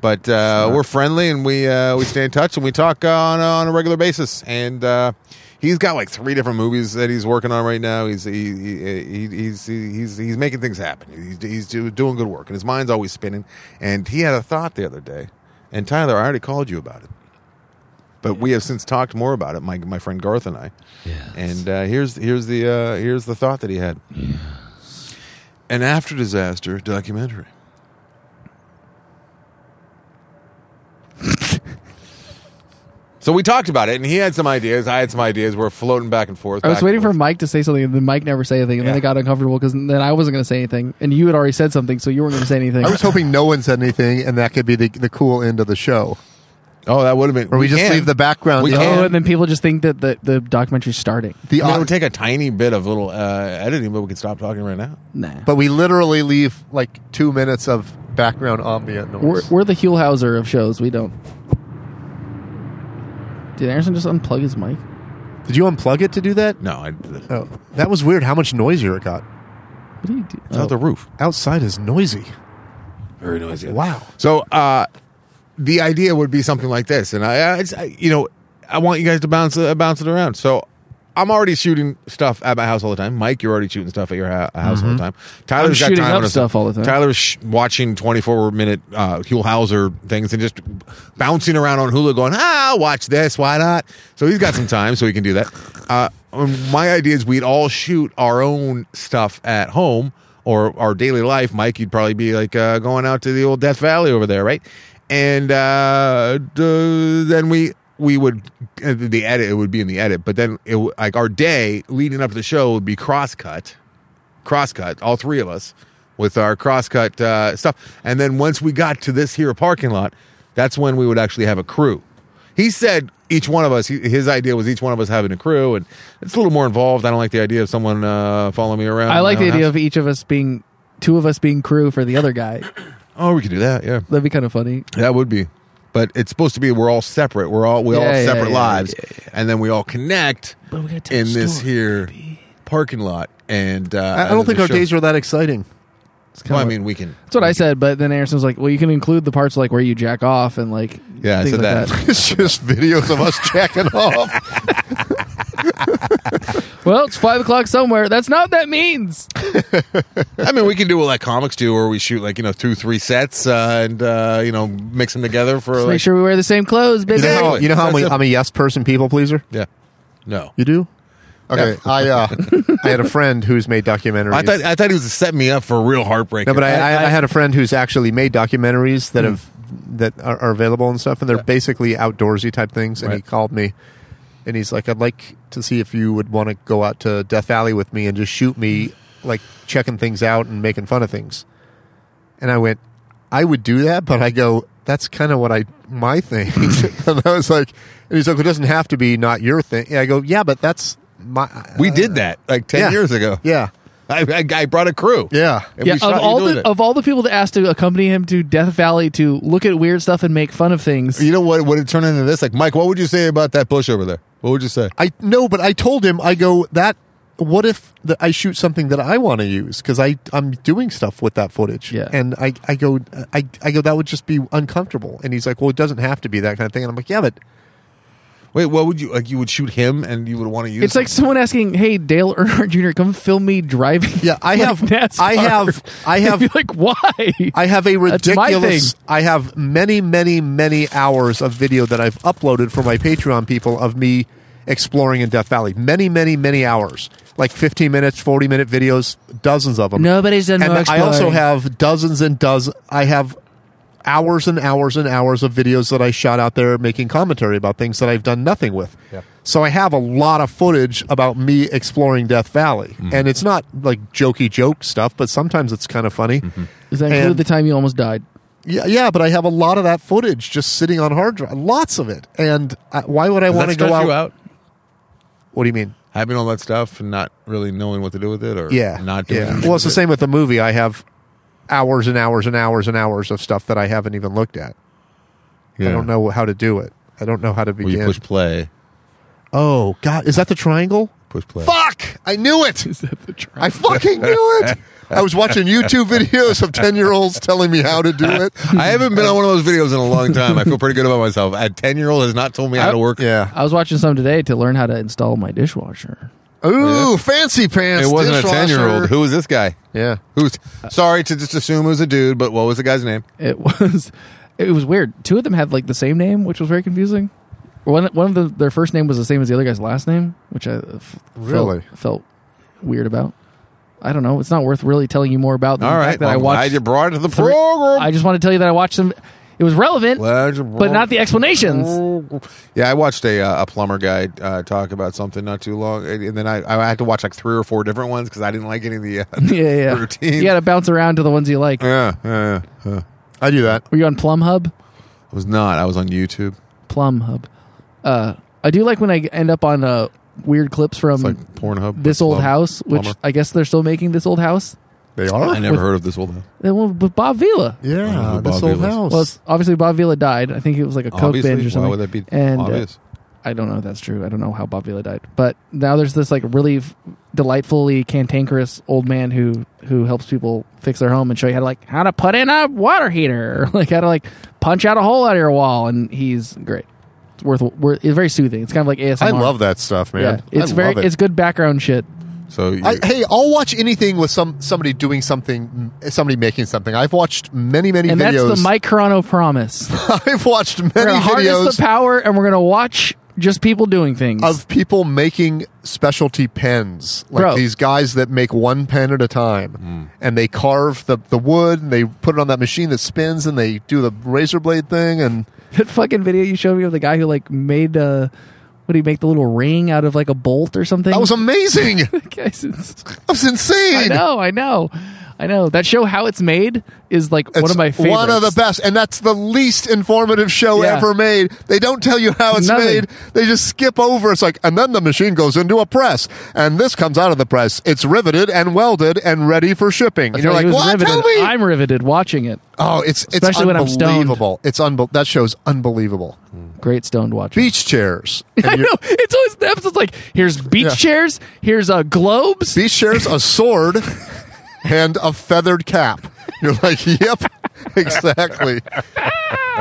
S2: but uh, we're friendly and we uh, we stay in touch and we talk uh, on, on a regular basis. And uh, he's got like three different movies that he's working on right now. He's he, he, he, he's he's he's making things happen. He's, he's do, doing good work, and his mind's always spinning. And he had a thought the other day, and Tyler, I already called you about it. But we have since talked more about it, my, my friend Garth and I. And uh, here's here's the uh, here's the thought that he had. An after disaster documentary. so we talked about it, and he had some ideas. I had some ideas. We're floating back and forth.
S4: I was
S2: back and
S4: waiting for
S2: forth.
S4: Mike to say something, and then Mike never said anything, and then
S2: Yeah.
S4: it got uncomfortable because then I wasn't going to say anything, and you had already said something, so you weren't going to say anything.
S3: I was hoping no one said anything, and that could be the, the cool end of the show,
S2: Oh, that would have been.
S3: where we, just
S2: can.
S3: leave the background.
S2: We
S3: the-
S2: can.
S4: oh, and then people just think that the, the documentary's starting.
S3: the
S2: No,
S3: au-
S2: take a tiny bit of little uh, editing, but we can stop talking right now.
S4: Nah.
S3: but we literally leave like two minutes of background ambient noise.
S4: We're, we're the Hulhauser of shows. We don't. Did Anderson just unplug his mic?
S3: Did you unplug it to do that?
S2: No, I, it's
S3: Oh, that was weird. How much noisier it got.
S4: What do you do? Oh.
S2: out the roof.
S3: Outside is noisy.
S2: Very noisy.
S3: Wow.
S2: So uh, the idea would be something like this, and I, I, it's- I you know, I want you guys to bounce uh, bounce it around. So I'm already shooting stuff at my house all the time. Mike, you're already shooting stuff at your hou- house all the time. Tyler's got
S4: Mm-hmm. shooting
S2: time
S4: up
S2: on his-
S4: stuff all the time.
S2: Tyler's sh- watching 24 minute uh, Huell Hauser things and just bouncing around on Hulu, going, "Ah, I'll watch this. Why not?" So he's got some time, so he can do that. Uh, um, my idea is we'd all shoot our own stuff at home or our daily life. Mike, you'd probably be like uh, going out to the old Death Valley over there, right? And uh, d- then we we would uh, the edit it would be in the edit, but then it, w- like our day leading up to the show would be cross cut crosscut, all three of us, with our crosscut uh, stuff. And then once we got to this here parking lot, that's when we would actually have a crew. He said each one of us. he- His idea was each one of us having a crew, and it's a little more involved. I don't like the idea of someone uh, following me around.
S4: I like
S2: my
S4: the
S2: own
S4: idea
S2: house.
S4: of each of us being, two of us being crew for the other guy.
S2: oh, we could do that. Yeah,
S4: That'd be kind of funny.
S2: that would be. But it's supposed to be we're all separate. We're all we all
S4: Yeah,
S2: have
S4: yeah,
S2: separate
S4: yeah,
S2: lives, and then we all connect
S8: But we gotta tell
S2: in
S8: the
S2: this
S8: story,
S2: here parking lot. And uh,
S3: I, I don't think our days were that exciting.
S4: It's
S2: Well,
S4: kinda
S2: I
S4: like-
S2: mean, we can.
S4: That's what I said, but then Anderson was like, "Well, you can include the parts like where you jack off and like
S2: Yeah, I
S4: things
S2: said
S4: like
S2: that.
S3: It's just videos of us jacking off.
S4: well, it's five o'clock somewhere. That's not what that means.
S2: I mean, we can do what like comics do, where we shoot like you know two, three sets, uh, and uh, you know mix them together for
S4: Just
S2: like
S4: make sure we wear the same clothes,
S3: You
S4: baby.
S3: know how, you know how I'm, a,
S2: Exactly.
S3: I'm a yes person, people pleaser.
S2: yeah, no.
S3: You do? Okay. I uh, I had a friend who's made documentaries.
S2: I thought I thought he was setting me up for a real heartbreak.
S3: no, but I, I, I had a friend who's actually made documentaries that have that are, are available and stuff, and they're basically outdoorsy type things. And he
S2: Right.
S3: called me, and he's like, "I'd like to see if you would want to go out to Death Valley with me and just shoot me like checking things out and making fun of things." And I went, I would do that, but I go, that's kind of what I my thing. and I was like, and he's like, it doesn't have to be not your thing. And I go, yeah, but that's my.
S2: we did that like ten
S3: Yeah.
S2: years ago.
S3: Yeah,
S2: I, I, I brought a crew.
S3: yeah.
S2: And
S4: Yeah,
S2: we shot
S4: of
S2: you
S4: all
S2: doing
S4: the
S2: it.
S4: of all the people that asked to accompany him to Death Valley to look at weird stuff and make fun of things,
S2: you know what would it turn into this? Like Mike, what would you say about that bush over there? What would you say?
S3: I no, but I told him, I go that. What if the, I shoot something that I want to use because I I'm doing stuff with that footage.
S4: Yeah.
S3: and I I go I I go that would just be uncomfortable. And he's like, well, it doesn't have to be that kind of thing. And I'm like, yeah, but
S2: Wait, what would you like? You would shoot him, and you would want to use.
S4: it's like someone asking, "Hey, Dale Earnhardt Jr., come film me driving."
S3: yeah, I
S4: like
S3: have
S4: NASCAR."
S3: I have I have
S4: You're like, why?
S3: I have a
S4: That's my
S3: ridiculous. I have many, many, many hours of video that I've uploaded for my Patreon people of me exploring in Death Valley. Many, many, many hours, like fifteen minutes, forty minute videos, dozens of them.
S4: Nobody's done
S3: and
S4: more
S3: I also
S4: exploring.
S3: have dozens and dozens. I have hours and hours and hours of videos that I shot out there making commentary about things that I've done nothing with.
S9: Yeah.
S3: So I have a lot of footage about me exploring Death Valley.
S2: Mm-hmm.
S3: And it's not like jokey joke stuff, but sometimes it's kind of funny.
S2: Mm-hmm.
S4: Does that include
S3: And-
S4: the time you almost died?
S3: Yeah, yeah, but I have a lot of that footage just sitting on hard drive, lots of it. And I, why would I
S2: Does
S3: want
S2: that
S3: to go
S2: stress
S3: out?
S2: you out?
S3: What do you mean?
S2: Having all that stuff and not really knowing what to do with it, or
S3: Yeah,
S2: not doing. anything
S3: Well,
S2: with
S3: it's the
S2: it?
S3: same with the movie. I have hours and hours and hours and hours of stuff that I haven't even looked at. I
S2: Yeah.
S3: don't know how to do it. I don't know how to
S2: Well,
S3: begin.
S2: you push play.
S3: oh God, is that the triangle?
S2: Push play.
S3: Fuck! I knew it. Is that the triangle? I fucking knew it. I was watching YouTube videos of ten year olds telling me how to do it.
S2: I haven't been on one of those videos in a long time. I feel pretty good about myself. A ten year old has not told me how to work.
S3: Yeah.
S4: I was watching some today to learn how to install my dishwasher.
S3: Ooh, fancy pants.
S2: It wasn't a
S3: dishwasher.
S2: ten year old. Who was this guy?
S3: Yeah.
S2: Who's sorry to just assume it was a dude, but what was the guy's name?
S4: It was it was weird. Two of them had like the same name, which was very confusing. One one of the, their first name was the same as the other guy's last name, which I uh, f-
S3: Really?
S4: felt, felt weird about. I don't know. It's not worth really telling you more about. than
S2: All
S4: the
S2: right,
S4: fact that
S2: well,
S4: I
S2: I'm
S4: watched.
S2: glad you brought it to the
S4: three-
S2: program.
S4: I just want to tell you that I watched some. It was relevant,
S2: Glad you
S4: but
S2: brought-
S4: not the explanations.
S2: Yeah, I watched a, uh, a plumber guy uh, talk about something not too long, and, and then I, I had to watch like three or four different ones because I didn't like any of the uh,
S4: yeah, yeah.
S2: routine.
S4: You got to bounce around to the ones you like.
S2: yeah, yeah, yeah. yeah.
S3: I do that.
S4: Were you on Plum Hub?
S2: I was not. I was on YouTube.
S4: Plum Hub. Uh, I do like when I end up on uh, weird clips from
S2: It's like Pornhub.
S4: Mm. this
S2: but
S4: old
S2: plum-
S4: house, which
S2: plumber.
S4: I guess they're still making this old house.
S3: They are.
S2: I never heard of this old house.
S4: The one with Bob Vila.
S3: Yeah,
S2: Bob
S3: this old
S2: Vilas.
S3: house.
S4: Well, it's, obviously Bob Vila died. I think it was like a coke binge or
S2: Obviously,
S4: something.
S2: why would that be
S4: and, uh,
S2: obvious?
S4: I don't know if that's true. I don't know how Bob Vila died, but now there's this like really f- delightfully cantankerous old man who who helps people fix their home and show you how to like how to put in a water heater, or, like how to like punch out a hole out of your wall, and he's great. It's worth, worth it's very soothing. It's kind of like ASMR.
S3: I love that stuff, man.
S4: Yeah, it's
S3: I
S4: very
S3: love it.
S4: it's good background shit.
S2: so you,
S3: I, hey, I'll watch anything with some somebody doing something, somebody making something. I've watched many, many
S4: And
S3: videos.
S4: that's the Mike Carano promise.
S3: I've watched
S4: we're
S3: many
S4: gonna harness
S3: videos
S4: the power, and we're gonna watch just people doing things.
S3: of people making specialty pens, like
S4: Bro.
S3: these guys that make one pen at a time, and they carve the the wood, and they put it on that machine that spins, and they do the razor blade thing, and
S4: that fucking video you showed me of the guy who like made uh what did he make the little ring out of like a bolt or something?
S3: that was amazing. that
S4: Guys, it's-
S3: was insane.
S4: I know, I know, I know. That show, How It's Made, is like one
S3: It's
S4: of my favorites.
S3: One of the best, and that's the least informative show
S4: Yeah.
S3: ever made. They don't tell you how it's
S4: Nothing.
S3: made. They just skip over. It's like, and then the machine goes into a press, and this comes out of the press. It's riveted and welded and ready for shipping. And
S4: That's
S3: you're
S4: right,
S3: like,
S4: he was
S3: what?
S4: riveted.
S3: Tell me.
S4: I'm riveted watching it.
S3: oh, it's it's
S4: Especially when I'm stoned.
S3: unbelievable. It's unbel- that show's unbelievable.
S2: Hmm.
S4: Great stoned watching.
S3: Beach chairs.
S4: I
S3: And
S4: know.
S3: you're-
S4: It's always the episode's like here's beach
S3: Yeah.
S4: chairs, here's uh globes.
S3: Beach chairs, a sword, and a feathered cap. You're like, yep, exactly,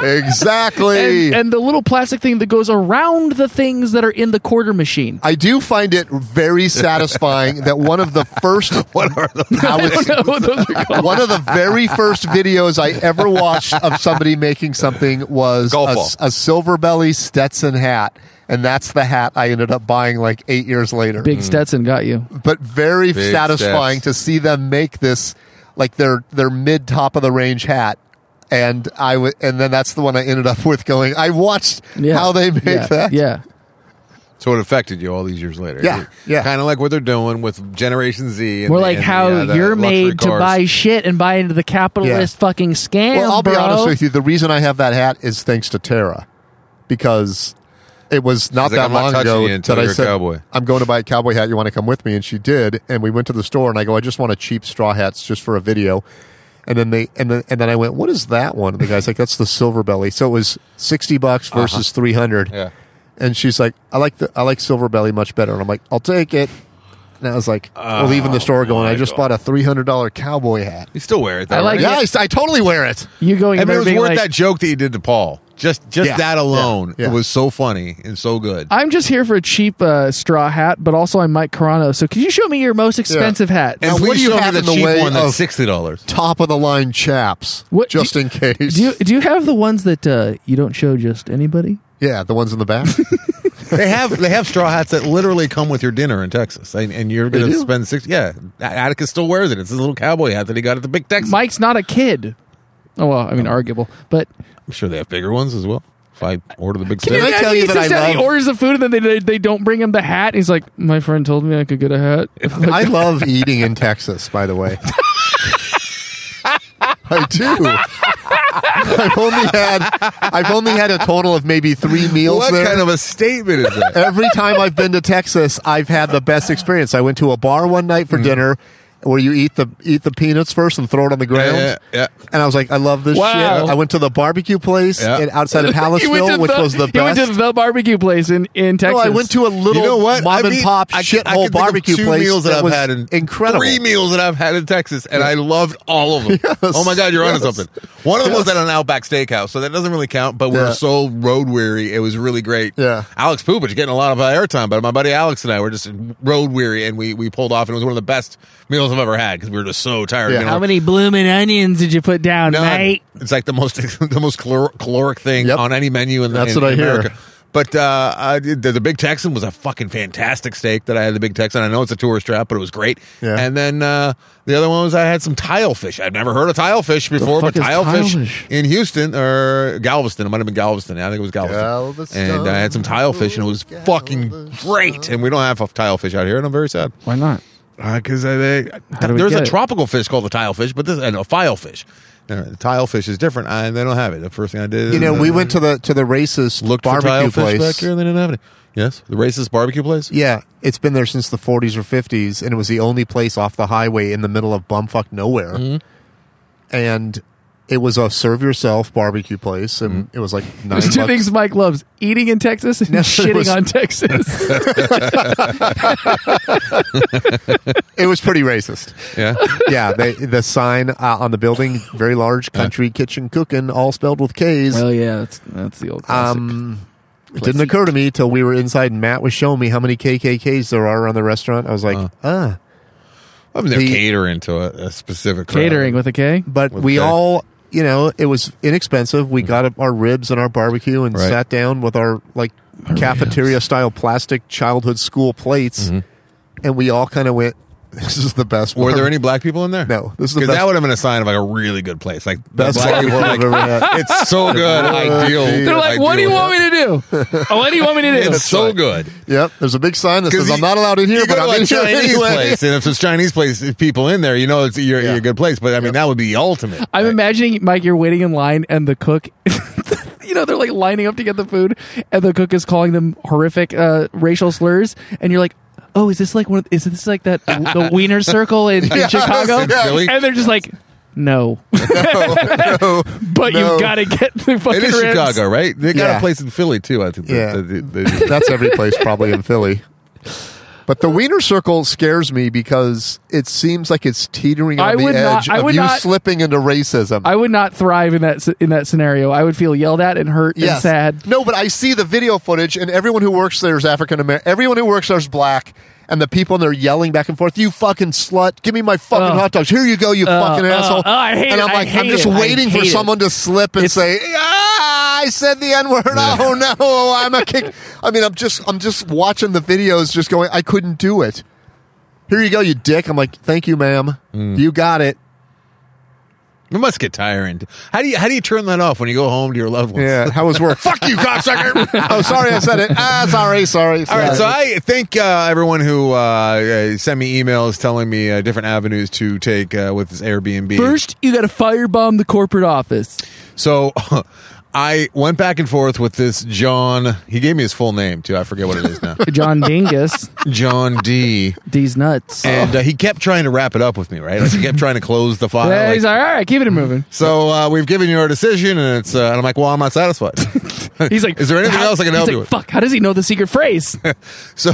S3: exactly.
S4: and, and the little plastic thing that goes around the things that are in the quarter machine.
S3: I do find it very satisfying that one of the first
S2: what are the
S3: I
S4: I
S3: was-
S4: don't know what those are called.
S3: one of the very first videos I ever watched of somebody making something was
S2: Golf
S3: a,
S2: ball.
S3: a silver belly Stetson hat. And that's the hat I ended up buying like eight years later.
S4: Big Stetson got you.
S3: but very
S2: Big
S3: satisfying
S2: steps.
S3: to see them make this like their their mid top of the range hat. And I w- and then that's the one I ended up with going. I watched
S4: Yeah.
S3: how they make
S4: yeah.
S3: that.
S4: Yeah.
S2: So it affected you all these years later.
S3: Yeah, yeah.
S2: Kind of like what they're doing with Generation Z. And
S4: More
S2: the- and
S4: like
S2: the,
S4: how
S2: uh, the
S4: you're
S2: luxury
S4: made to
S2: cars.
S4: buy shit and buy into the capitalist
S3: Yeah.
S4: fucking scam.
S3: Well, I'll
S4: bro.
S3: be honest with you. The reason I have that hat is thanks to Tara, because it was not
S2: She's like,
S3: that
S2: "I'm not
S3: long
S2: touching
S3: ago
S2: you until
S3: that I
S2: you're a
S3: said,
S2: cowboy."
S3: "I'm going to buy a cowboy hat. You want to come with me?" And she did. And we went to the store, and I go, "I just want a cheap straw hats just for a video." And then they and then and then I went, "What is that one?" And the guy's like, "That's the silver belly." So it was sixty bucks versus three hundred.
S2: Uh-huh. Yeah.
S3: And she's like, "I like the I like silver belly much better." And I'm like, "I'll take it." And I was like, "We're leaving
S2: Oh
S3: the store going. I just bought a three hundred dollar cowboy hat."
S2: You still wear it. Though,
S4: I like
S2: right?
S3: Yeah, I, I totally wear it.
S4: You going
S2: I mean,
S4: there
S2: it was
S4: being
S2: worth
S4: like,
S2: that joke that you did to Paul. Just, just
S3: Yeah,
S2: that
S3: yeah,
S2: alone.
S3: yeah.
S2: It was so funny and so good.
S4: I'm just here for a cheap uh, straw hat, but also I'm Mike Carano. So could you show me your most expensive hat?
S2: and
S3: now, what
S2: please
S3: do you
S2: show me
S3: have
S2: the
S3: in the
S2: cheap
S3: way
S2: one that's
S3: of-
S2: sixty dollars.
S3: top of the line chaps,
S4: What-
S3: just
S4: do-
S3: in case.
S4: do you do you have the ones that uh, you don't show just anybody?
S3: yeah, the ones in the back.
S2: they have they have straw hats that literally come with your dinner in Texas, and, and you're going to
S3: do?
S2: spend six. Yeah, Atticus still wears it. It's his little cowboy hat that he got at the Big Texas.
S4: Mike's not a kid. Oh well, I mean, arguable, but
S2: I'm sure they have bigger ones as well. If I order the big
S4: Can
S2: set.
S4: you
S3: I tell
S4: imagine
S3: you
S4: he
S3: that
S4: sits
S3: I
S4: down, He
S3: love-
S4: orders the food and then they- they, they don't bring him the hat. He's like, my friend told me I could get a hat.
S3: I love eating in Texas, by the way. I do. I've only had I've only had a total of maybe three meals
S2: What
S3: there.
S2: kind of a statement is that?
S3: Every time I've been to Texas, I've had the best experience. I went to a bar one night
S4: Mm.
S3: for dinner where you eat the eat the peanuts first and throw it on the ground.
S2: yeah, yeah.
S3: And I was like, I love this
S4: Wow.
S3: shit. I went to the barbecue place
S2: Yeah.
S3: in, outside of
S4: He went
S3: Hallisville,
S4: to
S3: which
S4: the-
S3: was the
S4: He went
S3: best.
S4: to the barbecue place in, in Texas.
S3: No, Oh, I went to a little
S2: you know what?
S3: mom
S2: I've
S3: and
S2: eaten-
S3: pop
S2: I can- I can
S3: shithole
S2: think of
S3: barbecue
S2: two
S3: place
S2: meals that,
S3: that
S2: I've
S3: was
S2: had in
S3: incredible.
S2: Three meals that I've had in Texas, and I loved all of them. oh my god, you're onto
S3: yes.
S2: something. One of them was at an Outback Steakhouse, so that doesn't really count. But we
S3: Yeah.
S2: were so road weary, it was really great.
S3: Yeah.
S2: Alex Poopich getting a lot of airtime, but my buddy Alex and I were just road weary, and we we pulled off, and it was one of the best meals I've ever had because we were just so tired.
S3: Yeah.
S2: You know,
S4: How many blooming onions did you put down,
S2: None.
S4: mate?
S2: It's like the most the most calor- caloric thing
S3: Yep.
S2: on any menu in
S3: That's
S2: in,
S3: what I
S2: in
S3: hear.
S2: America. But uh, I did- the, the Big Texan was a fucking fantastic steak that I had. The Big Texan, I know it's a tourist trap, but it was great.
S3: Yeah.
S2: And then uh, the other one was I had some tilefish. I've never heard of tilefish before, but
S4: fuck is
S2: tilefish,
S4: tilefish?
S2: in Houston or Galveston, it might have been Galveston. I think it was Galveston.
S3: Galveston,
S2: and I had some tilefish, and it was fucking
S3: Galveston.
S2: great. And we don't have tilefish out here, and I'm very sad.
S4: Why not?
S2: Because they
S4: do we
S2: there's
S4: get
S2: a
S4: it?
S2: tropical fish called the tilefish, but this and a filefish. Uh, the tilefish is different, I, and they don't have it. The first thing I did,
S3: You know,
S2: is,
S3: we
S2: uh,
S3: went to the to the racist
S2: looked
S3: barbecue
S2: for tilefish
S3: place.
S2: back here, and they didn't have it. Yes, the racist barbecue place.
S3: Yeah, it's been there since the 40s or 50s, and it was the only place off the highway in the middle of bumfuck nowhere.
S2: Mm-hmm.
S3: And it was a serve yourself barbecue place, and
S2: Mm-hmm.
S3: it was like nine
S4: There's two
S3: bucks.
S4: things Mike loves eating in Texas and
S3: No, it
S4: shitting
S3: was-
S4: on Texas.
S3: It was pretty racist.
S2: Yeah,
S3: yeah, they, the sign uh, on the building, very large country kitchen cooking, all spelled with K's.
S4: well, yeah, that's, that's the old classic.
S3: Um, it didn't occur to me till we were inside and Matt was showing me how many KKKs there are around the restaurant. I was like,
S2: Uh.
S3: ah.
S2: I mean they're
S3: The-
S2: catering to a, a specific crowd.
S4: Catering with a K.
S3: But
S2: With
S3: we
S2: K.
S3: all, you know, it was inexpensive. We got up our ribs and our barbecue and
S2: Right.
S3: sat down with our like cafeteria style plastic childhood school plates. And we all kind of went, this is the best.
S2: Mm-hmm. Were there
S3: barbe-
S2: any black people in there?
S3: No, this is the
S2: because
S3: best-
S2: that would have been a sign of like a really good place. Like the
S3: best
S2: black people,
S3: barbecue
S2: were like,
S3: I've ever had?
S2: it's so good, ideal.
S4: They're like, what do you want me to do? Oh, what do you want me to do?
S2: It's so good.
S3: Yep. There's a big sign that says,
S2: Because
S3: I'm not allowed in here,
S2: you go
S3: but
S2: to
S3: I'm
S2: a
S3: in here
S2: Chinese
S3: anyway.
S2: place, and if there's Chinese place if people in there, you know it's you're, you're a good place. But I mean, that would be the ultimate.
S4: I'm
S2: Like,
S4: imagining Mike, you're waiting in line, and the cook, you know, they're like lining up to get the food, and the cook is calling them horrific uh, racial slurs, and you're like, "Oh, is this like one? Of, is this like that the Wiener Circle in, in Chicago?"
S2: in Philly.
S4: And they're just like, "No, but
S3: no.
S4: you've got to get the fucking
S2: It is
S4: ribs.
S2: Chicago, right? They got
S3: Yeah.
S2: a place in Philly too. I think.
S3: Yeah.
S2: They- they- they-
S3: That's every place probably in Philly. But the Wiener Circle scares me because it seems like it's teetering on
S4: I
S3: the
S4: would not-
S3: edge
S4: I
S3: of
S4: would
S3: you
S4: not-
S3: slipping into racism.
S4: I would not thrive in that s- in that scenario. I would feel yelled at and hurt and
S3: Yes.
S4: sad.
S3: No, but I see the video footage, and everyone who works there is African American. Everyone who works there is black, and the people in there yelling back and forth, "You fucking slut! Give me my fucking
S4: Ugh.
S3: hot dogs! Here you go, you fucking
S4: ugh,
S3: asshole!"
S4: ugh, I hate
S3: and
S4: it,
S3: I'm
S4: I
S3: like, I'm
S4: hate
S3: just
S4: it, I
S3: waiting for
S4: hate it.
S3: someone to slip and say, "Ah, I said the n word. Oh no, I'm a kick." I mean, I'm just, I'm just watching the videos, just going, I couldn't do it. Here you go, you dick. I'm like, thank you, ma'am.
S4: Mm.
S3: You got it.
S2: it must get tiring. How do you how do you turn that off when you go home to your loved ones?
S3: Yeah, how was work?
S2: Fuck you, cocksucker.
S3: oh, sorry, I said it. Ah, sorry, sorry.
S2: All
S3: sorry.
S2: right, so I thank uh, everyone who uh, uh, sent me emails telling me uh, different avenues to take uh, with this Airbnb.
S4: First, you got to firebomb the corporate office.
S2: So I went back and forth with this John. He gave me his full name too. I forget what it is now.
S4: John Dingus,
S2: John D.
S4: these nuts.
S2: And uh, he kept trying to wrap it up with me, right? Like he kept trying to close the file.
S4: Yeah,
S2: like,
S4: he's like, all right, keep it moving.
S2: so uh, we've given you our decision, and it's. Uh, and I'm like, well, I'm not satisfied.
S4: He's like,
S2: Is there anything
S4: how-
S2: else I can
S4: he's
S2: help
S4: like,
S2: you with?
S4: Fuck, how does he know the secret phrase?
S2: So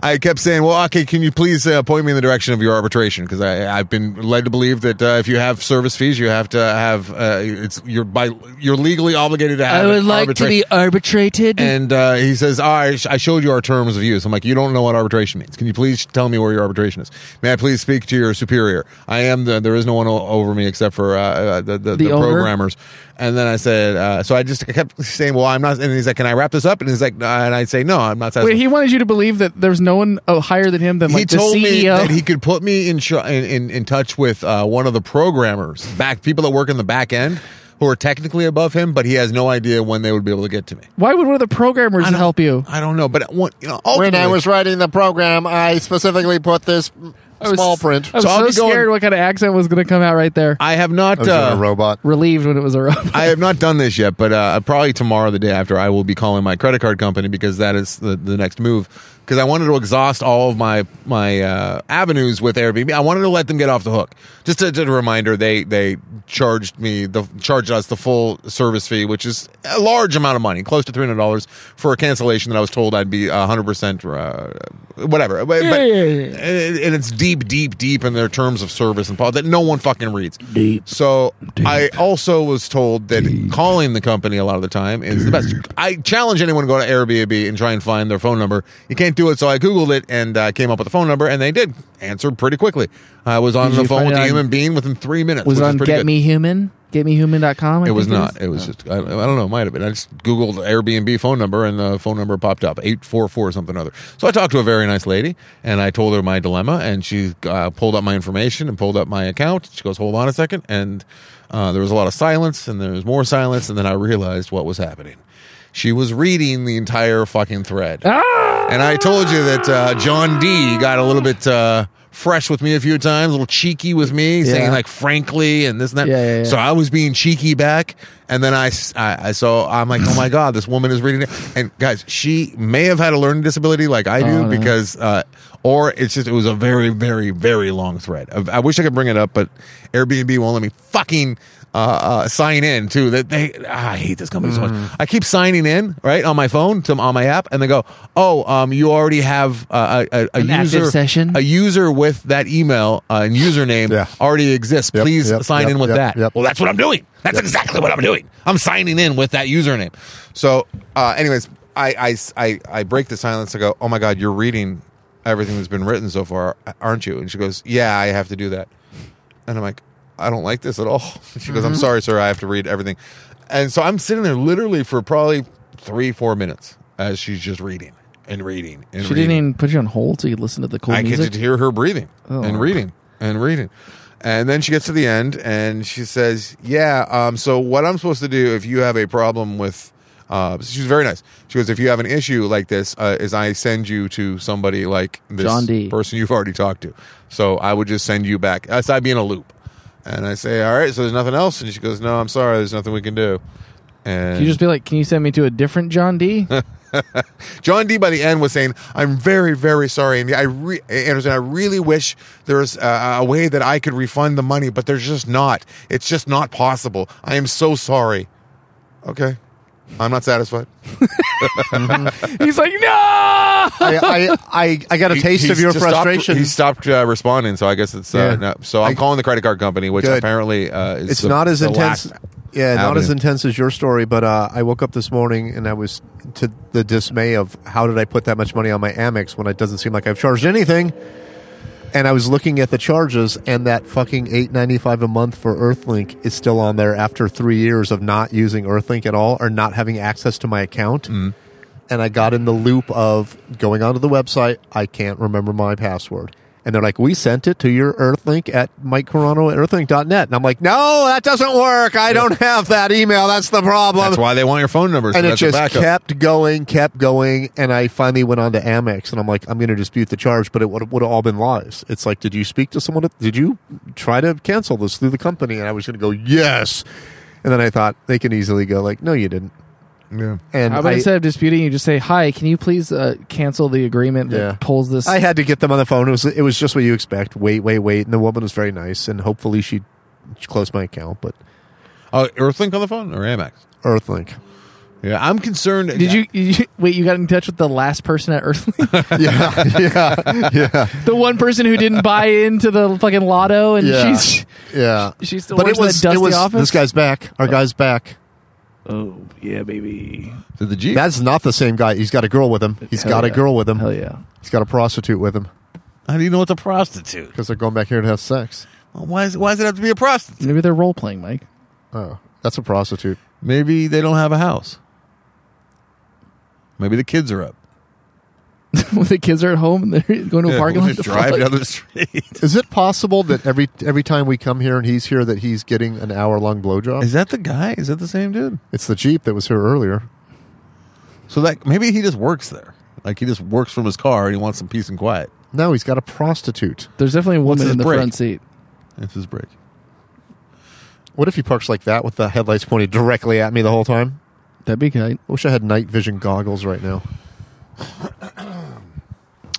S2: I kept saying, well, okay, can you please uh, point me in the direction of your arbitration? Because I've been led to believe that uh, if you have service fees, you have to have uh, it's you're by you're legally obligated to have.
S4: I would
S2: an
S4: like to
S2: arbitra-
S4: be arbitrated.
S2: And uh, he says, "All right, I, sh- I showed you our terms of use." I'm like, "You don't know what arbitration means. Can you please tell me where your arbitration is? May I please speak to your superior? I am the there is no one o- over me except for uh, uh, the, the, the,
S4: The owner?
S2: programmers." And then I said, uh, so I just I kept saying, well, I'm not. And he's like, can I wrap this up? And he's like, "No," and I say, no, I'm not satisfied.
S4: Wait, he wanted you to believe that there was no one uh, higher than him than like
S2: he told
S4: the E CEO.
S2: me that he could put me in, tr- in, in in touch with uh, one of the programmers back people that work in the back end who are technically above him, but he has no idea when they would be able to get to me.
S4: Why would one of the programmers
S2: don't-
S4: help you?
S2: I don't know, but one, you know,
S3: When I
S2: ultimately-
S3: was writing the program, I specifically put this m-
S4: I was-
S3: small print.
S4: I was
S2: So I'll
S4: so,
S2: be going-
S4: scared what kind of accent was going to come out right there.
S2: I have not.
S3: I was
S2: uh,
S3: doing a robot.
S4: Relieved when it was a robot.
S2: I have not done this yet, but uh, probably tomorrow, the day after, I will be calling my credit card company because that is the, the next move. Because I wanted to exhaust all of my my uh, avenues with Airbnb. I wanted to let them get off the hook. Just a, just a reminder, they they charged me the charged us the full service fee, which is a large amount of money, close to three hundred dollars for a cancellation that I was told I'd be hundred percent uh, whatever. But, but- And and it's deep, deep, deep in their terms of service and pol- that no one fucking reads.
S6: Deep.
S2: So I also was told that calling the company a lot of the time is the best. I challenge anyone to go to Airbnb and try and find their phone number. You can't do it, so I googled it and uh, came up with the phone number, and they did answer pretty quickly. I was on
S4: Did
S2: the
S4: you
S2: phone
S4: find
S2: with
S4: it
S2: a
S4: on-
S2: human being within three minutes.
S4: was
S2: which is
S4: on
S2: pretty
S4: Get
S2: good.
S4: Me Human, GetMeHuman.com. I
S2: It
S4: think
S2: was not.
S4: is.
S2: It was just I, I don't know. It might have been. I just googled Airbnb phone number and the phone number popped up eight four four something other. So I talked to a very nice lady and I told her my dilemma and she uh, pulled up my information and pulled up my account. She goes, "Hold on a second. and uh, there was a lot of silence and there was more silence and then I realized what was happening. She was reading the entire fucking thread. And I told you that uh, John D got a little bit uh, fresh with me a few times, a little cheeky with me, saying like frankly and this and that.
S4: Yeah, yeah, yeah.
S2: So I was being cheeky back, and then I, s- I, I- so I'm like, oh my god, this woman is reading it. And guys, she may have had a learning disability like I do
S4: Oh, no.
S2: because, uh, or it's just it was a very, very, very long thread. I, I wish I could bring it up, but Airbnb won't let me fucking. Uh, uh, sign in too. That they, ah, I hate this company so much.
S4: Mm.
S2: I keep signing in right on my phone to on my app, and they go, "Oh, um, you already have uh, a, a, a
S4: An active
S2: user
S4: session?
S2: a user with that email uh, and username
S3: Yeah.
S2: already exists.
S3: Yep,
S2: Please
S3: yep,
S2: sign
S3: yep,
S2: in with
S3: yep,
S2: that."
S3: yep.
S2: Well, that's what I'm doing. That's exactly what I'm doing. I'm signing in with that username. So, uh, anyways, I, I, I, I break the silence. I go, oh my God, you're reading everything that's been written so far, aren't you? And she goes, yeah, I have to do that. And I'm like, I don't like this at all. She goes, I'm sorry, sir. I have to read everything. And so I'm sitting there literally for probably three, four minutes as she's just reading and reading and
S4: She
S2: reading.
S4: didn't even put you on hold so you could listen to the cool
S2: I could
S4: music.
S2: just hear her breathing and
S4: Oh.
S2: reading and reading. And then she gets to the end and she says, Yeah, um, so what I'm supposed to do if you have a problem with. Uh, she's very nice. She goes, If you have an issue like this, uh, is I send you to somebody like this
S4: John D.
S2: person you've already talked to. So I would just send you back. That's I'd be in a loop. And I say, All right, so there's nothing else. And she goes, No, I'm sorry. There's nothing we can do. And
S4: you just be like, can you send me to a different John D?
S2: John D by the end was saying, "I'm very, very sorry, and I re- Anderson, I really wish there was uh, a way that I could refund the money, but there's just not. It's just not possible. I am so sorry." Okay, I'm not satisfied.
S4: He's like, no.
S3: I, I, I, I got a taste
S2: He-
S3: of your
S2: he's just stopped-
S3: frustration.
S2: he stopped uh, responding, so I guess it's uh,
S3: Yeah.
S2: no, so. I'm
S3: I-
S2: calling the credit card company, which
S3: Good.
S2: apparently uh, is
S3: it's
S2: the-
S3: not as
S2: the lack-
S3: intense. Yeah, not
S2: avenue.
S3: as intense as your story, but uh, I woke up this morning and I was to the dismay of how did I put that much money on my Amex when it doesn't seem like I've charged anything. And I was looking at the charges, and that fucking eight ninety five a month for Earthlink is still on there after three years of not using Earthlink at all or not having access to my account.
S2: Mm.
S3: And I got in the loop of going onto the website. I can't remember my password. And they're like, we sent it to your Earthlink at Mike Carano at earthlink.net. And I'm like, no, that doesn't work. I don't have that email. That's the problem
S2: That's why they want your phone number. So
S3: and it
S2: that's a
S3: just
S2: backup.
S3: kept going, kept going, and I finally went on to Amex, and I'm like, I'm going to dispute the charge, but it would would have all been lies. It's like, did you speak to someone? Did you try to cancel this through the company? And I was going to go yes, and then I thought they can easily go like, no, you didn't.
S2: Yeah.
S3: And
S4: How about
S3: I,
S4: instead of disputing, you just say, "Hi, can you please uh, cancel the agreement that
S3: Yeah.
S4: pulls this?"
S3: I had to get them on the phone. It was it was just what you expect. Wait, wait, wait, and the woman was very nice, and hopefully she closed my account, but
S2: Oh, Earthlink on the phone or Amex?
S3: Earthlink.
S2: Yeah, I'm concerned.
S4: Did you, you- wait? You got in touch with the last person at Earthling,
S3: yeah, yeah, yeah,
S4: the one person who didn't buy into the fucking lotto, and
S3: Yeah.
S4: she's
S3: yeah.
S4: she still works in that dusty
S3: it was
S4: office.
S3: this guy's back. Our guy's back.
S4: oh yeah, baby.
S2: to the Jeep?
S3: That's not the same guy. He's got a girl with him. He's
S4: Hell
S3: got a
S4: yeah.
S3: girl with him.
S4: Hell yeah.
S3: He's got a prostitute with him
S2: How do you know it's a prostitute?
S3: because they're going back here to have sex.
S2: Why, is, why does it have to be a prostitute?
S4: Maybe they're role playing, Mike.
S3: Oh, That's a prostitute.
S2: Maybe they don't have a house. Maybe the kids are up.
S4: when the kids are at home and they're going to a
S2: Yeah,
S4: parking
S2: we'll
S4: lot.
S2: just
S4: to
S2: drive
S4: fuck.
S2: down the street.
S3: Is it possible that every every time we come here and he's here that he's getting an hour long blowjob?
S2: Is that the guy? Is that the same dude?
S3: It's the Jeep that was here earlier.
S2: So that maybe he just works there. Like he just works from his car and he wants some peace and quiet.
S3: No, he's got a prostitute.
S4: There's definitely a woman
S2: his
S4: in the
S2: break?
S4: front seat.
S2: That's his break.
S3: What if he parks like that with the headlights pointed directly at me the whole time?
S4: That'd be kind.
S3: I wish I had night vision goggles right now.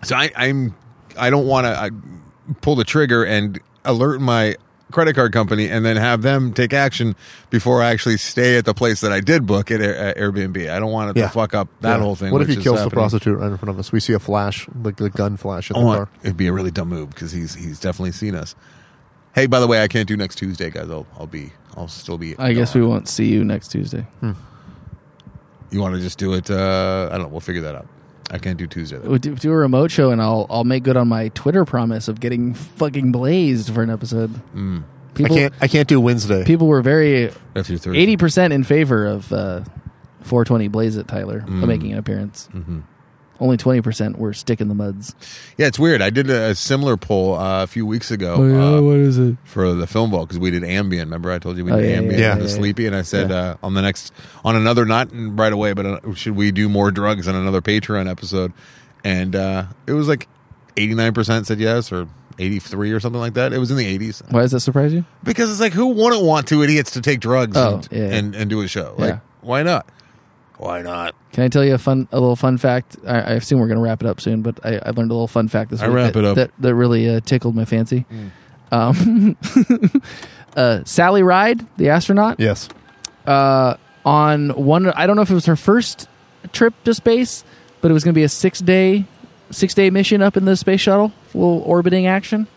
S2: So I, I'm I don't want to pull the trigger and alert my credit card company and then have them take action before I actually stay at the place that I did book at, Air- at Airbnb. I don't want it
S3: Yeah.
S2: to fuck up that
S3: Yeah.
S2: whole thing.
S3: What if
S2: which
S3: he
S2: is
S3: kills the
S2: happening. Oh
S3: prostitute right in front of us? We see a flash, like the gun flash in
S2: I
S3: the
S2: want-
S3: car.
S2: it'd be a really dumb move because he's he's definitely seen us. Hey, by the way, I can't do next Tuesday, guys. I'll I'll be I'll still be.
S4: I guess we won't see you next Tuesday.
S2: Hmm. You want to just do it? Uh, I don't know. We'll figure that out. I can't do Tuesday. Though.
S4: We'll do, do a remote show and I'll I'll make good on my Twitter promise of getting fucking blazed for an episode.
S2: Hmm.
S3: I
S4: People
S3: can't. I can't do Wednesday.
S4: people were very
S2: That's your Thursday.
S4: eighty percent in favor of uh, 420 Blaze it Tyler
S2: Hmm.
S4: making an appearance.
S2: Mm-hmm.
S4: Only twenty percent were stick in the muds.
S2: Yeah, it's weird. I did a, a similar poll uh, a few weeks ago. uh,
S4: is it?
S2: for the film ball because we did Ambien. Remember, I told you we
S4: Oh,
S2: did
S4: yeah,
S2: Ambien
S4: yeah,
S2: and
S4: yeah,
S2: the
S4: yeah.
S2: Sleepy, and I said uh, on the next, on another, not right away, but uh, should we do more drugs on another Patreon episode? And uh, it was like eighty nine percent said yes, or eighty three or something like that. It was in the eighties
S4: Why does that surprise you?
S2: because it's like who wouldn't want two idiots to take drugs
S4: Oh,
S2: and,
S4: yeah.
S2: and and do a show? Like
S4: Yeah.
S2: why not? Why not?
S4: Can I tell you a fun, a little fun fact? I, I assume we're going to wrap it up soon, but I, I learned a little fun fact this
S2: I
S4: week
S2: wrap
S4: that,
S2: it up. Mm.
S4: that that really uh, tickled my fancy. Um, uh, Sally Ride, the astronaut,
S3: yes.
S4: uh, on one. I don't know if it was her first trip to space, but it was going to be a six day, six day mission up in the space shuttle, little orbiting action.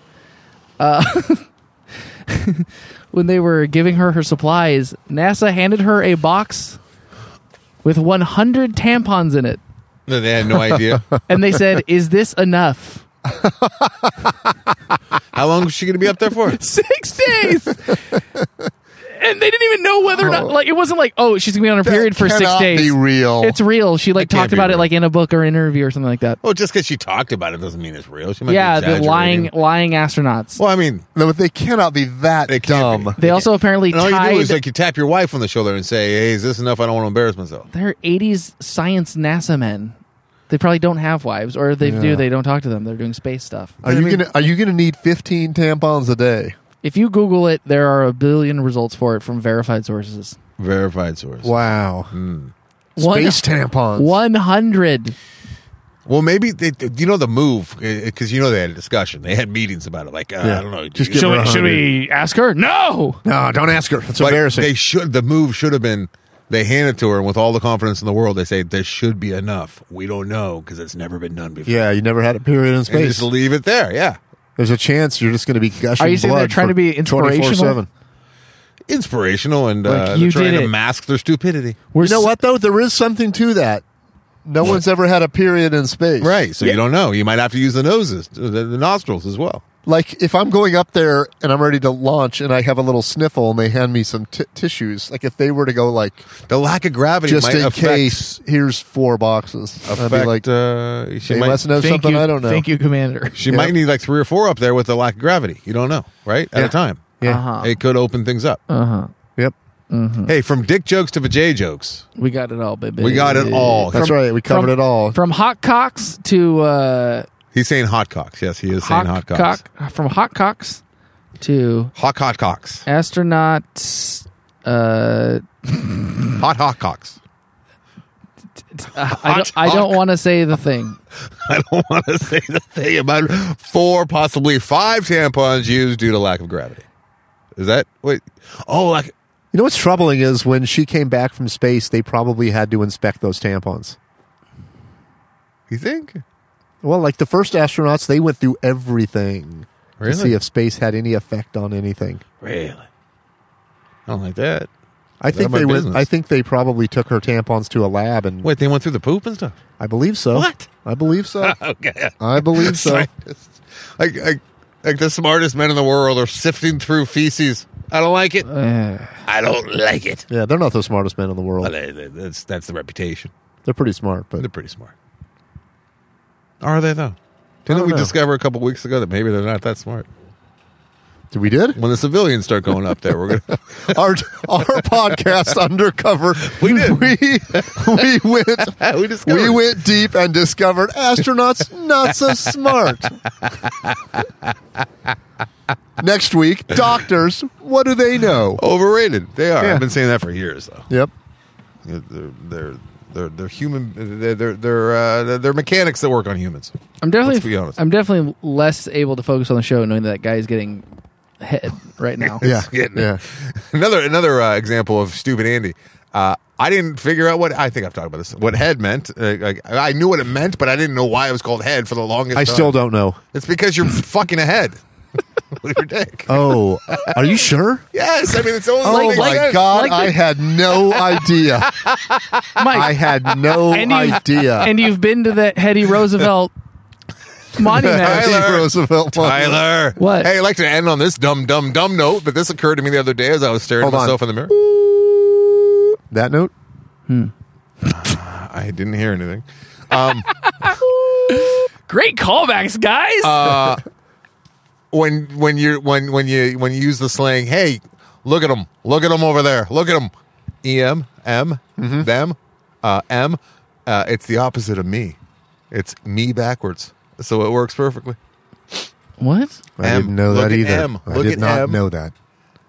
S4: Uh, when they were giving her her supplies, NASA handed her a box with 100 tampons in it,
S2: No, They had no idea.
S4: and they said, "Is this enough?"
S2: How long was she going to be up there for?
S4: Six days. And they didn't even know whether or not, like, it wasn't like, oh, she's gonna be on her period for six
S3: Cannot
S4: days.
S3: Be real.
S4: It's real. She like
S2: That can't
S4: talked
S2: be
S4: about it
S2: real.
S4: like in a book or interview or something like that.
S2: Well, just because she talked about it doesn't mean it's real. She might
S4: yeah,
S2: be
S4: the lying
S2: exaggerating.
S4: lying astronauts.
S2: Well, I mean,
S3: no, but they cannot be that
S2: They can't
S3: dumb.
S2: be.
S4: they also apparently
S2: And all you do
S4: tied
S2: is like you tap your wife on the shoulder and say, "Hey, is this enough? I don't want to embarrass myself."
S4: they're eighties science NASA men. They probably don't have wives, or if they do,
S3: Yeah.
S4: they don't talk to them. They're doing space stuff.
S3: Are you gonna Are you gonna need fifteen tampons a day?
S4: If you Google it, there are a billion results for it from verified sources.
S2: Verified source.
S3: Wow.
S2: Mm.
S4: One-
S3: Space tampons.
S4: One hundred.
S2: Well, maybe they, you know the move because you know they had a discussion. They had meetings about it. Like uh,
S3: Yeah.
S2: I don't know,
S3: Just
S2: you-
S3: give
S10: Should
S3: her
S10: we,
S3: a
S10: should
S3: hundred.
S10: we ask her? No!
S3: No, don't ask her. That's
S2: but
S3: embarrassing.
S2: They should. The move should have been. They hand it to her, and with all the confidence in the world, they say this should be enough. We don't know because it's never been done before.
S3: yeah, you never had a period in
S2: And
S3: space.
S2: just leave it there. Yeah,
S3: There's a chance you're just going to be gushing.
S4: Are you saying
S3: blood
S4: they're trying
S3: for
S4: to be inspirational?
S3: 24/7.
S2: inspirational, and
S4: Like,
S2: uh,
S4: you
S2: they're trying
S4: did
S2: to
S4: it.
S2: mask their stupidity.
S4: We're
S3: You know
S4: s-
S3: what though? There is something to that. No one's ever had a period in space,
S2: Right. So you don't know. You might have to use the noses, the, the nostrils as well.
S3: Like if I'm going up there and I'm ready to launch, and I have a little sniffle, and they hand me some t- tissues. Like if they were to go, like
S2: The lack of gravity
S3: just
S2: might
S3: in
S2: affect,
S3: case, here's four boxes. I'd
S2: affect.
S3: be like,
S2: uh, she
S3: they
S2: might
S3: must know
S4: Thank
S3: something
S4: you-
S3: I don't know.
S4: Thank you, Commander.
S2: She
S3: Yeah.
S2: might need like three or four up there with the lack of gravity. You don't know, right? At
S3: Yeah.
S2: a time.
S3: Yeah. Uh-huh.
S4: Uh-huh.
S2: It could open things up.
S3: Yep.
S2: Hey, from dick jokes to vajay jokes,
S4: We got it all, baby.
S2: we got it all.
S3: That's right. We covered
S4: from-
S3: it all.
S4: From hot cocks to uh,
S2: He's saying hot cocks. Yes, he is saying
S4: hot,
S2: hot cocks.
S4: cock. From hot cocks to
S2: Hot hot cocks.
S4: astronauts. Uh,
S2: Hot hot cocks.
S4: I don't, I don't
S2: cock.
S4: want to say the thing.
S2: I don't want to say the thing about four, possibly five tampons used due to lack of gravity. Is that wait? Oh, like
S3: you know what's troubling is when she came back from space, they probably had to inspect those tampons.
S2: you think?
S3: Well, like the first astronauts, they went through everything
S2: Really?
S3: to see if space had any effect on anything.
S2: Really? I don't like that.
S3: I think
S2: my
S3: they went,
S2: business.
S3: I think they probably took her tampons to a lab, and
S2: Wait, they went through the poop and stuff.
S3: I believe so.
S2: What?
S3: I believe so.
S2: Okay.
S3: I believe so.
S2: Scientists. Like, like, like the smartest men in the world are sifting through feces I don't like it. I don't like it.
S3: Yeah, they're not the smartest man in the
S2: But
S3: world.
S2: they- they- that's that's the reputation.
S3: They're pretty smart, but
S2: They're pretty smart. Are they though? Didn't
S3: don't
S2: we
S3: know.
S2: discover a couple weeks ago that maybe they're not that smart?
S3: Did we did
S2: When the civilians start going up there, we're gonna
S3: our our podcast undercover.
S2: We did.
S3: We we went
S2: we discovered
S3: we
S2: it.
S3: went deep and discovered astronauts not so smart. Next week, doctors. What do they know?
S2: overrated. They are.
S3: Yeah.
S2: I've been saying that for years though.
S3: Yep.
S2: They're they're they're, they're human. They're they're they're, uh, they're- they're mechanics that work on humans.
S4: I'm definitely
S2: Let's be honest.
S4: I'm definitely less able to focus on the show knowing that, that guy is getting head right now.
S3: Yeah.
S2: getting it.
S3: yeah.
S2: another another uh, example of stupid Andy. Uh, I didn't figure out what I think I've talked about this. What head meant. Uh, like, I knew what it meant, but I didn't know why it was called head for the longest.
S3: I still
S2: time.
S3: don't know.
S2: It's because you're fucking ahead with your dick.
S3: Oh, are you sure?
S2: Yes, I mean it's the only.
S3: Oh
S2: thing
S3: my
S2: that-
S3: God!
S4: like the-
S3: I had no idea. I
S4: Mike,
S3: had no
S4: And you-
S2: uh,
S3: idea.
S4: and you've been to that Hetty Roosevelt monument.
S2: Tyler.
S3: Teddy Roosevelt.
S2: Tyler,
S4: What?
S2: Hey, I'd like to end on this dumb, dumb, dumb note, but this occurred to me the other day as I was staring
S3: Hold
S2: at
S3: on.
S2: myself in the mirror.
S3: That note.
S2: I didn't hear anything.
S4: Great callbacks, guys.
S2: when when you when when you when you use the slang, hey, look at them, look at them over there, look at them, em em
S3: Mm-hmm.
S2: them, uh, m. Uh, it's the opposite of me. It's me backwards, so it works perfectly.
S4: what?
S3: I
S2: M.
S3: didn't know
S2: Look
S3: that
S2: at
S3: either.
S2: M.
S3: I
S2: Look
S3: did
S2: at
S3: not
S2: M.
S3: know that.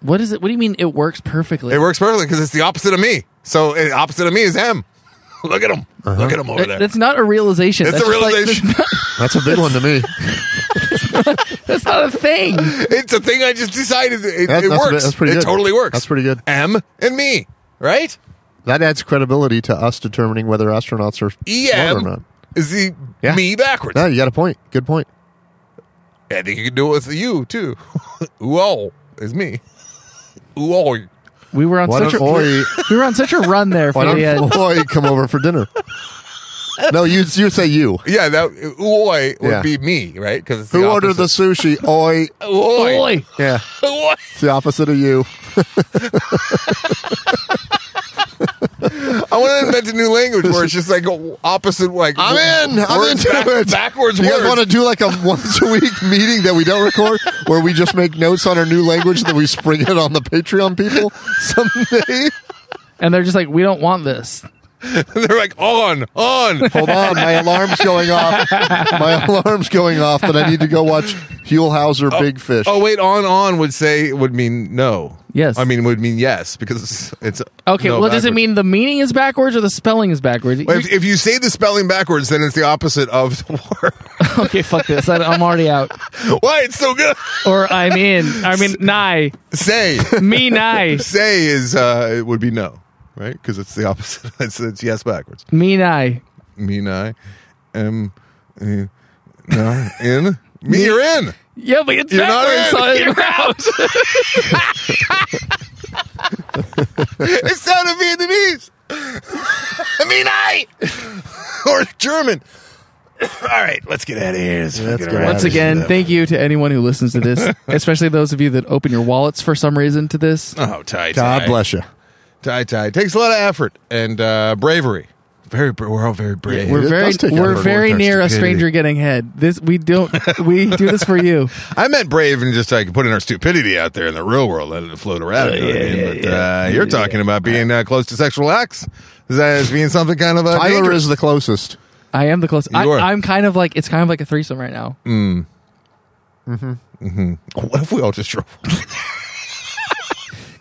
S4: What is it? What do you mean it works perfectly?
S2: It works perfectly because it's the opposite of me. So it, opposite of me is m. look at them,
S3: Uh-huh.
S2: look at them over
S4: That-
S2: there.
S4: that's not a realization.
S2: it's
S4: that's
S2: a
S4: just like-
S2: realization.
S3: That's a big one to me.
S4: that's not a thing.
S2: it's a thing I just decided. It,
S3: That-
S2: it
S3: that's
S2: works.
S3: pre- that's pretty
S2: it
S3: good.
S2: totally works.
S3: That's pretty good.
S2: M and me, right?
S3: That adds credibility to us determining whether astronauts are
S2: EM
S3: smart or not.
S2: E is the
S3: Yeah.
S2: me backwards.
S3: No, you got a point. Good point.
S2: I think you can do it with the you too. Whoa, it's me. Whoa.
S4: We were on
S3: Why
S4: such
S3: don't
S4: a
S3: Oi?
S4: we were on such a run there
S3: Why
S4: for the
S3: don't
S4: uh,
S3: Oi come over for dinner? No, you you say you.
S2: Yeah, that oi would
S3: Yeah.
S2: be me, right? Because
S3: Who ordered the sushi? Oi.
S2: oi?
S4: Oi.
S3: Yeah,
S2: Oi.
S3: it's the opposite of you.
S2: I want to invent a new language where it's just like opposite. Like
S3: I'm in. I'm
S2: words
S3: into
S2: back-
S3: it.
S2: Backwards
S3: You guys
S2: words.
S3: want to do like a once a week meeting that we don't record, where we just make notes on our new language and then we spring it on the Patreon people someday?
S4: and they're just like, we don't want this.
S2: They're like on, on.
S3: Hold on, my alarm's going off. My alarm's going off, but I need to go watch Huelhauser Big Fish.
S2: Oh wait, on, on would say would mean no.
S4: Yes.
S2: I mean would mean yes because it's
S4: Okay,
S2: no
S4: well, does it
S2: backwards.
S4: mean the meaning is backwards or the spelling is backwards?
S2: Well, If, if you say the spelling backwards, then it's the opposite of the word.
S4: okay, fuck this. I, I'm already out.
S2: Why it's so good?
S4: Or I'm in. I mean, nigh.
S2: Say,
S4: Me nigh.
S2: say is uh, it would be no, right? Because it's the opposite. It's, it's yes backwards.
S4: Me nigh.
S2: Me I am uh, no in. Me you're in.
S4: Yeah, but it's
S2: You're not
S4: backwards.
S2: in.
S4: so you're out.
S2: It sounded Vietnamese. Me I or German. All right, let's get out of here. Let's
S3: Let's
S2: get
S3: get
S2: around
S3: out
S4: Once
S2: to
S4: again,
S2: stuff.
S4: thank you to anyone who listens to this, especially those of you that open your wallets for some reason to this.
S2: Oh, tie,
S3: God
S2: tie.
S3: bless you.
S2: Tie, tie. Takes a lot of effort and uh, bravery. Very, bra- we're all very brave.
S3: Yeah,
S4: We're
S3: it
S4: very
S3: does take
S4: we're
S3: effort to
S4: very
S3: work our
S4: near a
S2: stupidity.
S4: stranger getting head. This we don't we do this for you.
S2: I meant brave and just like putting our stupidity out there in the real world, letting it float around. you know what I mean? but uh, you're talking about being uh, close to sexual acts as, as being something kind of uh, a
S3: Tyler is the closest.
S4: I am the closest. I,
S2: You are. Mm.
S4: I'm kind of like it's kind of like a threesome right now.
S2: What if we all just drove?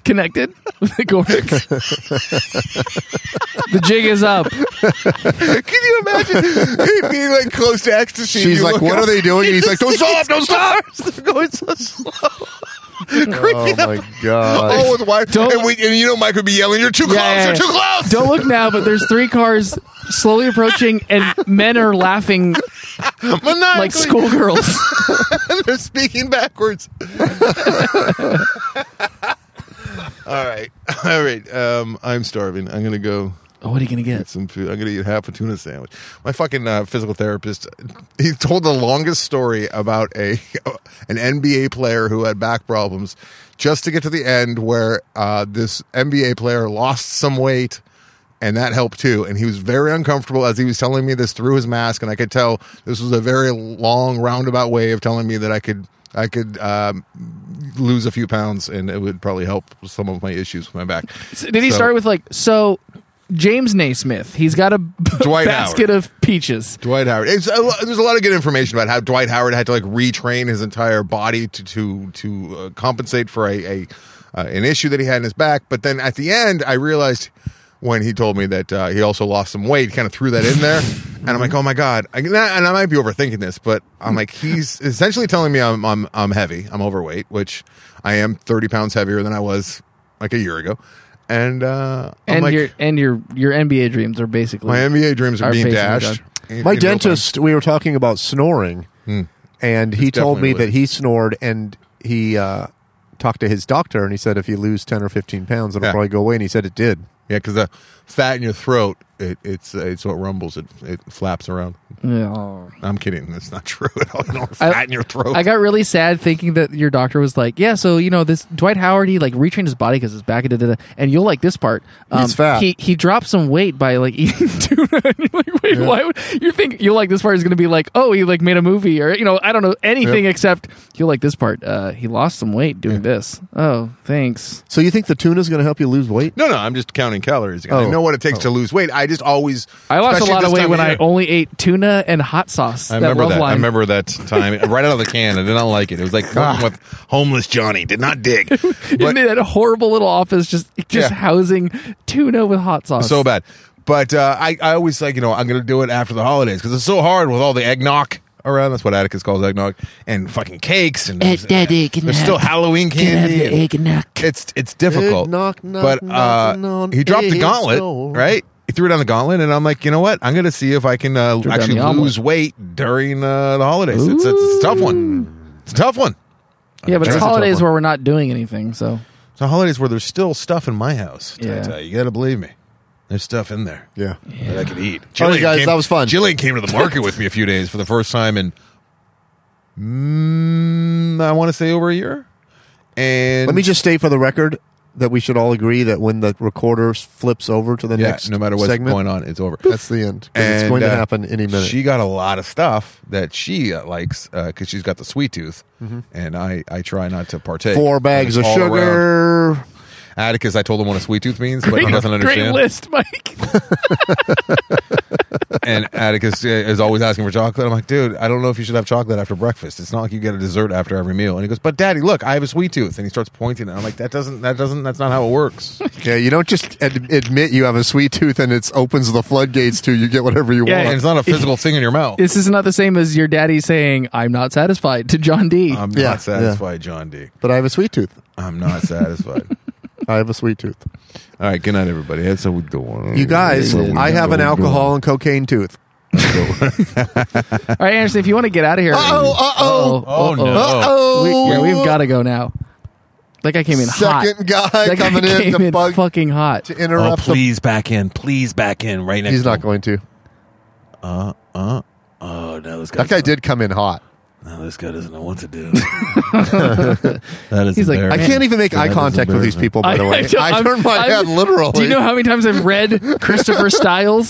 S4: Connected with the Gorks. the jig is up.
S2: Can you imagine it being like close to ecstasy?
S3: She's
S2: You
S3: like,
S2: look
S3: "What
S2: up,
S3: are they doing?" And he's like, "Don't stop, don't stop!"
S2: They're going so slow.
S3: Oh my god!
S2: Oh, with wife.
S4: Don't-
S2: And, we, and you know, Mike would be yelling, "You're too close!
S4: yeah,
S2: You're
S4: yeah.
S2: too close!"
S4: Don't look now, but there's three cars slowly approaching, and men are laughing
S2: Maniacally.
S4: like schoolgirls.
S2: They're speaking backwards. all right, all right. Um, I'm starving. I'm gonna go
S4: Oh, what are you gonna
S2: Get
S4: get?
S2: some food. I'm gonna eat half a tuna sandwich. My fucking uh, physical therapist, he told the longest story about a an NBA player who had back problems, just to get to the end where uh, this NBA player lost some weight, and that helped too. And he was very uncomfortable as he was telling me this through his mask, and I could tell this was a very long roundabout way of telling me that I could. I could um, lose a few pounds, and it would probably help some of my issues with my back.
S4: So did he
S2: So-
S4: start with like so? James Naismith, he's got a
S2: Dwight
S4: basket of peaches.
S2: Dwight Howard. It's a, lo- there's a lot of good information about how Dwight Howard had to like retrain his entire body to to to uh, compensate for a, a uh, an issue that he had in his back. But then at the end, I realized when he told me that uh, he also lost some weight, kind of threw that in there, and I'm like, oh my god. I, and I and I might be overthinking this, but I'm like, he's essentially telling me I'm I'm I'm heavy, I'm overweight, which I am 30 pounds heavier than I was like a year ago, and uh, I'm
S4: and
S2: like,
S4: your and your your NBA dreams are basically
S2: my NBA dreams are
S4: Our
S2: being
S4: faces are
S2: dashed.
S4: done.
S2: in-
S3: My
S2: in real time.
S3: dentist, we were talking about snoring, and he
S2: It's
S3: told me
S2: Hmm. definitely
S3: that he snored, and he uh, talked to his doctor, and he said if you lose ten or fifteen pounds, it'll
S2: Yeah.
S3: probably go away, and he said it did.
S2: Yeah, because the fat in your throat, it, it's uh, it's what rumbles. It it flaps around.
S4: Yeah.
S2: I'm kidding. That's not true at all. You don't have
S4: I-
S2: fat in your throat.
S4: I got really sad thinking that your doctor was like, yeah, so you know this Dwight Howard, he like retrained his body because his back and da, da, da, and you'll like this part. Um,
S3: He's fat.
S4: He he dropped some weight by like eating tuna. and you're like, wait, why would you think you'll like this part is going to be like, oh, he like made a movie or you know I don't know anything except you'll like this part. Uh, he lost some weight doing this. Oh, thanks.
S3: So you think the tuna's going to help you lose weight?
S2: no, no. I'm just counting calories. I
S3: Oh.
S2: know what it takes to lose weight. I just always.
S4: I lost
S2: especially
S4: a lot
S2: this
S4: of weight
S2: time
S4: when I
S2: year.
S4: only ate tuna and hot sauce.
S2: I remember
S4: love
S2: that.
S4: line.
S2: I remember that time right out of the can. I did not like it. It was like working with homeless Johnny. Did not dig.
S4: Isn't
S2: But-
S4: it a horrible little office just just
S2: Yeah.
S4: housing tuna with hot sauce?
S2: so bad. But uh, I, I always like, you know, I'm going to do it after the holidays because it's so hard with all the eggnog around. That's what Atticus calls eggnog and fucking cakes. And
S11: Uh, Daddy, can
S2: there's
S11: I-
S2: still Halloween
S11: Can I have
S2: candy.
S11: your
S2: and-
S11: eggnog?
S2: it's it's difficult.
S3: Egg knock, knock,
S2: but uh,
S3: knocking on
S2: he dropped the
S3: egg's
S2: gauntlet,
S3: door.
S2: right? He threw down the gauntlet, and I'm like, you know what? I'm going to see if I can uh,
S4: down
S2: actually
S4: the omelet.
S2: lose weight during uh, the holidays. It's, it's a tough one. It's a tough one.
S4: Yeah, but
S2: That's
S4: it's
S2: a tough
S4: holidays
S2: one.
S4: where we're not doing anything. So
S2: It's the holidays where there's still stuff in my house. I
S4: Yeah.
S2: tell you, you got to believe me. There's stuff in there
S3: Yeah.
S2: that I could eat.
S3: All right, guys,
S2: came,
S3: that was fun.
S2: Jillian came to the market with me a few days for the first time in, mm, I want to say over a year. And
S3: Let me just state for the record that we should all agree that when the recorder flips over to the
S2: yeah,
S3: next
S2: no matter what's
S3: segment,
S2: going on, it's over.
S3: that's the end. 'cause it's going
S2: uh,
S3: to happen any minute.
S2: She got a lot of stuff that she uh, likes because she's got the sweet tooth, and I I try not to partake.
S3: Mm-hmm. Four bags of
S2: All around.
S3: sugar.
S2: Atticus, I told him what a sweet tooth means, but he doesn't
S4: great
S2: understand.
S4: list, Mike.
S2: And Atticus uh, is always asking for chocolate. I'm like, dude, I don't know if you should have chocolate after breakfast. It's not like you get a dessert after every meal. And he goes, but Daddy, look, I have a sweet tooth. And he starts pointing, and I'm like, that doesn't that doesn't that's not how it works.
S3: Yeah, you don't just ad- admit you have a sweet tooth and it opens the floodgates to you get whatever you
S4: Yeah,
S2: and
S3: want.
S2: it's not a physical thing in your mouth.
S4: this is not the same as your daddy saying, "I'm not satisfied" to John D.
S2: I'm
S3: Yeah, yeah.
S2: not satisfied, John D.
S3: But I have a sweet tooth.
S2: I'm not satisfied.
S3: I have a sweet tooth.
S2: All right, good night, everybody. That's how we go on.
S3: You guys,
S2: That's how we
S3: I have an
S2: go on.
S3: alcohol and cocaine tooth.
S4: All right, Anderson, if you want to get out of here,
S3: Uh-oh, uh-oh.
S2: Oh, no.
S4: we, yeah,
S3: Oh,
S4: we've got to go now. That guy came in hot.
S3: second guy
S4: that guy
S3: coming in
S4: came
S3: to
S4: in
S3: bug
S4: fucking hot.
S3: to
S2: Oh,
S3: interrupt. the-
S12: back in. Please back in right
S3: he's not going to.
S12: Oh, no, this guy,
S3: That guy did come in hot.
S12: no, this guy doesn't know what to do. that is
S4: He's like,
S3: I
S4: Man.
S3: can't even make
S12: That
S3: eye
S12: is
S3: contact with these
S12: embarrassing.
S3: people. By the
S4: I-
S3: way,
S4: I don't-
S3: I,
S4: I'm-
S3: turned my
S4: I'm-
S3: head literally.
S4: Do you know how many times I've read Christopher Styles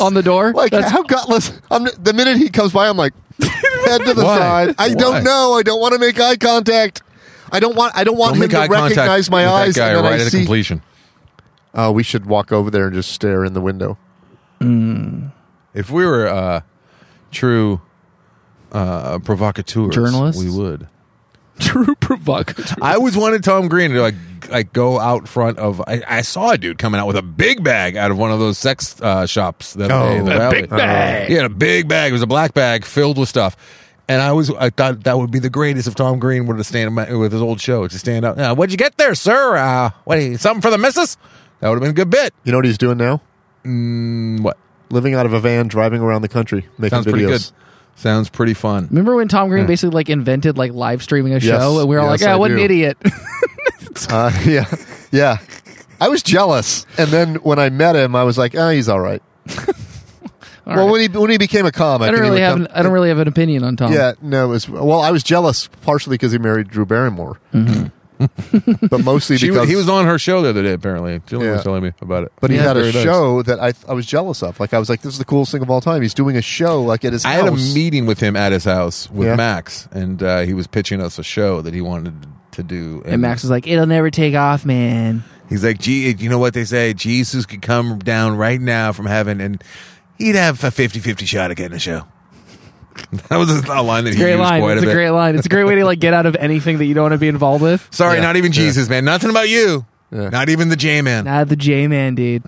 S4: on the door?
S3: Like
S4: That's-
S3: how gutless! I'm, the minute he comes by, I'm like head to the
S2: Why?
S3: side. I
S2: Why?
S3: don't know. I don't want to make eye contact. I don't want. I don't want
S2: Don't
S3: him to recognize my
S2: with that
S3: eyes.
S2: guy
S3: and then
S2: right
S3: I
S2: at
S3: see.
S2: completion.
S3: Uh, we should walk over there and just stare in the window.
S2: If we were uh, true uh, provocateurs,
S4: Journalists?
S2: we would.
S4: true provocateur.
S2: I always wanted Tom Green to like like go out front of. I, I saw a dude coming out with a big bag out of one of those sex uh, shops. That
S3: Oh,
S2: in the
S3: a
S2: valley.
S4: big bag.
S2: He had a big bag. It was a black bag filled with stuff. And I was, I thought that would be the greatest if Tom Green were to stand up with his old show to stand up. Uh, what'd you get there, sir? Uh, what, something for the missus? That would have been a good bit.
S3: You know what he's doing now?
S2: Mm, what?
S3: Living out of a van, driving around the country, making
S2: Sounds pretty good.
S3: videos.
S2: Sounds pretty fun.
S4: Remember when Tom Green basically like invented like live streaming a show, and we were "Ah, all
S3: Yes,
S4: like, "Yeah,
S3: I
S4: what an
S3: do.
S4: idiot."
S3: Uh, yeah, yeah. I was jealous, and then when I met him, I was like, "Oh, he's all right."
S4: All
S3: well,
S4: right.
S3: when he when he became a comic,
S4: I don't
S3: and he
S4: really
S3: would
S4: have
S3: come-
S4: an, I don't really have an opinion on Tom.
S3: Yeah, no, it was well. I was jealous partially because he married Drew Barrymore, but mostly
S2: She,
S3: because
S2: he was on her show the other day, apparently. Jillian
S3: Yeah.
S2: was telling me about it.
S3: But he
S4: Yeah,
S3: had a
S4: very nice.
S3: show that I I was jealous of. Like I was like, "This is the coolest thing of all time." He's doing a show like at his
S2: I
S3: house.
S2: had a meeting with him at his house with
S3: Yeah.
S2: Max, and uh, he was pitching us a show that he wanted to do.
S4: And Max was like, "It'll never take off, man."
S2: He's like, Gee, you know what they say? Jesus could come down right now from heaven and he'd have a 50 50 shot at getting a show. That was a line that he
S4: Great
S2: used
S4: line.
S2: quite
S4: It's a
S2: a bit.
S4: great line. It's a great way to like get out of anything that you don't want to be involved with.
S2: Sorry,
S3: Yeah.
S2: not even
S3: Yeah.
S2: Jesus, man. Nothing about you.
S3: Yeah.
S2: Not even the J man.
S4: Not the J man, dude.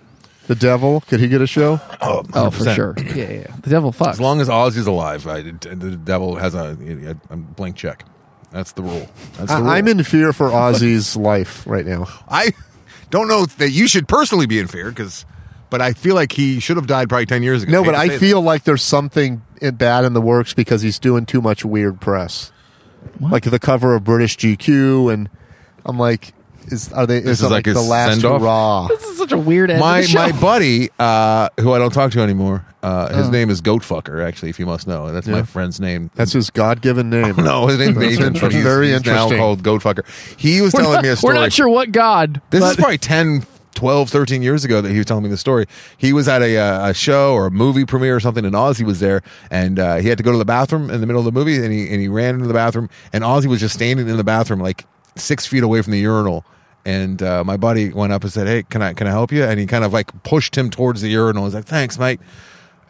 S3: the devil could he get a show?
S2: Oh,
S4: Oh, for sure. Yeah, yeah. yeah. The devil fucks.
S2: As long as Ozzy's alive, I, the devil has a, a blank check. That's the rule. That's the rule.
S3: I, I'm in fear for Ozzy's life right now.
S5: I don't know that you should personally be in fear because, but I feel like he should have died probably 10 years ago.
S3: No, but
S5: hate to
S3: I
S5: say
S3: feel like there's something in- bad in the works because he's doing too much weird press, like the cover of British GQ, and I'm like, is are they? Is,
S2: is
S3: it like,
S2: like his
S3: the last
S2: send-off?
S3: hurrah?
S4: this is such a weird end
S2: my
S4: of the show.
S2: my buddy, uh, who I don't talk to anymore, uh,
S3: Oh.
S2: his name is Goatfucker. Actually, if you must know, that's my friend's name.
S3: That's his God-given name.
S2: no, his name's
S3: That's
S2: Nathan, but he's,
S3: very
S2: he's now
S3: interesting.
S2: called Goatfucker. He was
S4: we're
S2: telling
S4: not,
S2: me a story.
S4: We're not sure what God.
S2: This
S4: but
S2: is probably 10, 12, 13 years ago that he was telling me the story. He was at a, uh, a show or a movie premiere or something, and Ozzy was there, and uh, he had to go to the bathroom in the middle of the movie, and he, and he ran into the bathroom, and Ozzy was just standing in the bathroom, like six feet away from the urinal. And uh, my buddy went up and said, "Hey, can I can I help you?" And he kind of like pushed him towards the urinal. He's like, "Thanks, mate."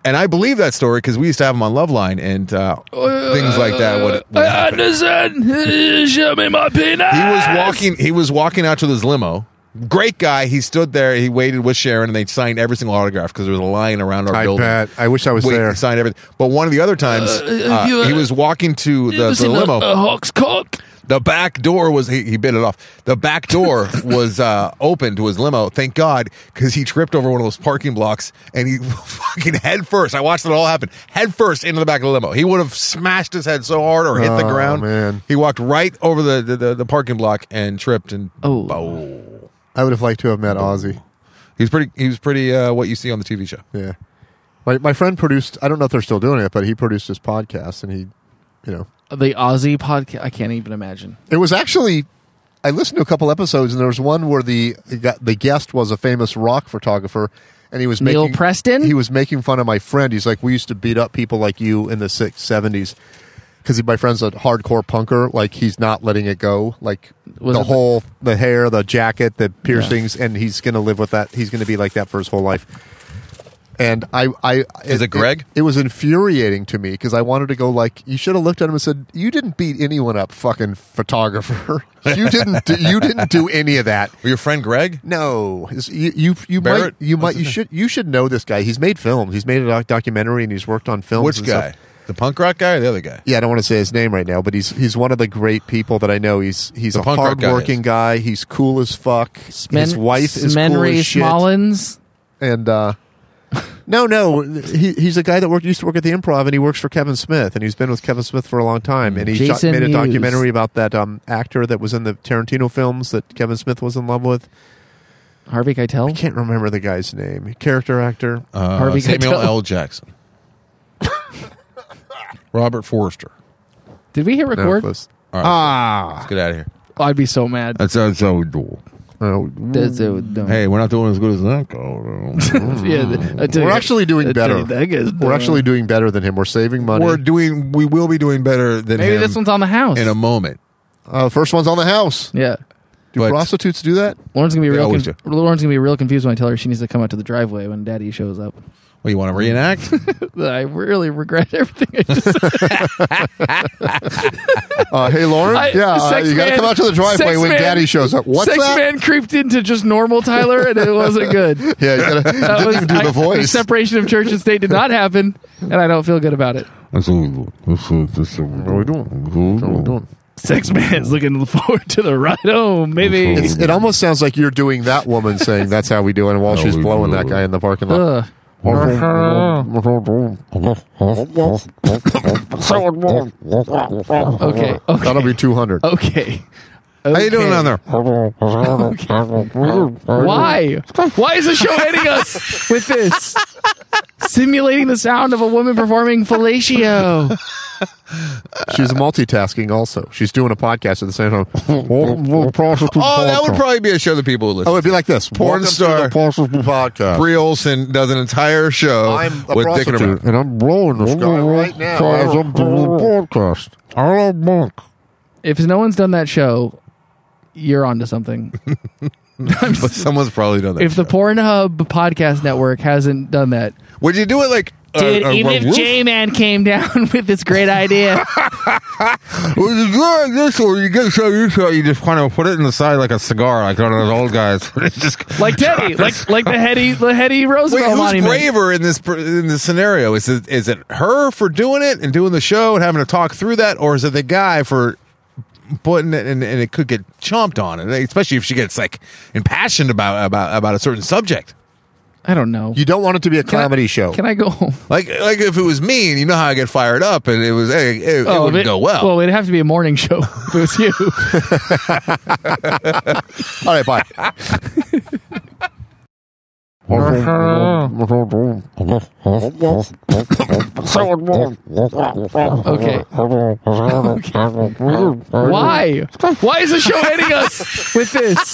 S2: And I believe that story because we used to have him on Loveline and uh, things like that. Would, would happen.
S4: Anderson, show me my penis.
S2: He was walking. He was walking out to his limo. Great guy. He stood there. He waited with Sharon, and they signed every single autograph because there was a line around our
S3: I
S2: building.
S3: bet. I wish I was
S2: Waiting
S3: there.
S2: to sign everything. But one of the other times, uh,
S4: you, uh,
S2: he was walking to the, the limo.
S4: hawk's cock.
S2: The back door was he, he bit it off. The back door was uh, open to his limo. Thank God, because he tripped over one of those parking blocks and he fucking head first. I watched it all happen head first into the back of the limo. He would have smashed his head so hard or hit the
S3: Oh,
S2: ground.
S3: man.
S2: He walked right over the the, the, the parking block and tripped and
S4: Oh.
S3: I would have liked to have met Ozzy.
S2: He was pretty. He was pretty. Uh, what you see on the TV show.
S3: Yeah. My my friend produced I don't know if they're still doing it, but he produced his podcast and he you know
S4: The Aussie podcast. I can't even imagine.
S3: it was actually I listened to a couple episodes and there was one where the the guest was a famous rock photographer and he was
S4: Neil
S3: making
S4: Preston?
S3: He was making fun of my friend. He's like, We used to beat up people like you in the six seventies. Because my friend's a hardcore punker, like he's not letting it go. Like
S4: Was
S3: the
S4: it the-
S3: whole, the hair, the jacket, the piercings, and he's going to live with that. He's going to be like that for his whole life. And I, I
S2: Is it Greg?
S3: It, was infuriating to me because I wanted to go like, you should have looked at him and said, "You didn't beat anyone up, fucking photographer. you didn't. Do, you didn't do any of that."
S2: Well, your friend Greg.
S3: No, It's- you you, you might
S2: Barrett?
S3: you
S2: What's
S3: might you should you should know this guy. He's made films. He's made a doc- documentary and he's worked on films.
S2: Which
S3: and stuff.
S2: guy? The punk rock guy or the other guy?
S3: Yeah, I don't want to say his name right now, but he's he's one of the great people that I know. He's he's a
S2: punk rock guy
S3: hardworking
S2: is.
S3: guy, He's cool as fuck. his wife is cool
S4: Smenry
S3: as shit.
S4: Smallins.
S3: and uh no no he, he's a guy that worked used to work at the improv and he works for kevin smith and he's been with kevin smith for a long time and he shot-
S4: Jason
S3: made a
S4: Mewes.
S3: documentary about that um actor that was in the tarantino films that kevin smith was in love with
S4: Harvey Keitel.
S3: can't remember the guy's name character actor
S2: Uh,
S4: Harvey
S2: Samuel
S4: Keitel.
S2: L. Jackson. Robert Forster.
S4: Did we hit
S3: No,
S4: record?
S3: close. Uh,
S2: All right,
S3: ah
S2: let's get out of here.
S4: Oh, I'd be so mad.
S2: That's, that's how we do. Uh,
S3: Oh,
S4: That's so dumb.
S2: Hey, we're not doing as good as that. guy.
S4: Yeah, uh, th- I tell
S3: we're
S4: you-
S3: actually doing
S4: I tell you,
S3: better
S4: that guy's dumb.
S3: we're actually doing better than him we're saving money
S2: we're doing. We will be doing better than
S4: maybe
S2: him
S4: this one's on the house.
S2: in a moment.
S3: uh, first one's on the house
S4: yeah,
S3: do
S2: But-
S3: prostitutes do that
S4: Lauren's gonna be
S2: They
S4: real.
S2: always
S4: Conf- Lauren's gonna be real confused when I tell her she needs to come out to the driveway when Daddy shows up.
S2: Well, you want to reenact?
S4: I really regret everything. I just said.
S3: uh, hey lauren
S4: I-
S3: yeah uh,
S4: sex
S3: you gotta
S4: man-
S3: come out to the driveway
S4: sex
S3: when
S4: man-
S3: daddy shows up what's
S4: Sex
S3: that
S4: man creeped into just normal Tyler, and it wasn't good. That
S3: Yeah, you gotta, didn't
S4: was-
S3: even do
S4: I-
S3: the voice.
S4: separation of church and state did not happen, and I don't feel good about it.
S5: That's what we do. That's what, that's what we do.
S3: we doing?
S5: That's what we
S3: What are we
S5: do.
S3: doing?
S4: Sex man's looking forward to the ride home. Maybe.
S3: It's, it almost sounds like you're doing that woman saying that's how we do it while she's
S5: we
S3: blowing
S5: do
S3: that
S5: it.
S3: guy in the parking lot.
S4: Ugh.
S5: So
S4: Okay. Okay.
S3: That'll be 200.
S4: okay.
S5: How you doing down there?
S4: Why? Why is the show hitting us with this? Simulating the sound of a woman performing fellatio.
S3: She's multitasking also. She's doing a podcast at the same time.
S2: Oh, that would probably be a show that people would listen.
S3: Oh, it'd be like this.
S2: Porn
S3: Welcome to
S2: star.
S3: the Prostitute podcast.
S2: Bree Olson does an entire show
S3: I'm a
S2: with Dick and
S3: prostitute,
S2: her.
S3: and I'm blowing this guy right now. I'm doing a podcast. Arlo Monk.
S4: If no one's done that show, you're onto something.
S2: But someone's probably done that.
S4: If the Pornhub Podcast Network hasn't done that,
S2: would you do it like uh, a-
S4: dude,
S2: a- a
S4: even if
S2: roof?
S4: J Man came down with this great idea,
S2: Well, you do it this or you get so used to it, you just kind of put it in the side like a cigar, like one of those old guys. It's just
S4: like Teddy, like like the heady the heady Roosevelt
S2: Wait, who's
S4: monument.
S2: braver in this per- in this scenario? Is it is it her for doing it and doing the show and having to talk through that, or is it the guy for putting it and, and it could get chomped on, and especially if she gets like impassioned about about about a certain subject.
S4: I don't know.
S3: You don't want it to be a comedy show.
S4: Can I go home?
S2: Like like if it was me, and you know how I get fired up, and it was hey, it, it
S4: Oh, if
S2: wouldn't go well.
S4: Well, it'd have to be a morning show. if it was you.
S3: All right, bye.
S4: Okay. Why? Why is the show hitting us with this?